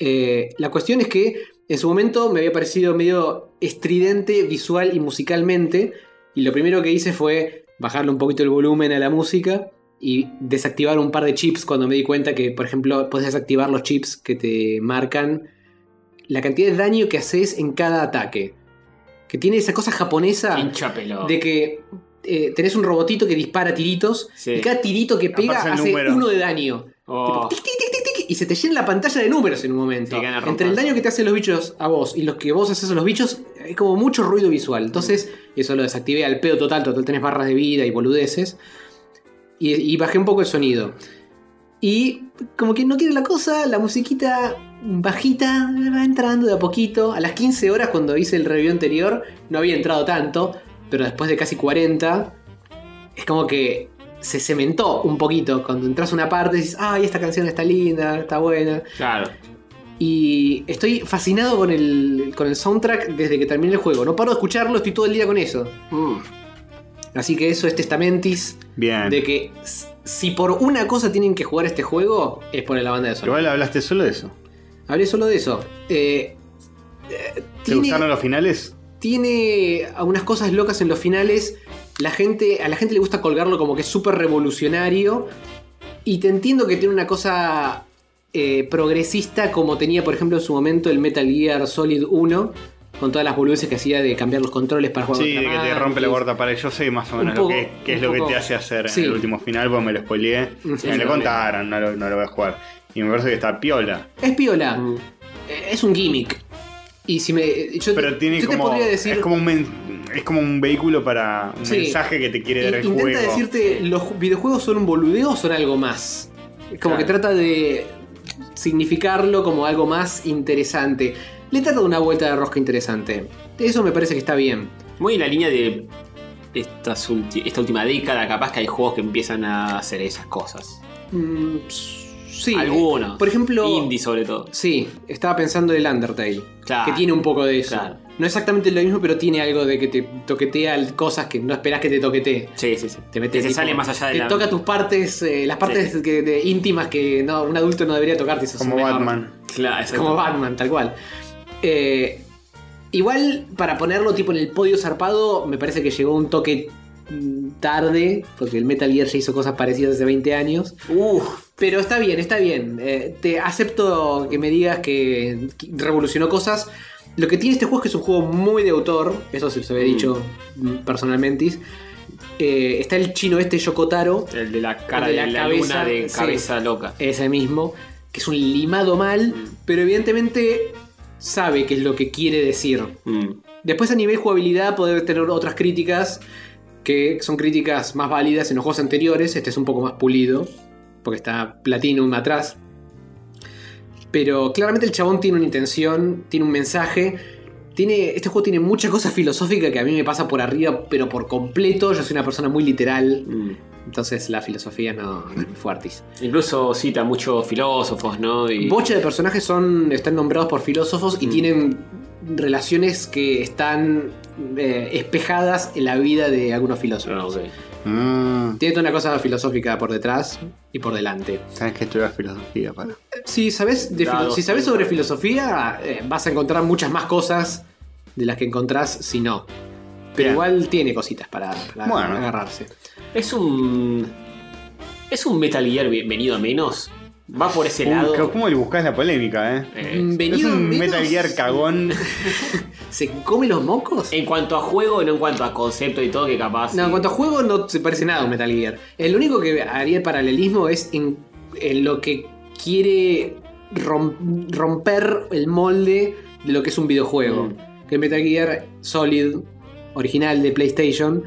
Eh, la cuestión es que en su momento me había parecido medio estridente visual y musicalmente, y lo primero que hice fue bajarle un poquito el volumen a la música y desactivar un par de chips cuando me di cuenta que, por ejemplo, puedes desactivar los chips que te marcan la cantidad de daño que haces en cada ataque. Que tiene esa cosa japonesa Hincha pelota. Ah, de que eh, tenés un robotito que dispara tiritos Sí. y cada tirito que pega Aparece el hace número. uno de daño. Oh, Tic, tic, tic, tic, tic, y se te llena la pantalla de números en un Te momento. gana rompanza. Entre el daño que te hacen los bichos a vos y los que vos haces a los bichos, hay como mucho ruido visual. Entonces, eso lo desactivé al pedo total, total tenés barras de vida y boludeces. Y, y bajé un poco el sonido. Y como que no quiere la cosa, la musiquita bajita va entrando de a poquito. A las 15 horas cuando hice el review anterior, no había entrado tanto, pero después de casi 40, es como que se cementó un poquito. Cuando entras a una parte, dices, ay, esta canción está linda, está buena. claro. Y estoy fascinado con el, con el soundtrack desde que terminé el juego. No paro de escucharlo, estoy todo el día con eso. Mm. Así que eso es testamentis Bien. de que s- si por una cosa tienen que jugar este juego, es por la banda de sonido. Igual hablaste solo de eso. Hablé solo de eso. Eh, eh, ¿Te tiene- gustaron los finales? tiene algunas cosas locas en los finales. La gente, a la gente le gusta colgarlo como que es súper revolucionario. Y te entiendo que tiene una cosa eh, progresista como tenía, por ejemplo, en su momento el Metal Gear Solid 1. con todas las boludeces que hacía de cambiar los controles para jugar Sí, con que te rompe la guarda para Yo sé más o menos Un lo poco, que es, qué es un lo que poco. te hace hacer Sí. en el último final, pues me lo spoileé. sí, me sí, lo contaron, no lo, no lo voy a jugar. Y me parece que está piola. Es piola. Eh, Es un gimmick. Y si me. Yo, Pero tiene yo te como. podría decir. es, como un men- es como un vehículo para. Un Sí. mensaje que te quiere dar in- el intenta juego. decirte, ¿los ju- videojuegos son un boludeo o son algo más? Como que trata de significarlo como algo más interesante. Le trata de una vuelta de rosca interesante. Eso me parece que está bien. Muy en la línea de estas ulti- esta última década, capaz que hay juegos que empiezan a hacer esas cosas. Mm, sí. Algunos. Por ejemplo. Indie sobre todo. Sí, estaba pensando en el Undertale. Claro. Que tiene un poco de eso. Claro. No exactamente lo mismo, pero tiene algo de que te toquetea cosas que no esperás que te toquetee. Sí, sí, sí. Te Que metes se tipo- sale más allá de Te la- toca tus partes, eh, las partes que- de- íntimas que no, un adulto no debería tocarte. sos Como un menor. Batman. Claro, exacto. Como Batman, tal cual. Eh, igual, para ponerlo tipo en el podio zarpado, me parece que llegó un toque mm, tarde, porque el Metal Gear ya hizo cosas parecidas hace 20 años. Pero está bien, está bien. Eh, te acepto que me digas que que revolucionó cosas. Lo que tiene este juego es que es un juego muy de autor, eso se los había dicho mm, personalmente. Eh, está el chino este Yokotaro, El de la cara El de, de la la cabeza, luna de sí. cabeza loca. ese mismo, que es un limado mal, pero evidentemente sabe qué es lo que quiere decir. Mm. Después a nivel jugabilidad poder tener otras críticas que son críticas más válidas en los juegos anteriores. Este es un poco más pulido porque está Platinum atrás. Pero claramente el chabón tiene una intención, tiene un mensaje. Tiene, este juego tiene mucha cosa filosófica que a mí me pasa por arriba, pero por completo. Yo soy una persona muy literal, mm. entonces la filosofía no, no es mi fuertis. Incluso cita muchos filósofos, ¿no? Y... Bocha de personajes son, están nombrados por filósofos y Mm. tienen relaciones que están eh, espejadas en la vida de algunos filósofos. Ah, ok. Mm, Tiene toda una cosa filosófica por detrás y por delante. Sabes que estudias filosofía, para. Si sabes, de Dados, filo- si sabes sí. sobre filosofía, eh, vas a encontrar muchas más cosas de las que encontrás si no. Pero Bien. igual tiene cositas para, para Bueno. agarrarse. Es un. Es un Metal Gear bien- venido a menos. Va por ese lado. ¿Cómo le buscas la polémica, eh? Eh, Es Mm, Venido un menos, Metal Gear cagón. ¿Se come los mocos? en cuanto a juego, no en cuanto a concepto y todo, que capaz. No, en sí. cuanto a juego no se parece nada a un Metal Gear. El único que haría el paralelismo es en, en lo que quiere rom- romper el molde de lo que es un videojuego. Que Metal Gear Solid, original de PlayStation,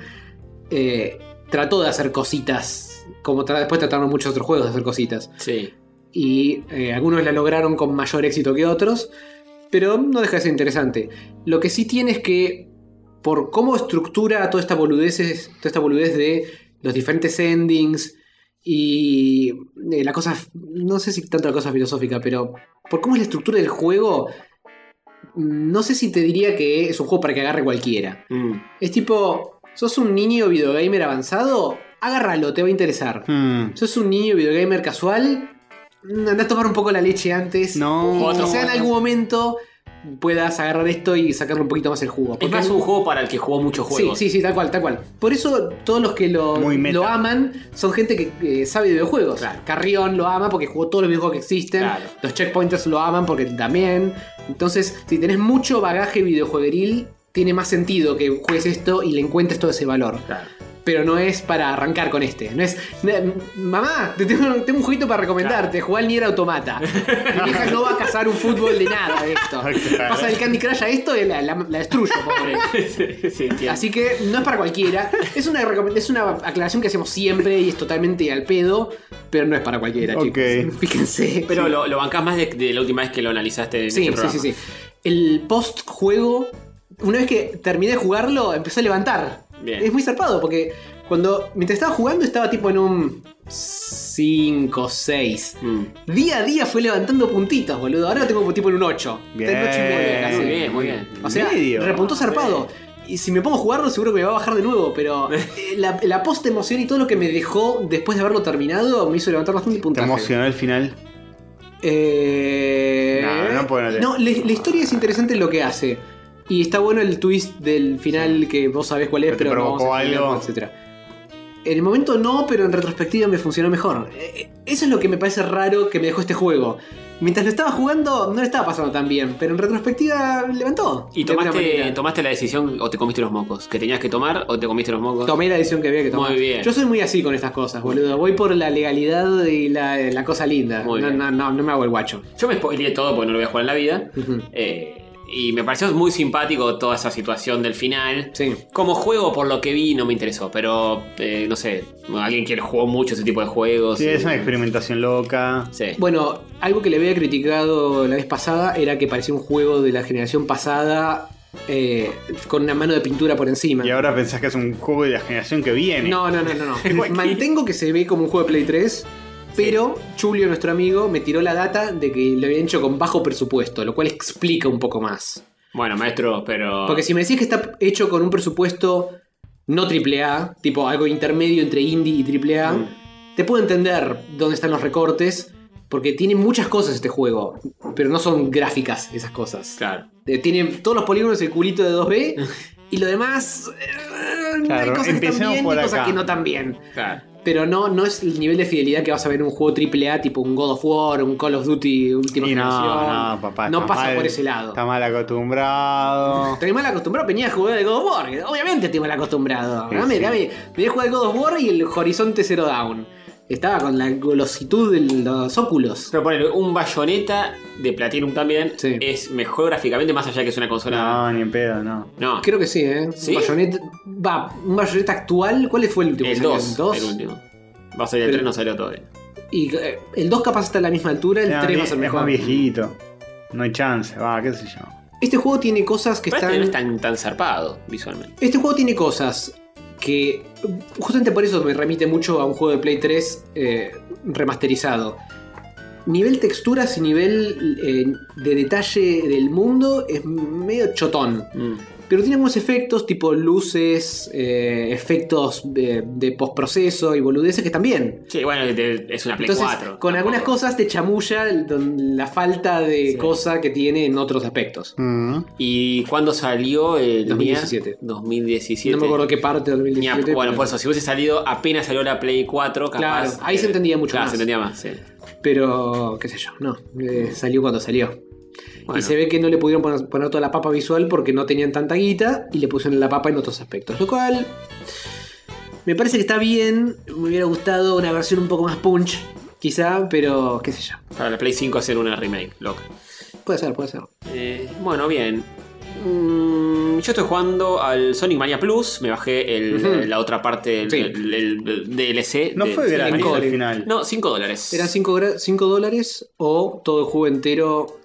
eh, trató de hacer cositas. Como tra- después trataron muchos otros juegos de hacer cositas. Sí. Y eh, algunos la lograron con mayor éxito que otros. Pero no deja de ser interesante. Lo que sí tiene es que por cómo estructura toda esta boludez, toda esta boludez de los diferentes endings y eh, la cosa, no sé si tanto la cosa filosófica, pero por cómo es la estructura del juego, no sé si te diría que es un juego para que agarre cualquiera. Mm. Es tipo, ¿sos un niño videogamer avanzado? Agárralo, te va a interesar. Mm. ¿Sos un niño videogamer casual? Mm, Andá a tomar un poco la leche antes. No. O sea, en algún momento puedas agarrar esto y sacarle un poquito más el jugo. Es Porque más un juego para el que jugó muchos Sí, juegos. sí, sí, tal cual, tal cual. Por eso todos los que lo, Muy meta. lo aman son gente que eh, sabe de videojuegos. Carrión lo ama porque jugó todos los videojuegos que existen. Claro. Los checkpointers lo aman porque también. Entonces, si tenés mucho bagaje videojuegueril, tiene más sentido que juegues esto y le encuentres todo ese valor. Claro. Pero no es para arrancar con este. No es. "Na- Mamá, te tengo, tengo un jueguito para recomendarte. Jugar al Nier Automata. Mi vieja no va a cazar un fútbol de nada de esto. Claro. Pasa del Candy Crush a esto y la, la- la destruyo, pobre. sí, entiendo. Así que no es para cualquiera. Es una, recome- es una aclaración que hacemos siempre y es totalmente al pedo, pero no es para cualquiera, Ok. chicos. Fíjense. Pero lo, lo bancás más de, de la última vez que lo analizaste en este sí, sí, programa. sí, sí. El post-juego, una vez que terminé de jugarlo, empezó a levantar. Bien. Es muy zarpado porque cuando mientras estaba jugando estaba tipo en un 5, 6. Mm. Día a día fue levantando puntitos, boludo. Ahora lo tengo tipo en un 8. Bien. Tengo 8 y medio casi. Muy bien, muy bien. O sea, Medio. repuntó zarpado. Y si me pongo a jugarlo, seguro que me va a bajar de nuevo. Pero eh, la, la post emoción y todo lo que me dejó después de haberlo terminado me hizo levantar bastante Te puntaje. emocionó el final. Eh... No, no puedo no te- No, la, la historia es interesante en lo que hace. Y está bueno el twist del final que vos sabés cuál es, Que te pero no vamos a provocó spoilearlo, algo. etcétera. En el momento no, pero en retrospectiva me funcionó mejor. Eh, eh, Eso es lo que me parece raro que me dejó este juego. Mientras lo estaba jugando, no le estaba pasando tan bien, pero en retrospectiva levantó. ¿Y de alguna tomaste, manera. tomaste la decisión o te comiste los mocos? ¿Que tenías que tomar o te comiste los mocos? Tomé la decisión que había que tomar. Muy bien. Yo soy muy así con estas cosas, boludo. Voy por la legalidad y la, la cosa linda. Muy No, bien. no, no, no me hago el guacho. Yo me spoileé todo porque no lo voy a jugar en la vida. Eh, y me pareció muy simpático toda esa situación del final. Como juego, por lo que vi, no me interesó. Pero, eh, no sé, alguien que jugó mucho ese tipo de juegos. Sí, es una y- experimentación loca. Sí. Bueno, algo que le había criticado la vez pasada era que parecía un juego de la generación pasada eh, con una mano de pintura por encima. Y ahora pensás que es un juego de la generación que viene. No, no, no, no. no. Mantengo que se ve como un juego de Play 3. Pero Julio, nuestro amigo, me tiró la data de que lo habían hecho con bajo presupuesto, lo cual explica un poco más. Bueno, maestro, pero. Porque si me decís que está hecho con un presupuesto no triple A, tipo algo intermedio entre indie y triple A, te puedo entender dónde están los recortes, porque tiene muchas cosas este juego, pero no son gráficas esas cosas. Eh, Claro. Tiene todos los polígonos el culito de 2B y lo demás. eh, hay Claro, cosas que están empecemos bien y por cosas acá. que no tan bien. Claro. Pero no, no es el nivel de fidelidad que vas a ver en un juego AAA tipo un God of War, un Call of Duty última Y no, generación. no, papá. no está pasa mal- por ese lado. Está mal acostumbrado. Estoy mal acostumbrado, venía a jugar de God of War. que Obviamente estoy mal acostumbrado. Sí, Dame, sí. dame. Venía a jugar de God of War y el Horizonte Zero Down. Estaba con la golositud de los óculos. Pero ponele, un bayoneta de Platinum también es mejor gráficamente, más allá de que es una consola. No, ni en pedo, no. No, Ah, Creo que sí, ¿eh? ¿Sí? Un Bayonetta- va, un bayoneta actual. ¿Cuál fue el último? el que salió? 2. El último. Va a salir el Pero- 3, no salió todavía. Y eh, el 2 capaz está a la misma altura, el No, 3 va a es- ser Ah, es más mejor. viejito. No hay chance, va, qué sé yo. Este juego tiene cosas que Pero este no están. es tan, tan zarpado visualmente. Este juego tiene cosas que justamente por eso me remite mucho a un juego de Play 3 eh, remasterizado. Nivel texturas y nivel eh, de detalle del mundo es medio chotón. Pero tiene algunos efectos tipo luces, eh, efectos de, de postproceso y boludeces que están bien. Sí, bueno, te- es una Play Entonces, 4. con algunas cosas te chamulla el- don- la falta de cosa que tiene en otros aspectos. ¿Y cuándo salió el 2017. Nia? 2017. No me acuerdo qué parte de Ni a- 2017. bueno, pero- por eso, si hubiese salido apenas salió la Play 4, capaz. Claro, ahí se entendía mucho claro, más. se entendía más, sí. Pero, qué sé yo, no. eh, salió cuando salió. Bueno. Y se ve que no le pudieron poner, poner toda la papa visual porque no tenían tanta guita y le pusieron la papa en otros aspectos. Lo cual me parece que está bien. Me hubiera gustado una versión un poco más punch, quizá, pero qué sé yo. Para la Play 5 hacer una remake, loca. Puede ser, puede ser. Eh, bueno, bien. Mm, yo estoy jugando al Sonic Mania Plus. Me bajé el- eh, Ujú. la otra parte del el- el- el DLC. No de- fue de gratis Sonic Mania. al final. No, 5 dólares. Eran 5 dólares o todo el juego entero.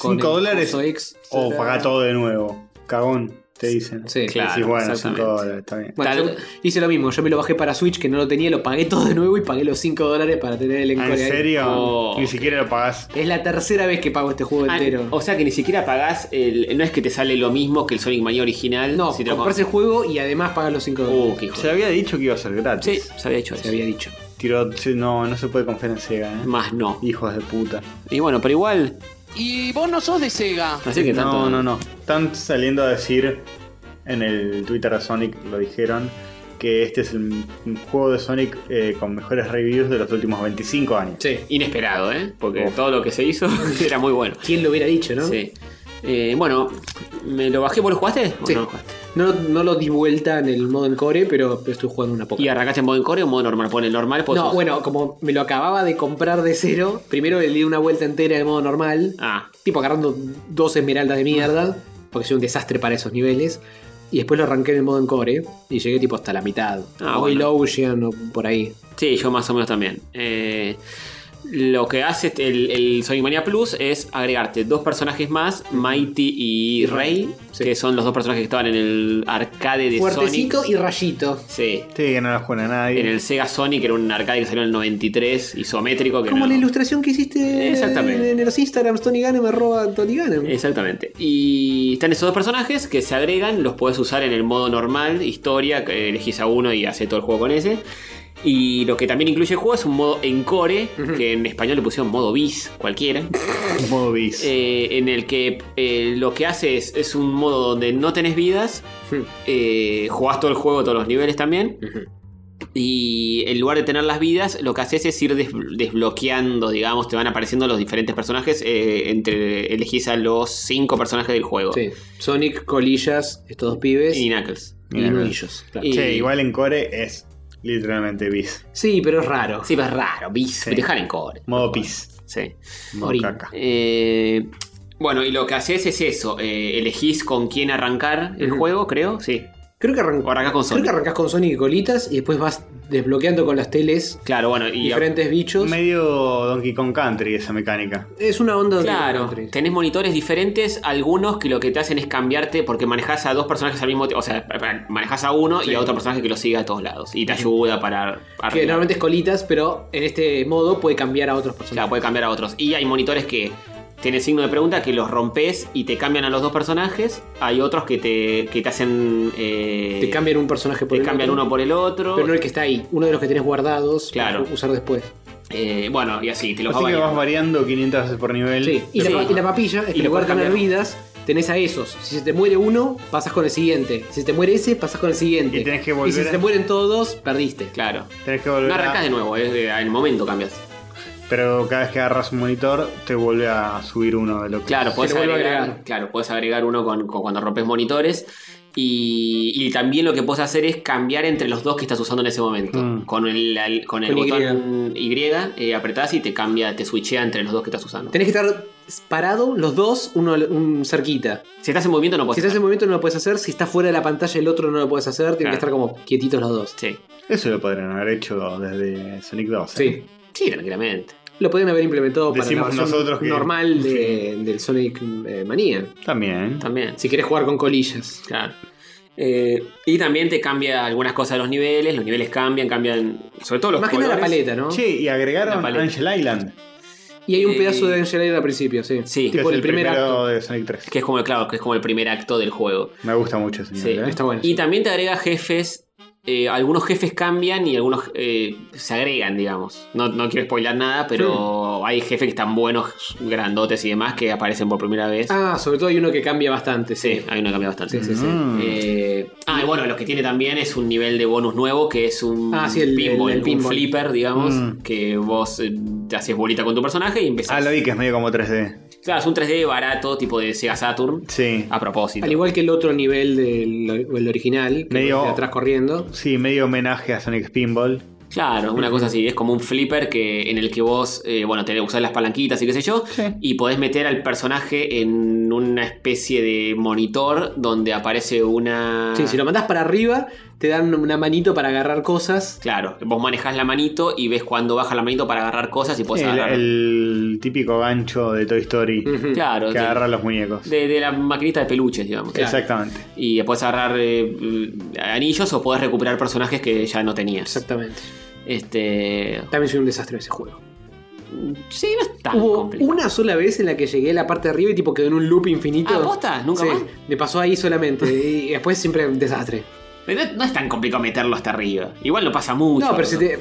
con 5 el dólares. coso ex- O pagá todo de nuevo. Cagón, te dicen. Sí, Decís, claro, bueno, 5 exactamente. dólares, está bien. Bueno, yo hice lo mismo, yo me lo bajé para Switch que no lo tenía, lo pagué todo de nuevo y pagué los 5 dólares para tener el Ah, encore ¿En ahí. serio? Oh, Ni ok. siquiera lo pagás. Es la tercera vez que pago este juego Ah, entero. o sea que ni siquiera pagás. el- no es que te sale lo mismo que el Sonic Mania original. No, si te lo compras el juego y además pagas los 5 dólares. Uh, qué hijo de- Se había dicho que iba a ser Sí, gratis. se había hecho Se eso. había dicho. Tiró, sí, no, no se puede confiar en Sega, ¿eh? Más no. Hijos de puta. Y bueno, pero igual. Y vos no sos de Sega. Así que tanto. No, no, no. Están saliendo a decir en el Twitter de Sonic, lo dijeron, que este es el m- juego de Sonic eh, con mejores reviews de los últimos 25 años. Sí. Inesperado, ¿eh? Porque Uf. todo lo que se hizo era muy bueno. ¿Quién lo hubiera dicho, no? Sí. Eh, bueno, me lo bajé. ¿Vos lo jugaste? ¿O Sí. no lo jugaste? No, no lo di vuelta en el modo en core, pero estoy jugando una poca. ¿Y arrancaste en modo en core o en modo normal? Pon el normal, pues. No, bueno, como me lo acababa de comprar de cero, primero le di una vuelta entera en modo normal. Ah, tipo agarrando dos esmeraldas de mierda, porque soy un desastre para esos niveles. Y después lo arranqué en el modo en core y llegué tipo hasta la mitad. Ah, o bueno. el Ocean o por ahí. sí, yo más o menos también. Eh, lo que hace este- el, el Sonic Mania Plus es agregarte dos personajes más, Mighty y Rey, Sí. que son los dos personajes que estaban en el arcade de Fuertecito Sonic. y rayito. Sí, Sí, que no la juega nadie. en el Sega Sonic, que era un arcade que salió en el 93, isométrico. Que Como no- la ilustración que hiciste Exactamente. Eh, en, en los Instagrams, Tony Gannem arroba Tony Gannem. Exactamente. Y están esos dos personajes que se agregan, los podés usar en el modo normal, historia, que elegís a uno y hace todo el juego con ese. Y lo que también incluye el juego es un modo encore, que en español le pusieron modo bis, cualquiera, modo bis. eh, en el que eh, lo que hace es, es un modo donde no tenés vidas, Ujú. eh, jugás todo el juego, todos los niveles también. Y en lugar de tener las vidas, lo que haces es ir des- desbloqueando, digamos, te van apareciendo los diferentes personajes. eh, entre elegís a los cinco personajes del juego. Sí. Sonic, Colillas, estos dos pibes. Y Knuckles. Y nudillos. claro. eh, Che, igual en core es literalmente bis. Sí, pero es raro. Sí, pero es raro, bis. Sí. Dejar en core. Modo pis. Sí. Modo Orín. caca. Eh, bueno, y lo que haces es eso. eh, elegís con quién arrancar el Ujú. juego, creo. Sí. Creo que, arran- O arrancás con creo Sonic. que arrancás con Sonic y Colitas y después vas desbloqueando con las teles Claro, bueno, y diferentes bichos. Medio Donkey Kong Country esa mecánica. Es una onda de Claro, Country. tenés monitores diferentes, algunos que lo que te hacen es cambiarte porque manejás a dos personajes al mismo tiempo, o sea, pa- pa- manejás a uno y a otro personaje que lo sigue a todos lados y te ayuda para Que arreglar. normalmente es Colitas, pero en este modo puede cambiar a otros personajes. Claro, puede cambiar a otros. Y hay monitores que tienen signo de pregunta que los rompes y te cambian a los dos personajes, hay otros que te, que te hacen... eh, Te cambian un personaje por te el cambian otro, uno por el otro. Pero no el que está ahí, uno de los que tenés guardados Claro. para usar después. Eh, bueno, y así, te los Así va que vas variando. variando 500 veces por nivel. Sí, y, Sí. La, pa- y la papilla, es Y que en lo lugar puedes de tener cambiar. vidas, tenés a esos. Si se te muere uno, pasas con el siguiente. Si se te muere ese, pasas con el siguiente. Y tenés que volver si se a- te mueren todos, perdiste. Claro. Tenés que volver No a- arrancas de nuevo, es de- en el momento cambias. Pero cada vez que agarras un monitor, te vuelve a subir uno de lo que. Claro, pues. puedes le vuelve a agregar, agregar. claro, podés agregar uno con, con- cuando rompes monitores. Y, y también lo que puedes hacer es cambiar entre los dos que estás usando en ese momento. Mm. Con el, al- con el Con Y. botón Y, eh, apretás y te cambia, te switchea entre los dos que estás usando. Tenés que estar parado los dos, uno al- un cerquita. Si estás en movimiento no Si puedes. estás en movimiento no lo puedes hacer, si está fuera de la pantalla el otro no lo puedes hacer, tienen que estar Claro. como quietitos los dos. Sí. Eso lo podrían haber hecho desde Sonic 2. ¿eh? Sí. Sí, tranquilamente. Lo podrían haber implementado para Decimos la versión nosotros que- normal de- del Sonic eh, Manía. También. También. Si querés jugar con colillas. Claro. Eh, y también te cambia algunas cosas de los niveles, los niveles cambian, cambian. Sobre todo los Más que nada la colores. paleta, ¿no? Che, y La agregaron paleta. Angel Island. Y hay un Eh, pedazo de Angel Island al principio, sí. Sí, Que Tipo es el el primer primero acto. de Sonic 3. Que es como el, claro, que es como el primer acto del juego. Me gusta mucho, señor. Sí. ¿eh? Está bueno. Y también te agrega jefes. eh, algunos jefes cambian y algunos eh, se agregan, digamos. No, no quiero spoilar nada, pero hay jefes que están buenos, grandotes y demás, que aparecen por primera vez. Ah, sobre todo hay uno que cambia bastante, Sí, sí. hay una cambia bastante. Sí, sí, sí. Mm. Eh, ah, y bueno, lo que tiene también es un nivel de bonus nuevo que es un Ah, sí, el- pinball, el- el un pinball. flipper, digamos, Mm. que vos eh, te haces bolita con tu personaje y empezás. Ah, lo vi que es medio como 3D. Claro, es un 3D barato, tipo de Sega Saturn. Sí. A propósito. Al igual que el otro nivel del el original, que Medio- de atrás corriendo. Sí, medio homenaje a Sonic Pinball. Claro, una cosa así, es como un flipper que, en el que vos, eh, bueno, te usás las palanquitas y qué sé yo, Sí. y podés meter al personaje en una especie de monitor donde aparece una... Sí, si lo mandás para arriba, te dan una manito para agarrar cosas. Claro, vos manejás la manito y ves cuando baja la manito para agarrar cosas y podés el, agarrar... el típico gancho de Toy Story Ujú. Claro, que de, agarra los muñecos. de- de la maquinita de peluches, digamos. Claro. Exactamente. Y podés agarrar eh, anillos o podés recuperar personajes que ya no tenías. Exactamente. Este... También soy un desastre en ese juego. Sí, no es tan Hubo complicado. una sola vez en la que llegué a la parte de arriba y tipo quedó en un loop infinito. Ah, ¿posta? ¿Nunca Sí, más? Me pasó ahí solamente. y después siempre un desastre. Pero no es tan complicado meterlo hasta arriba. Igual no pasa mucho. no, pero si ¿no? te-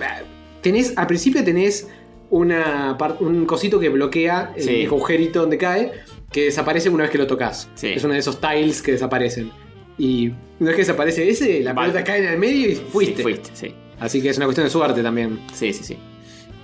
tenés, al principio tenés una par- un cosito que bloquea el Sí. agujerito donde cae, que desaparece una vez que lo tocas. Sí. Es uno de esos tiles que desaparecen. Y una vez que desaparece ese, la Vale. pelota cae en el medio y fuiste. Sí, fuiste, sí. Así que es una cuestión de suerte también. Sí, sí, sí.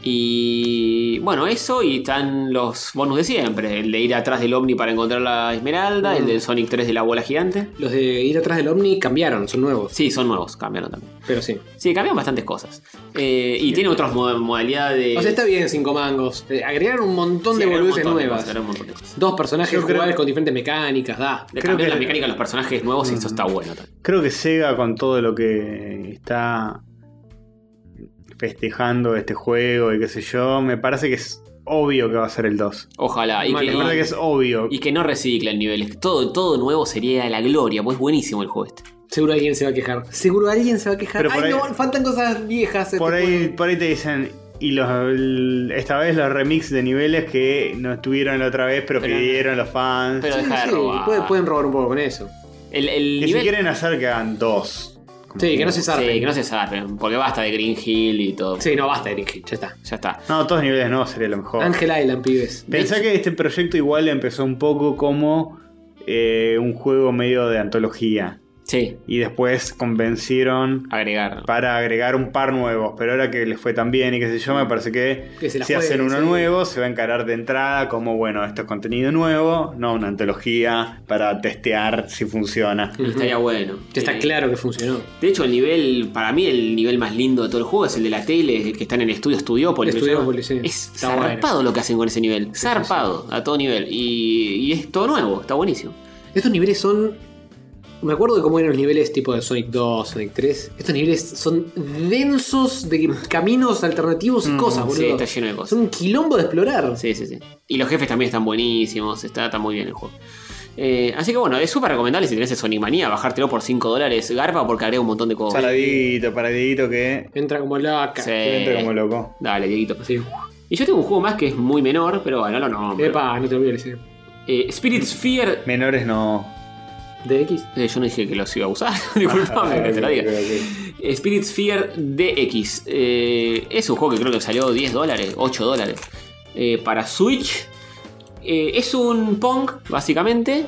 Y bueno, eso y están los bonus de siempre. El de ir atrás del ovni para encontrar la esmeralda, Mm. el del Sonic 3 de la bola gigante. Los de ir atrás del ovni cambiaron, son nuevos. Sí, son nuevos, cambiaron también. Pero sí. Sí, cambian bastantes cosas. Eh, y tiene otras mo- modalidades de... O sea, está bien, cinco mangos. Eh, agregaron un montón Sí, de agregaron un boludeces montón de nuevas. cosas, agregaron un montón de cosas. Dos personajes Yo creo- jugables con diferentes mecánicas, da. Le Creo cambian que- la mecánica a los personajes nuevos Mm. y eso está bueno también. Creo que Sega con todo lo que está festejando este juego y qué sé yo, me parece que es obvio que va a ser el 2. Ojalá. Ah, Y Mal, que, Me parece que es obvio. y que no reciclen niveles. Todo, todo nuevo sería la gloria, pues es buenísimo el juego este. Seguro alguien se va a quejar. Seguro alguien se va a quejar. Pero Ay, por ahí- no, faltan cosas viejas. este por, ahí, juego. por ahí te dicen, y los, el- esta vez los remix de niveles que no estuvieron la otra vez, pero, Pero- pidieron los fans. Pero Sí, deja de sí, robar. puede- pueden robar un poco con eso. El, que el si nivel... quieren hacer que hagan dos. Como- Sí, que no se zarpen. Sí, que no se zarpen, porque basta de Green Hill y todo. Sí, no, basta de Green Hill, ya está. Ya está. No, todos niveles no sería lo mejor. Ángel Island, pibes. Pensá que este proyecto igual empezó un poco como eh, un juego medio de antología. Sí. Y después convencieron agregar. para agregar un par nuevos. Pero ahora que les fue tan bien y qué sé yo, me parece que, Que se si la jueguen, hacen uno sí. nuevo, se va a encarar de entrada como, bueno, esto es contenido nuevo, no una antología para testear si funciona. Estaría bueno. Ya está Eh, claro que funcionó. De hecho, el nivel, para mí, el nivel más lindo de todo el juego es el de la tele, el que están en el estudio Studiopolis. Studiopolis, se llama. sí. Es Está zarpado bueno. lo que hacen con ese nivel. Zarpado, a todo nivel. Y, y es todo nuevo, está buenísimo. Estos niveles son. Me acuerdo de cómo eran los niveles tipo de Sonic 2, Sonic 3. Estos niveles son densos de caminos alternativos y cosas, Ah, boludo. Mm, Sí, está lleno de cosas. Son un quilombo de explorar. Sí, sí, sí. Y los jefes también están buenísimos, está, está muy bien el juego. Eh, así que bueno, es súper recomendable si tenés el Sonic Manía, bajártelo por 5 dólares. Garpa porque agrega un montón de cosas. Paradito, paradito que... Entra como loca. Sí. Gente como loco. Dale, Dieguito. Sí. Y yo tengo un juego más que es muy menor, pero bueno, no lo nombro. Epa, no te olvides. eh. Eh, Spirit Sphere. Menores no. DX. Eh, yo no dije que los iba a usar, Ah, disculpame que te lo diga. Spirit Sphere DX. Eh, es un juego que creo que salió 10 dólares, 8 dólares. eh, para Switch. Eh, es un Pong, básicamente.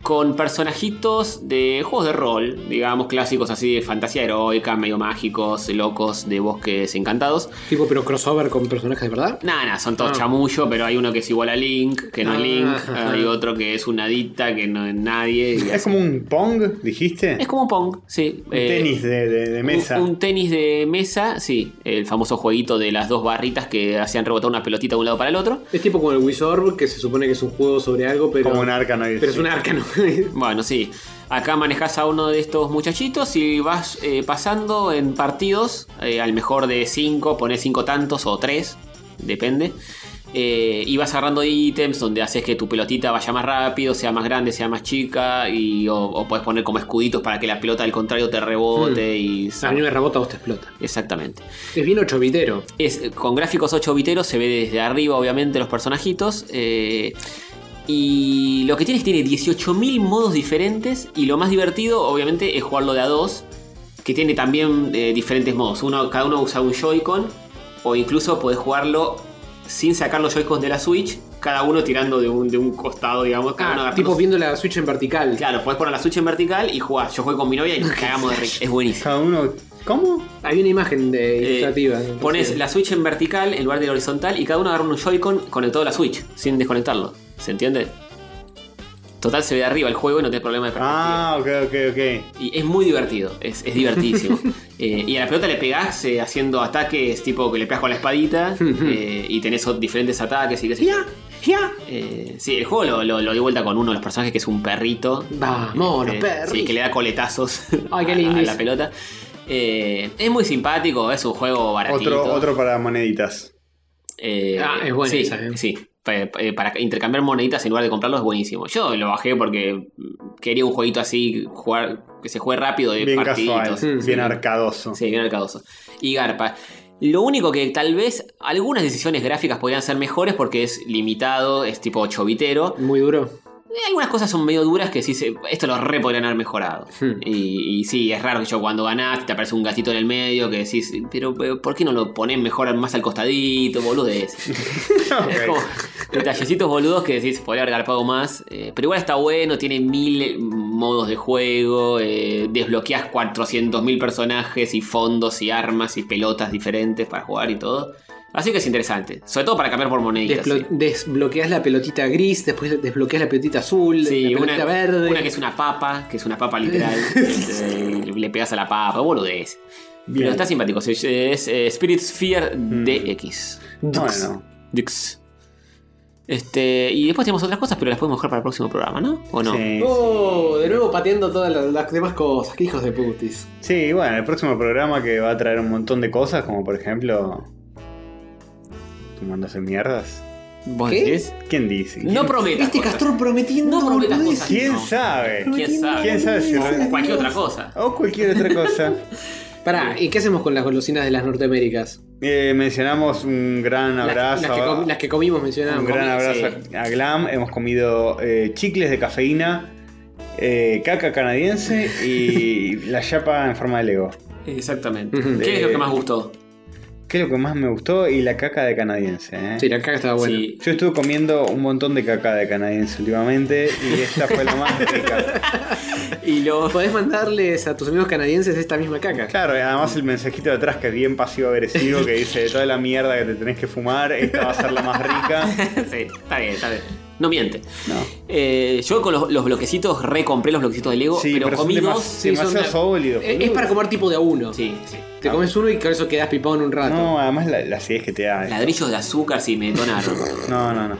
Con personajitos de juegos de rol, digamos, clásicos así de fantasía heroica, medio mágicos, locos, de bosques encantados. Tipo, pero crossover con personajes de verdad. Nada, nada, son todos Ah. chamullo, pero hay uno que es igual a Link, que no Ah. es Link. Hay otro que es una adicta, que no es nadie. y Es así. como un Pong, dijiste. Es como un Pong, sí. Un Eh, tenis de, de- de mesa. Un, un tenis de mesa, sí. El famoso jueguito de las dos barritas que hacían rebotar una pelotita de un lado para el otro. Es tipo como el Wizorb, que se supone que es un juego sobre algo, pero. como un arcanoide. pero es un arcano. Bueno, sí. Acá manejas a uno de estos muchachitos y vas eh, pasando en partidos, eh, al mejor de 5, pones 5 tantos o 3, depende. Eh, y vas agarrando ítems donde haces que tu pelotita vaya más rápido, sea más grande, sea más chica, y, o, o puedes poner como escuditos para que la pelota al contrario te rebote y... Hmm. a mí me rebota, vos te explota. Exactamente. Es bien ochovitero. Es, con gráficos 8 biteros se ve desde arriba, obviamente, los personajitos. eh, y lo que tiene es que tiene 18.000 modos diferentes. Y lo más divertido, obviamente, es jugarlo de a dos. Que tiene también eh, diferentes modos. Uno, cada uno usa un Joy-Con. O incluso podés jugarlo sin sacar los Joy-Cons de la Switch. Cada uno tirando de un, de un costado, digamos. Cada uno Ah, agarrando tipo su- viendo la Switch en vertical. Claro, podés poner la Switch en vertical y jugar. Yo juego con mi novia y nos cagamos de risa. Es buenísimo. Cada uno. ¿Cómo? Hay una imagen de Eh, ilustrativa. Pones la Switch en vertical en lugar de la horizontal y cada uno agarra un Joy-Con conectado a la Switch sin desconectarlo. ¿Se entiende? Total, se ve de arriba el juego y no tenés problema de perspectiva. Ah, ok, ok, ok. Y es muy divertido, es, es divertidísimo. Eh, y a la pelota le pegás eh, haciendo ataques tipo que le pegás con la espadita eh, y tenés o- diferentes ataques y qué sé yo. Eh, sí, el juego lo, lo, lo di vuelta con uno de los personajes que es un perrito. Vamos, Eh, los perros. Sí, que le da coletazos Ay, qué a- lindo a, eso. la pelota. Eh, es muy simpático, es un juego baratito. Otro, otro para moneditas. Eh, Ah, es buena sí, esa, ¿eh? sí. Pa- pa- eh, Para intercambiar moneditas en lugar de comprarlo es buenísimo. Yo lo bajé porque quería un jueguito así, jugar, que se juegue rápido de Bien partiditos. casual, Sí, bien arcadoso. Sí, bien arcadoso. Y Garpa. Lo único que tal vez algunas decisiones gráficas podrían ser mejores porque es limitado, es tipo 8 bitero. Muy duro. Eh, Algunas cosas son medio duras que sí, se- esto lo re podrían haber mejorado. Hmm. Y, y sí, es raro que yo cuando ganás te aparece un gatito en el medio que decís, pero, pero, ¿por qué no lo pones mejor más al costadito, boludez? Es como detallecitos boludos que decís, podría haber garpado más. eh, pero igual está bueno, tiene mil eh, modos de juego, eh, desbloqueas 400.000 personajes y fondos y armas y pelotas diferentes para jugar y todo. Así que es interesante, sobre todo para cambiar por moneditas. Desblo- Desbloqueas la pelotita gris, después desbloqueas la pelotita azul, Sí, la una, pelotita verde. una que es una papa, que es una papa literal. eh, le pegas a la papa, boludez. Bien. Pero está simpático, sí, es eh, Spirit Sphere Mm. DX. Bueno, Dix. Este, y después tenemos otras cosas, pero las podemos dejar para el próximo programa, ¿no? ¿O no? sí. Oh, de nuevo pateando todas las, las demás cosas. Qué hijos de putis. Sí, bueno, el próximo programa que va a traer un montón de cosas, como por ejemplo. ¿Tú mandas en mierdas? ¿Vos ¿Qué? decís? ¿Quién dice? ¿Quién, No prometas. Este cosas. castor prometiendo. No prometas boludeces. cosas. ¿Quién no. sabe? ¿Quién sabe? ¿Quién sabe si O cualquier otra cosa. O cualquier otra cosa. Pará, ¿y qué hacemos con las golosinas de las Norteaméricas? Eh, mencionamos un gran Las- abrazo. Las, que, comi- las que comimos mencionamos. Un gran comido, abrazo a a Glam. Hemos comido eh, chicles de cafeína, eh, caca canadiense y la chapa en forma de Lego. Exactamente. Ujú. ¿Qué es lo que más gustó? ¿Qué es lo que más me gustó? Y la caca de canadiense, ¿eh? Sí, la caca estaba buena. Sí. Yo estuve comiendo un montón de caca de canadiense últimamente y esta fue la más rica. y lo... Podés mandarles a tus amigos canadienses esta misma caca. Claro, y además el mensajito de atrás que es bien pasivo-agresivo que dice toda la mierda que te tenés que fumar, esta va a ser la más rica. sí, está bien, está bien. No miente. No. Eh, yo con los, los bloquecitos recompré los bloquecitos de Lego, Sí, pero, pero son comí demas- dos. sí, demasiado sólidos, Es, es para comer tipo de a uno. Sí, Ah. sí. Te comes uno y con eso quedás pipón un rato. No, además la, la acidez que te da. Ladrillos de azúcar sí me detonaron. No, no, no.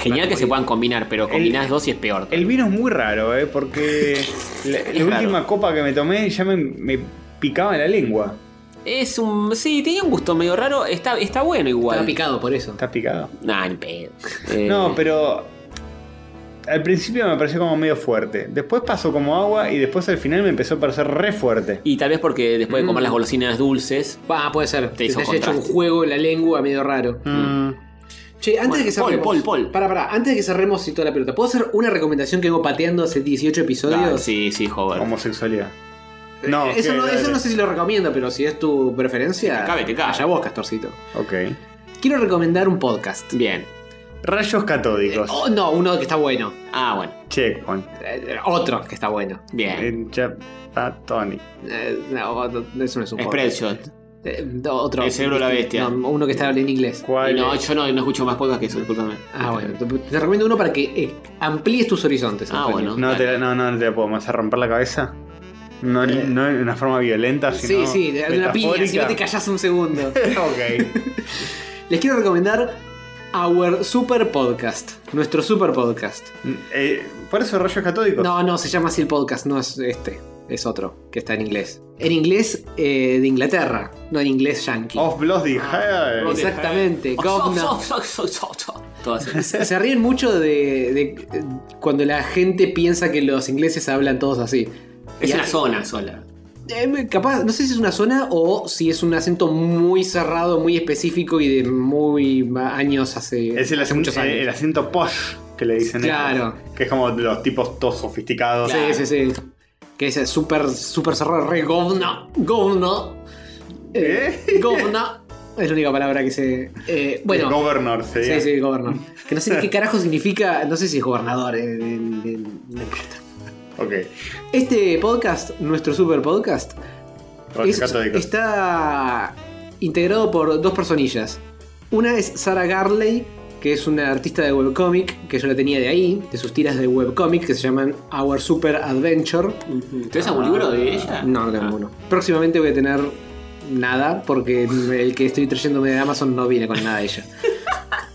Genial que se puedan combinar, pero combinás dos y es peor. El vino es muy raro, ¿eh? Porque la, la Es raro. última copa que me tomé ya me, me picaba la lengua. Es un. Sí, tenía un gusto medio raro. Está, está bueno igual. Estaba picado por eso. ¿Estás picado? Nah, ni pedo. Eh, No, pero al principio me pareció como medio fuerte. Después pasó como agua y después al final me empezó a parecer re fuerte. Y tal vez porque después de comer Mm. las golosinas dulces. Ah, puede ser. Te Te, hizo has hecho un contraste. juego en la lengua medio raro. Che, antes Bueno, de que Paul, cerremos. Paul, Paul. Para, para, antes de que cerremos y toda la pelota, ¿puedo hacer una recomendación que vengo pateando hace 18 episodios? Eh, Ah, sí, sí, joder. Homosexualidad. No, Eso, ok, no, eso dale. no sé si lo recomiendo, pero si es tu preferencia. Te cabe, te cabe. Allá vos, Castorcito. Ok. Eh, Quiero recomendar un podcast. Bien. Rayos catódicos. Oh, no, uno que está bueno. Ah, bueno. Checkpoint. Eh, Otro que está bueno. Bien. Tony. Eh, no, no, eso no es un podcast. Spreadshot. Eh, no, otro. El cerebro de la bestia. No, uno que está en inglés. Y ¿Cuál? no, es? yo no, no escucho más podcast que eso, discúlpame. Ah, bueno. Te, te recomiendo uno para que eh, amplíes tus horizontes. Ah, Antonio. bueno. No, te, la- no, no, no te la puedo. ¿Me vas a romper la cabeza? No, no de una forma violenta, Eh. Sí, sino. sí, de una piña, si no te metafórica. callás un segundo. Ok. Les quiero recomendar Our Super Podcast. Nuestro Super Podcast. Eh, por eso rayos catódicos. No, no, se llama así el podcast, no es este. Es otro, que está en inglés. En inglés eh, de Inglaterra, no en inglés yankee. Off Bloody Ah, Hell. Exactamente, Oh, governor. Todo así. Se se ríen mucho de, de- eh, cuando la gente piensa que los ingleses hablan todos así. Es Y una hay- zona sola. Eh, capaz, no sé si es una zona o si es un acento muy cerrado, muy específico y de muy ma- años hace, Es el hace acento, muchos años. el, acento posh que le dicen. Claro. ellos, que es como los tipos todos sofisticados. Sí, sí, sí. Que es súper, súper cerrado, re govna, govna. Eh, govna. Es la única palabra que se. eh, bueno. El governor sería. Sí, sí, gobernador. Que no sé qué carajo significa, no sé si es gobernador. eh, eh, eh, no importa. Ok. Este podcast, nuestro super podcast, Rayos es- catódicos. está integrado por dos personillas. Una es Sarah Garley, que es una artista de webcomic, que yo la tenía de ahí, de sus tiras de webcomic que se llaman Our Super Adventure. ¿Tenés algún libro de Ah. ella? Ah, No, no tengo ninguno. Próximamente voy a tener nada, porque el que estoy trayéndome de Amazon no viene con nada de ella.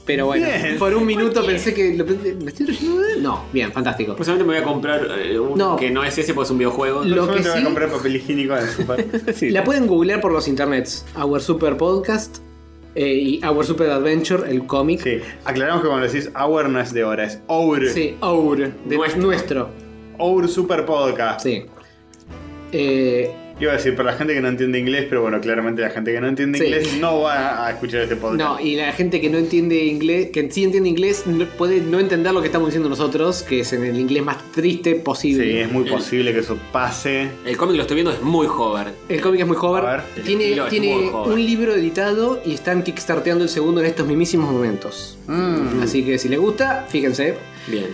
Pero bueno, Bien. por un minuto pensé que. lo- ¿Me estoy trayendo de.? No, bien, fantástico. Próximamente Pues me voy a comprar eh, un No. que no es ese porque es un videojuego. Lo- Yo que te voy sí- a comprar papel higiénico en el super. sí. La pueden googlear por los internets. Our Super Podcast eh, y Our Super Adventure, el cómic. Sí. Aclaramos que cuando decís hour no es de hora, es hour. Sí, Our, de Nuestro. nuestro. Hour Super Podcast. Sí. Eh, Iba a decir para la gente que no entiende inglés, pero bueno, claramente la gente que no entiende Sí. inglés no va a escuchar este podcast. no, y la gente que no entiende inglés, que sí entiende inglés, no- puede no entender lo que estamos diciendo nosotros, que es en el inglés más triste posible. Sí, es muy posible que eso pase. El cómic lo estoy viendo, es muy joven. El cómic es muy joven. A ver. Tiene, Lo- es tiene muy joven. un libro editado y están kickstarteando el segundo en estos mismísimos momentos. Mm. Así que si les gusta, fíjense. Bien.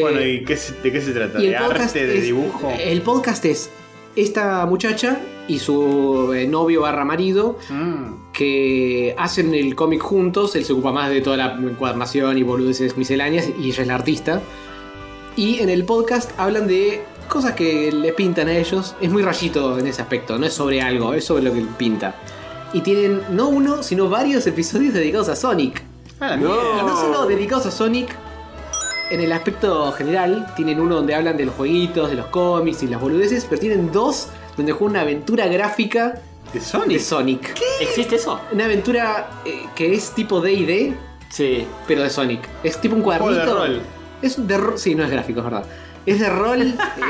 Bueno, Eh, ¿y qué se- de qué se trata? Y el ¿De podcast arte? ¿De es- eh, dibujo? El podcast es esta muchacha y su eh, novio barra marido Mm. que hacen el cómic juntos. Él se ocupa más de toda la encuadernación y boludeces misceláneas y ella es la artista. Y en el podcast hablan de cosas que les pintan a ellos. Es muy rayito en ese aspecto, no es sobre algo, es sobre lo que pinta. Y tienen no uno, sino varios episodios dedicados a Sonic. Ah, mierda. No solo dedicados a Sonic, en el aspecto general, tienen uno donde hablan de los jueguitos, de los cómics y las boludeces, pero tienen dos donde juegan una aventura gráfica ¿De de Sonic? Sonic. ¿Existe eso? Una aventura eh, que es tipo DD, Sí. pero de Sonic. Es tipo un Juego de cuadernito. rol. Es de ro- Sí, no es gráfico, es verdad. Es de rol.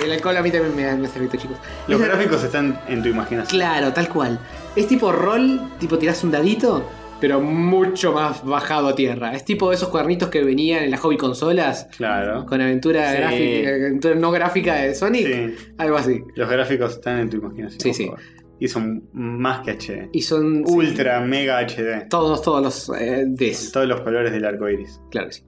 el alcohol a mí también me, me hace efecto, chicos. Es Los de- gráficos están en tu imaginación. Claro, tal cual. Es tipo rol, tipo tirás un dadito, pero mucho más bajado a tierra. Es tipo esos cuadernitos que venían en las hobby consolas. Claro. Con aventura Sí. gráfica, aventura no gráfica de Sonic. Sí. Algo así. Los gráficos están en tu imaginación. Sí, sí. Y son más que HD. Y son. Ultra, mega HD. Todos, todos los eh, Ds. Todos los colores del arco iris. Claro que sí.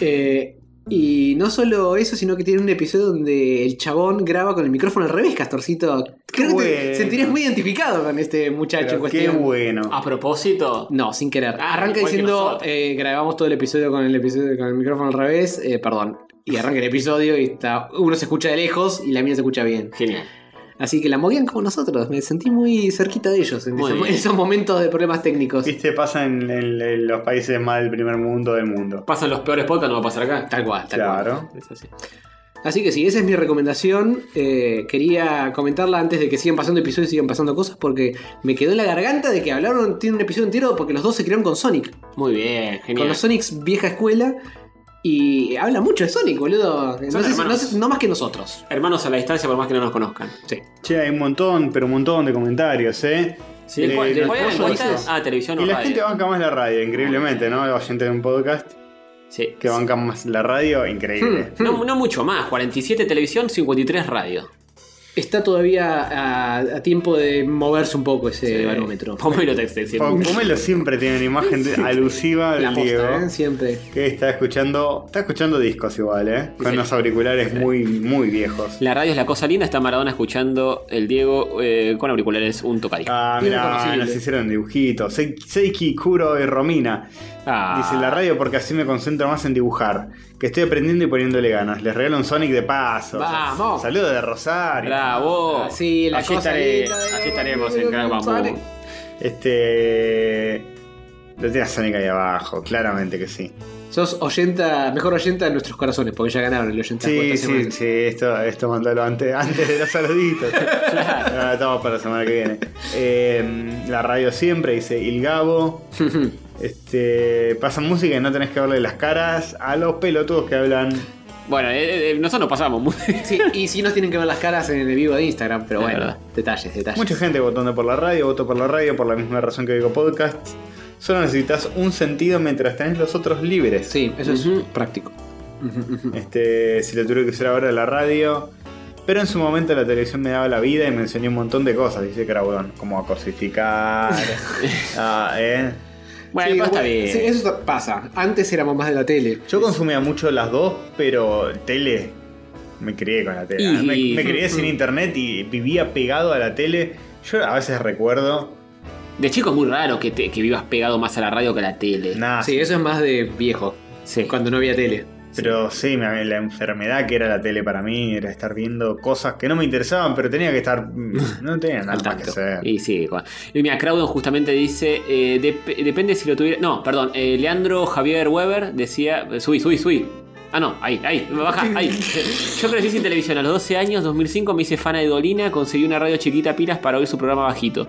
Eh, y no solo eso, sino que tiene un episodio donde el chabón graba con el micrófono al revés, Castorcito. Creo que te bueno. sentirías muy identificado con este muchacho en cuestión. A propósito. No, sin querer. Arranca Igual que diciendo, nosotros. eh, grabamos todo el episodio con el episodio con el micrófono al revés, eh, perdón. Y arranca el episodio y está, uno se escucha de lejos y la mía se escucha bien. Genial. Así que la movían como nosotros, me sentí muy cerquita de ellos en, Muy esos- bien. en esos momentos de problemas técnicos. Viste, pasa en, en- en los países más del primer mundo del mundo. Pasan los peores podcasts, no va a pasar acá. Tal cual, tal Claro. cual. Es así. Así que sí, esa es mi recomendación. Eh, quería comentarla antes de que sigan pasando episodios y sigan pasando cosas porque me quedó en la garganta de que hablaron, tiene un episodio entero porque los dos se crearon con Sonic. Muy bien, genial. Con los Sonics vieja escuela. Y habla mucho de Sonic, boludo. No, Son sé si- hermanos. no sé- no más que nosotros. Hermanos a la distancia, por más que no nos conozcan. Sí. Che, hay un montón, pero un montón de comentarios, ¿eh? Sí, Eh, ¿cuál- nos cuál era la apoyan encuesta? eso. Ah, televisión o Y la radio. gente banca más la radio, increíblemente, ¿no? Los oyentes de un podcast. Sí. Que bancan más la radio, Hmm. increíble. No, no mucho más, 47 televisión, 53 radio. Está todavía a, a tiempo de moverse un poco ese barómetro. Pomelo te extensión. Pom- Pomelo siempre tiene una imagen de- alusiva La del posta, Diego. ¿eh? Siempre. Que está escuchando. Está escuchando discos igual, eh. Con unos auriculares muy, muy viejos. La radio es la cosa linda, está Maradona escuchando el Diego eh, con auriculares un tocadisco. Ah, mirá, Irreconocible. nos hicieron dibujitos. Se- Seiki, Kuro y Romina. Ah, Dice Ah. la radio porque así me concentro más en dibujar. Que estoy aprendiendo y poniéndole ganas. Les regalo un Sonic de paso. Vamos. Saludos de Rosario. Bravo. Ah, Sí, la Allí cosa estaré- linda de- allí estaremos en Crack Bamboo. Sonic. Este. Lo tiene a Sonic ahí abajo, claramente que sí. Sos oyenta, mejor oyenta de nuestros corazones, porque ya ganaron el oyenta. Sí, esta semana. sí, sí, esto, esto mandalo antes, antes de los saluditos. No, no, estamos para la semana que viene. Eh, la radio siempre dice Il Gabo. Este, pasa música y no tenés que verle las caras a los pelotudos que hablan. Bueno, eh, nosotros nos pasamos muy Sí, y sí nos tienen que ver las caras en el vivo de Instagram, pero Es bueno, verdad. detalles, detalles. Mucha gente votando por la radio, voto por la radio por la misma razón que digo podcast. Solo necesitas un sentido mientras tenés los otros libres. Sí, eso es práctico. Este, si lo tuve que usar ahora la radio. Pero en su momento la televisión me daba la vida y me enseñó un montón de cosas, dice Carabodón, como a cosificar. ah, ¿eh? Bueno, Sí, pero está bueno, bien. sí, eso Eso pasa. Antes éramos más de la tele. Yo consumía mucho las dos, pero tele. Me crié con la tele. ¿eh? Y- Me, me crié sin internet y vivía pegado a la tele. Yo a veces recuerdo. De chico es muy raro que, te- que vivas pegado más a la radio que a la tele. Nada. Sí, eso es más de viejo. Cuando no había tele. Pero sí, me- la enfermedad que era la tele para mí era estar viendo cosas que no me interesaban, pero tenía que estar. mm, No tenía nada más que hacer. Y sí, cua- y mira, Crowdon justamente dice, eh, dep- depende si lo tuviera... No, perdón, eh, Leandro Javier Weber decía, subí, subí, subí. Ah, no, ahí, ahí, baja, ahí. Yo crecí sin televisión. A los 12 años, 2005, me hice fan de Dolina, conseguí una radio chiquita pilas para oír su programa bajito.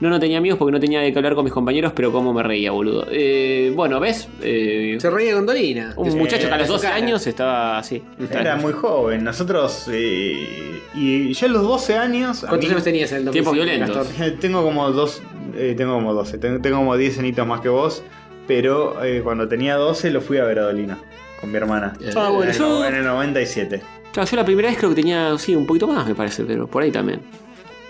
No, no tenía amigos porque no tenía de qué hablar con mis compañeros, pero cómo me reía, boludo. Eh, bueno, ¿ves? Eh, Se reía con Dolina. un muchacho que a los 12 años estaba así. Era muy joven, nosotros. eh, y yo a los 12 años. a ¿Cuántos mí- años tenías en el Tiempos 2005, violentos. Castor? Tengo como dos. eh, tengo como 12, tengo, tengo como 10 añitos más que vos. Pero eh, cuando tenía 12 lo fui a ver a Dolina con mi hermana. Ah, bueno, en, Eh, el- yo- en el 97. Claro, yo la primera vez creo que tenía, sí, un poquito más, me parece, pero por ahí también.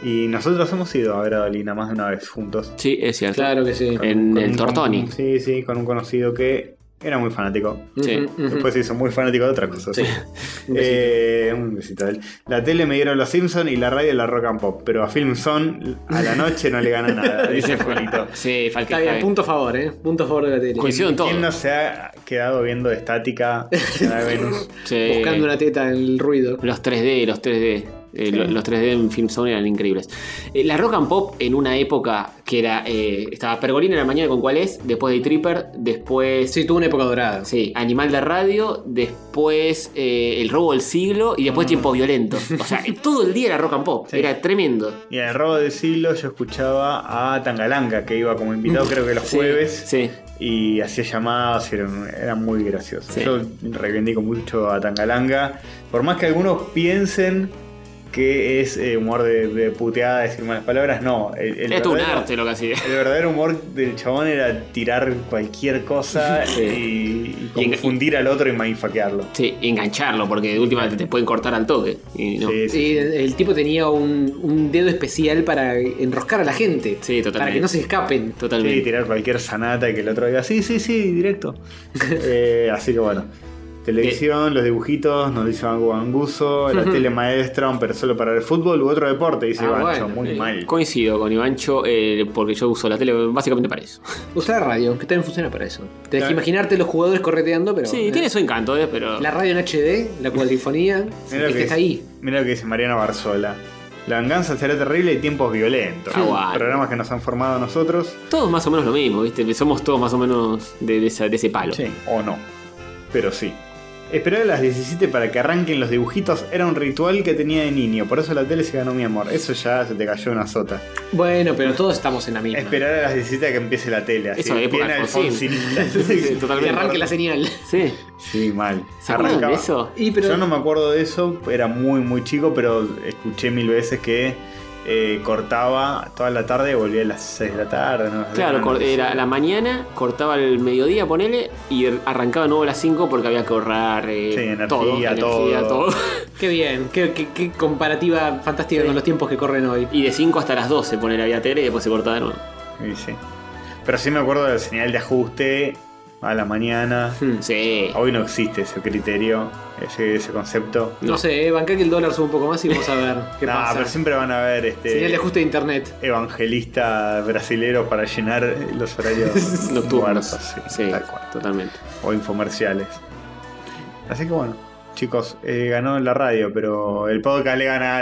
Y nosotros hemos ido a ver a Dolina más de una vez juntos. Sí, es cierto. Claro que sí. En Con el un- Tortoni. con- sí, sí, con un conocido que era muy fanático. Sí. Después se hizo muy fanático de otras cosas. Un besito. Eh, un besito a él. La tele me dieron los Simpsons y la radio la rock and pop. Pero a Film Son a la noche no le gana nada, dice Juanito. Sí, falta Está bien, punto a favor, ¿eh? Punto a favor de la tele. Pues, ¿Quién no se ha quedado viendo estática en la Venus? Sí. Buscando una teta en el ruido. Los 3D, los 3D. eh, lo- Los 3D en Film Zone eran increíbles. Eh, la rock and pop en una época que era. eh, estaba Pergolina en la mañana con cuál es, después de Tripper, después. Sí, tuvo una época dorada. Sí, Animal de Radio, después eh, El robo del siglo y Mm. después Tiempo Violento. O sea, todo el día era rock and pop. Era tremendo. Y en el robo de siglo yo escuchaba a Tangalanga, que iba como invitado creo que los jueves. Y hacía llamadas, y eran, eran muy graciosos. Yo reivindico mucho a Tangalanga. Por más que algunos piensen que es eh, humor de, de puteada, decir malas palabras. No, el, el Es un verdadero- arte lo que hacía. El verdadero humor del chabón era tirar cualquier cosa y, y Y enga- confundir al otro y mindfuckearlo. Sí, y engancharlo, porque de última te, te pueden cortar al toque. Y no. Sí, el, el tipo tenía un, un dedo especial para enroscar a la gente. Sí, totalmente. Para que no se escapen. Totalmente. Sí, tirar cualquier sanata y que el otro diga, sí, sí, sí, directo. Eh, así que bueno. Televisión, los dibujitos, nos dice algo Anguso, la Ujú. tele maestra, pero solo para el fútbol u otro deporte, dice Ah, Bancho, bueno, muy eh, mal. Coincido con Ivancho, eh, porque yo uso la tele básicamente para eso. Usar la radio, que también funciona para eso. Tenés Claro. que imaginarte los jugadores correteando, pero. Sí, eh, tiene su encanto, eh, pero. La radio en HD, la cuadrifonía, es Mirá lo, que, que está dice- ahí. mirá lo que dice Mariana Barzola. La venganza será terrible y tiempos violentos. Ah, bueno. Programas que nos han formado a nosotros. Todos más o menos lo mismo, ¿viste? Somos todos más o menos de, de esa- de ese palo. Sí, o no. Pero sí. Esperar a las 17 para que arranquen los dibujitos era un ritual que tenía de niño. Por eso la tele se ganó mi amor. Eso ya se te cayó una sota. Bueno, pero todos estamos en la misma. Esperar a las 17 a que empiece la tele. Así, Eso de época bien Alfonsín. alfonsinista. Totalmente. Que arranque la señal. Sí. Sí, mal. ¿Se acuerdan Arrancaba. de eso? Y pero- Yo no me acuerdo de eso, era muy, muy chico, pero escuché mil veces que eh, cortaba toda la tarde y volvía a las 6 de la tarde. ¿no? Claro, No, cor- no sé. era la mañana, cortaba el mediodía, ponele, y er- arrancaba de nuevo a las 5 porque había que ahorrar eh, Sí, energía, todo, energía, todo. todo. Qué bien, qué, qué- qué comparativa fantástica con los tiempos que corren hoy. Y de 5 hasta las 12 ponele había tele y después se cortaba de nuevo. Y sí. Pero sí me acuerdo del señal de ajuste a la mañana. Sí. Hoy no existe ese criterio, ese, ese concepto. No, sé, eh, bancá que el dólar sube un poco más y vamos a ver qué Nah, pasa. pero siempre van a haber este Señal de ajuste de internet. evangelistas brasileros para llenar los horarios Nocturnos. muertos, sí, Sí, tal cual. totalmente. O infomerciales. Así que bueno, chicos, eh, ganó la radio, pero el podcast le gana.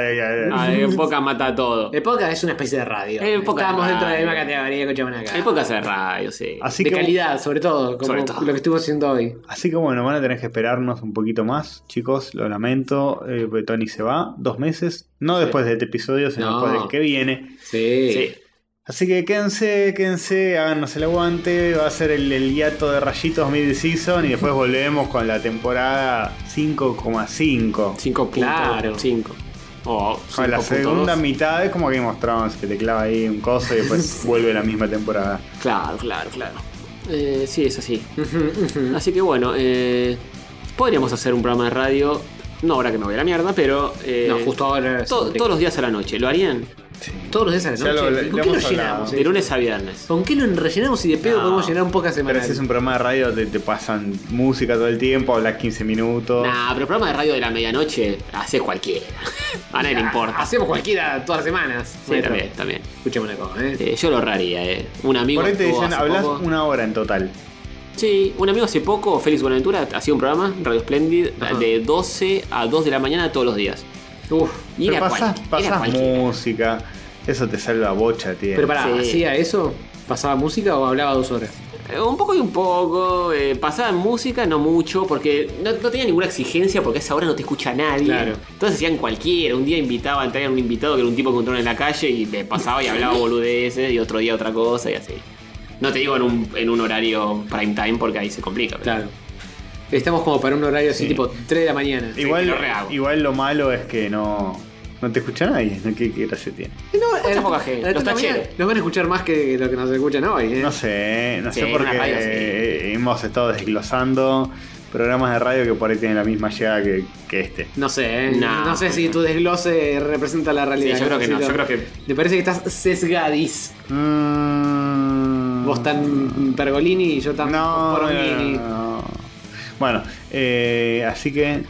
Ah, en poca mata todo. El podcast es una especie de radio. El podcast Estamos es dentro de la radio. misma categoría que Chamaca. Hay pocas de radio, sí. Así De que, calidad, sobre todo, como Sobre todo. lo que estuvimos haciendo hoy. así que bueno, van a tener que esperarnos un poquito más, chicos. Lo lamento, eh, porque Tony se va dos meses, no después de este episodio, sino No. después del que viene. Sí. Sí. Así que quédense, quédense, háganos el aguante, va a ser el, el hiato de rayitos mid-season y después volvemos con la temporada 5,5. 5 Claro. 5. O A Ah, la 5.2. segunda mitad es como que mostramos que te clava ahí un coso y después vuelve la misma temporada. Claro, claro, claro. Eh, sí, es así. Ujú, ujú. Así que bueno, eh, podríamos hacer un programa de radio. No ahora que me voy a la mierda, pero. eh, no, justo ahora. to- siempre. todos los días a la noche. ¿Lo harían? Todos los días a la Ya noche. lo- le- ¿Con le qué hemos lo llenamos? hablado. De lunes a viernes. ¿Con qué lo rellenamos y de pedo No. podemos llenar un podcast Pero semanal? si es un programa de radio, te, te pasan música todo el tiempo, hablas 15 minutos. Nah, pero programa de radio de la medianoche hace cualquiera. A nadie le importa. Ah, Hacemos cualquiera todas las semanas. Sí, también, también. Escuchame una cosa, ¿eh? Eh, yo lo raría, eh. Un amigo. Por ahí te estuvo dicen, hace hablas poco- una hora en total. Sí, un amigo hace poco, Félix Buenaventura, hacía un programa, Radio Splendid, Ajá. de 12 a 2 de la mañana todos los días. Uf. Y Pero era, pasás, cual- era pasás cualquiera. música, eso te salva bocha, tío. Pero pará, Sí. ¿hacía eso? ¿Pasaba música o hablaba dos horas? Eh, Un poco y un poco. eh, pasaba música, no mucho, porque no, no tenía ninguna exigencia, porque a esa hora no te escucha nadie. Claro. Entonces hacían cualquiera. Un día invitaban, traían un invitado que era un tipo que encontraron en la calle y le pasaba y hablaba boludeces, y otro día otra cosa y así. No te digo en un, en un horario prime time porque ahí se complica. pero- Claro. Estamos como para un horario así, Sí. tipo 3 de la mañana. Sí, Igual, que lo rehago. igual lo malo es que no, no te escucha nadie. ¿no? ¿Qué, qué gracia tiene? No, Escucha eh, poca gente, eh, los también tacheros. Nos van a escuchar más que lo que nos escuchan hoy, ¿eh? No sé, no Sí, sé por una qué radio, sí. eh, hemos estado desglosando programas de radio que por ahí tienen la misma llegada que, que este. No sé, ¿eh? No. no sé si tu desglose representa la Sí, realidad. yo creo que no, Cito. yo creo que. Me parece que estás sesgadis. Mm. Vos tan Pergolini y yo tan No, Porgolini. no. Bueno, eh, así que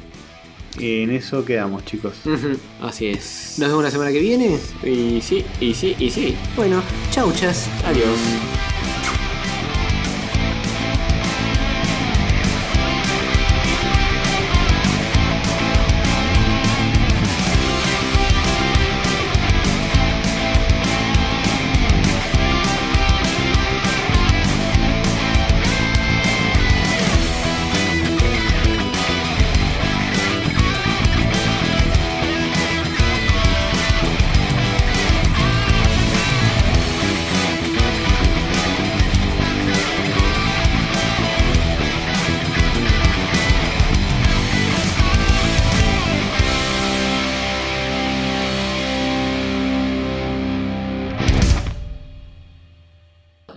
en eso quedamos, chicos. Mm. Ujú. Así es. Nos vemos la semana que viene. Y sí, y sí, y sí. Bueno, chauchas. Adiós.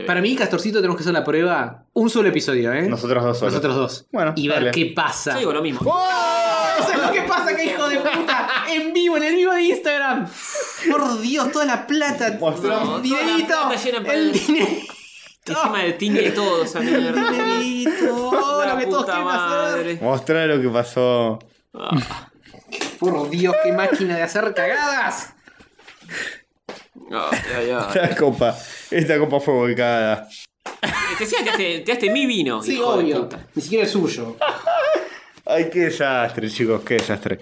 Para mí, Castorcito, tenemos que hacer la prueba un solo episodio, ¿eh? Nosotros dos solos. Nosotros dos. Bueno, y ver dale. qué pasa. Yo digo lo mismo. Eso es lo que pasa, que hijo de puta. En vivo, en el vivo de Instagram. Por Dios, toda la plata. Mostramos. El dinerito. Toda la plata llena para- el dinerito. Encima de Tinder y todo, esa mierda. dinerito, La lo que todos puta quieren hacer. madre. Mostrar lo que pasó. Por Dios, qué máquina de hacer cagadas. Ah, ya, ya. Esta copa. Esta copa fue volcada. Te decía que te, te daste mi vino. Sí, hijo de obvio. puta. Ni siquiera el suyo. Ay, qué desastre, chicos, qué desastre.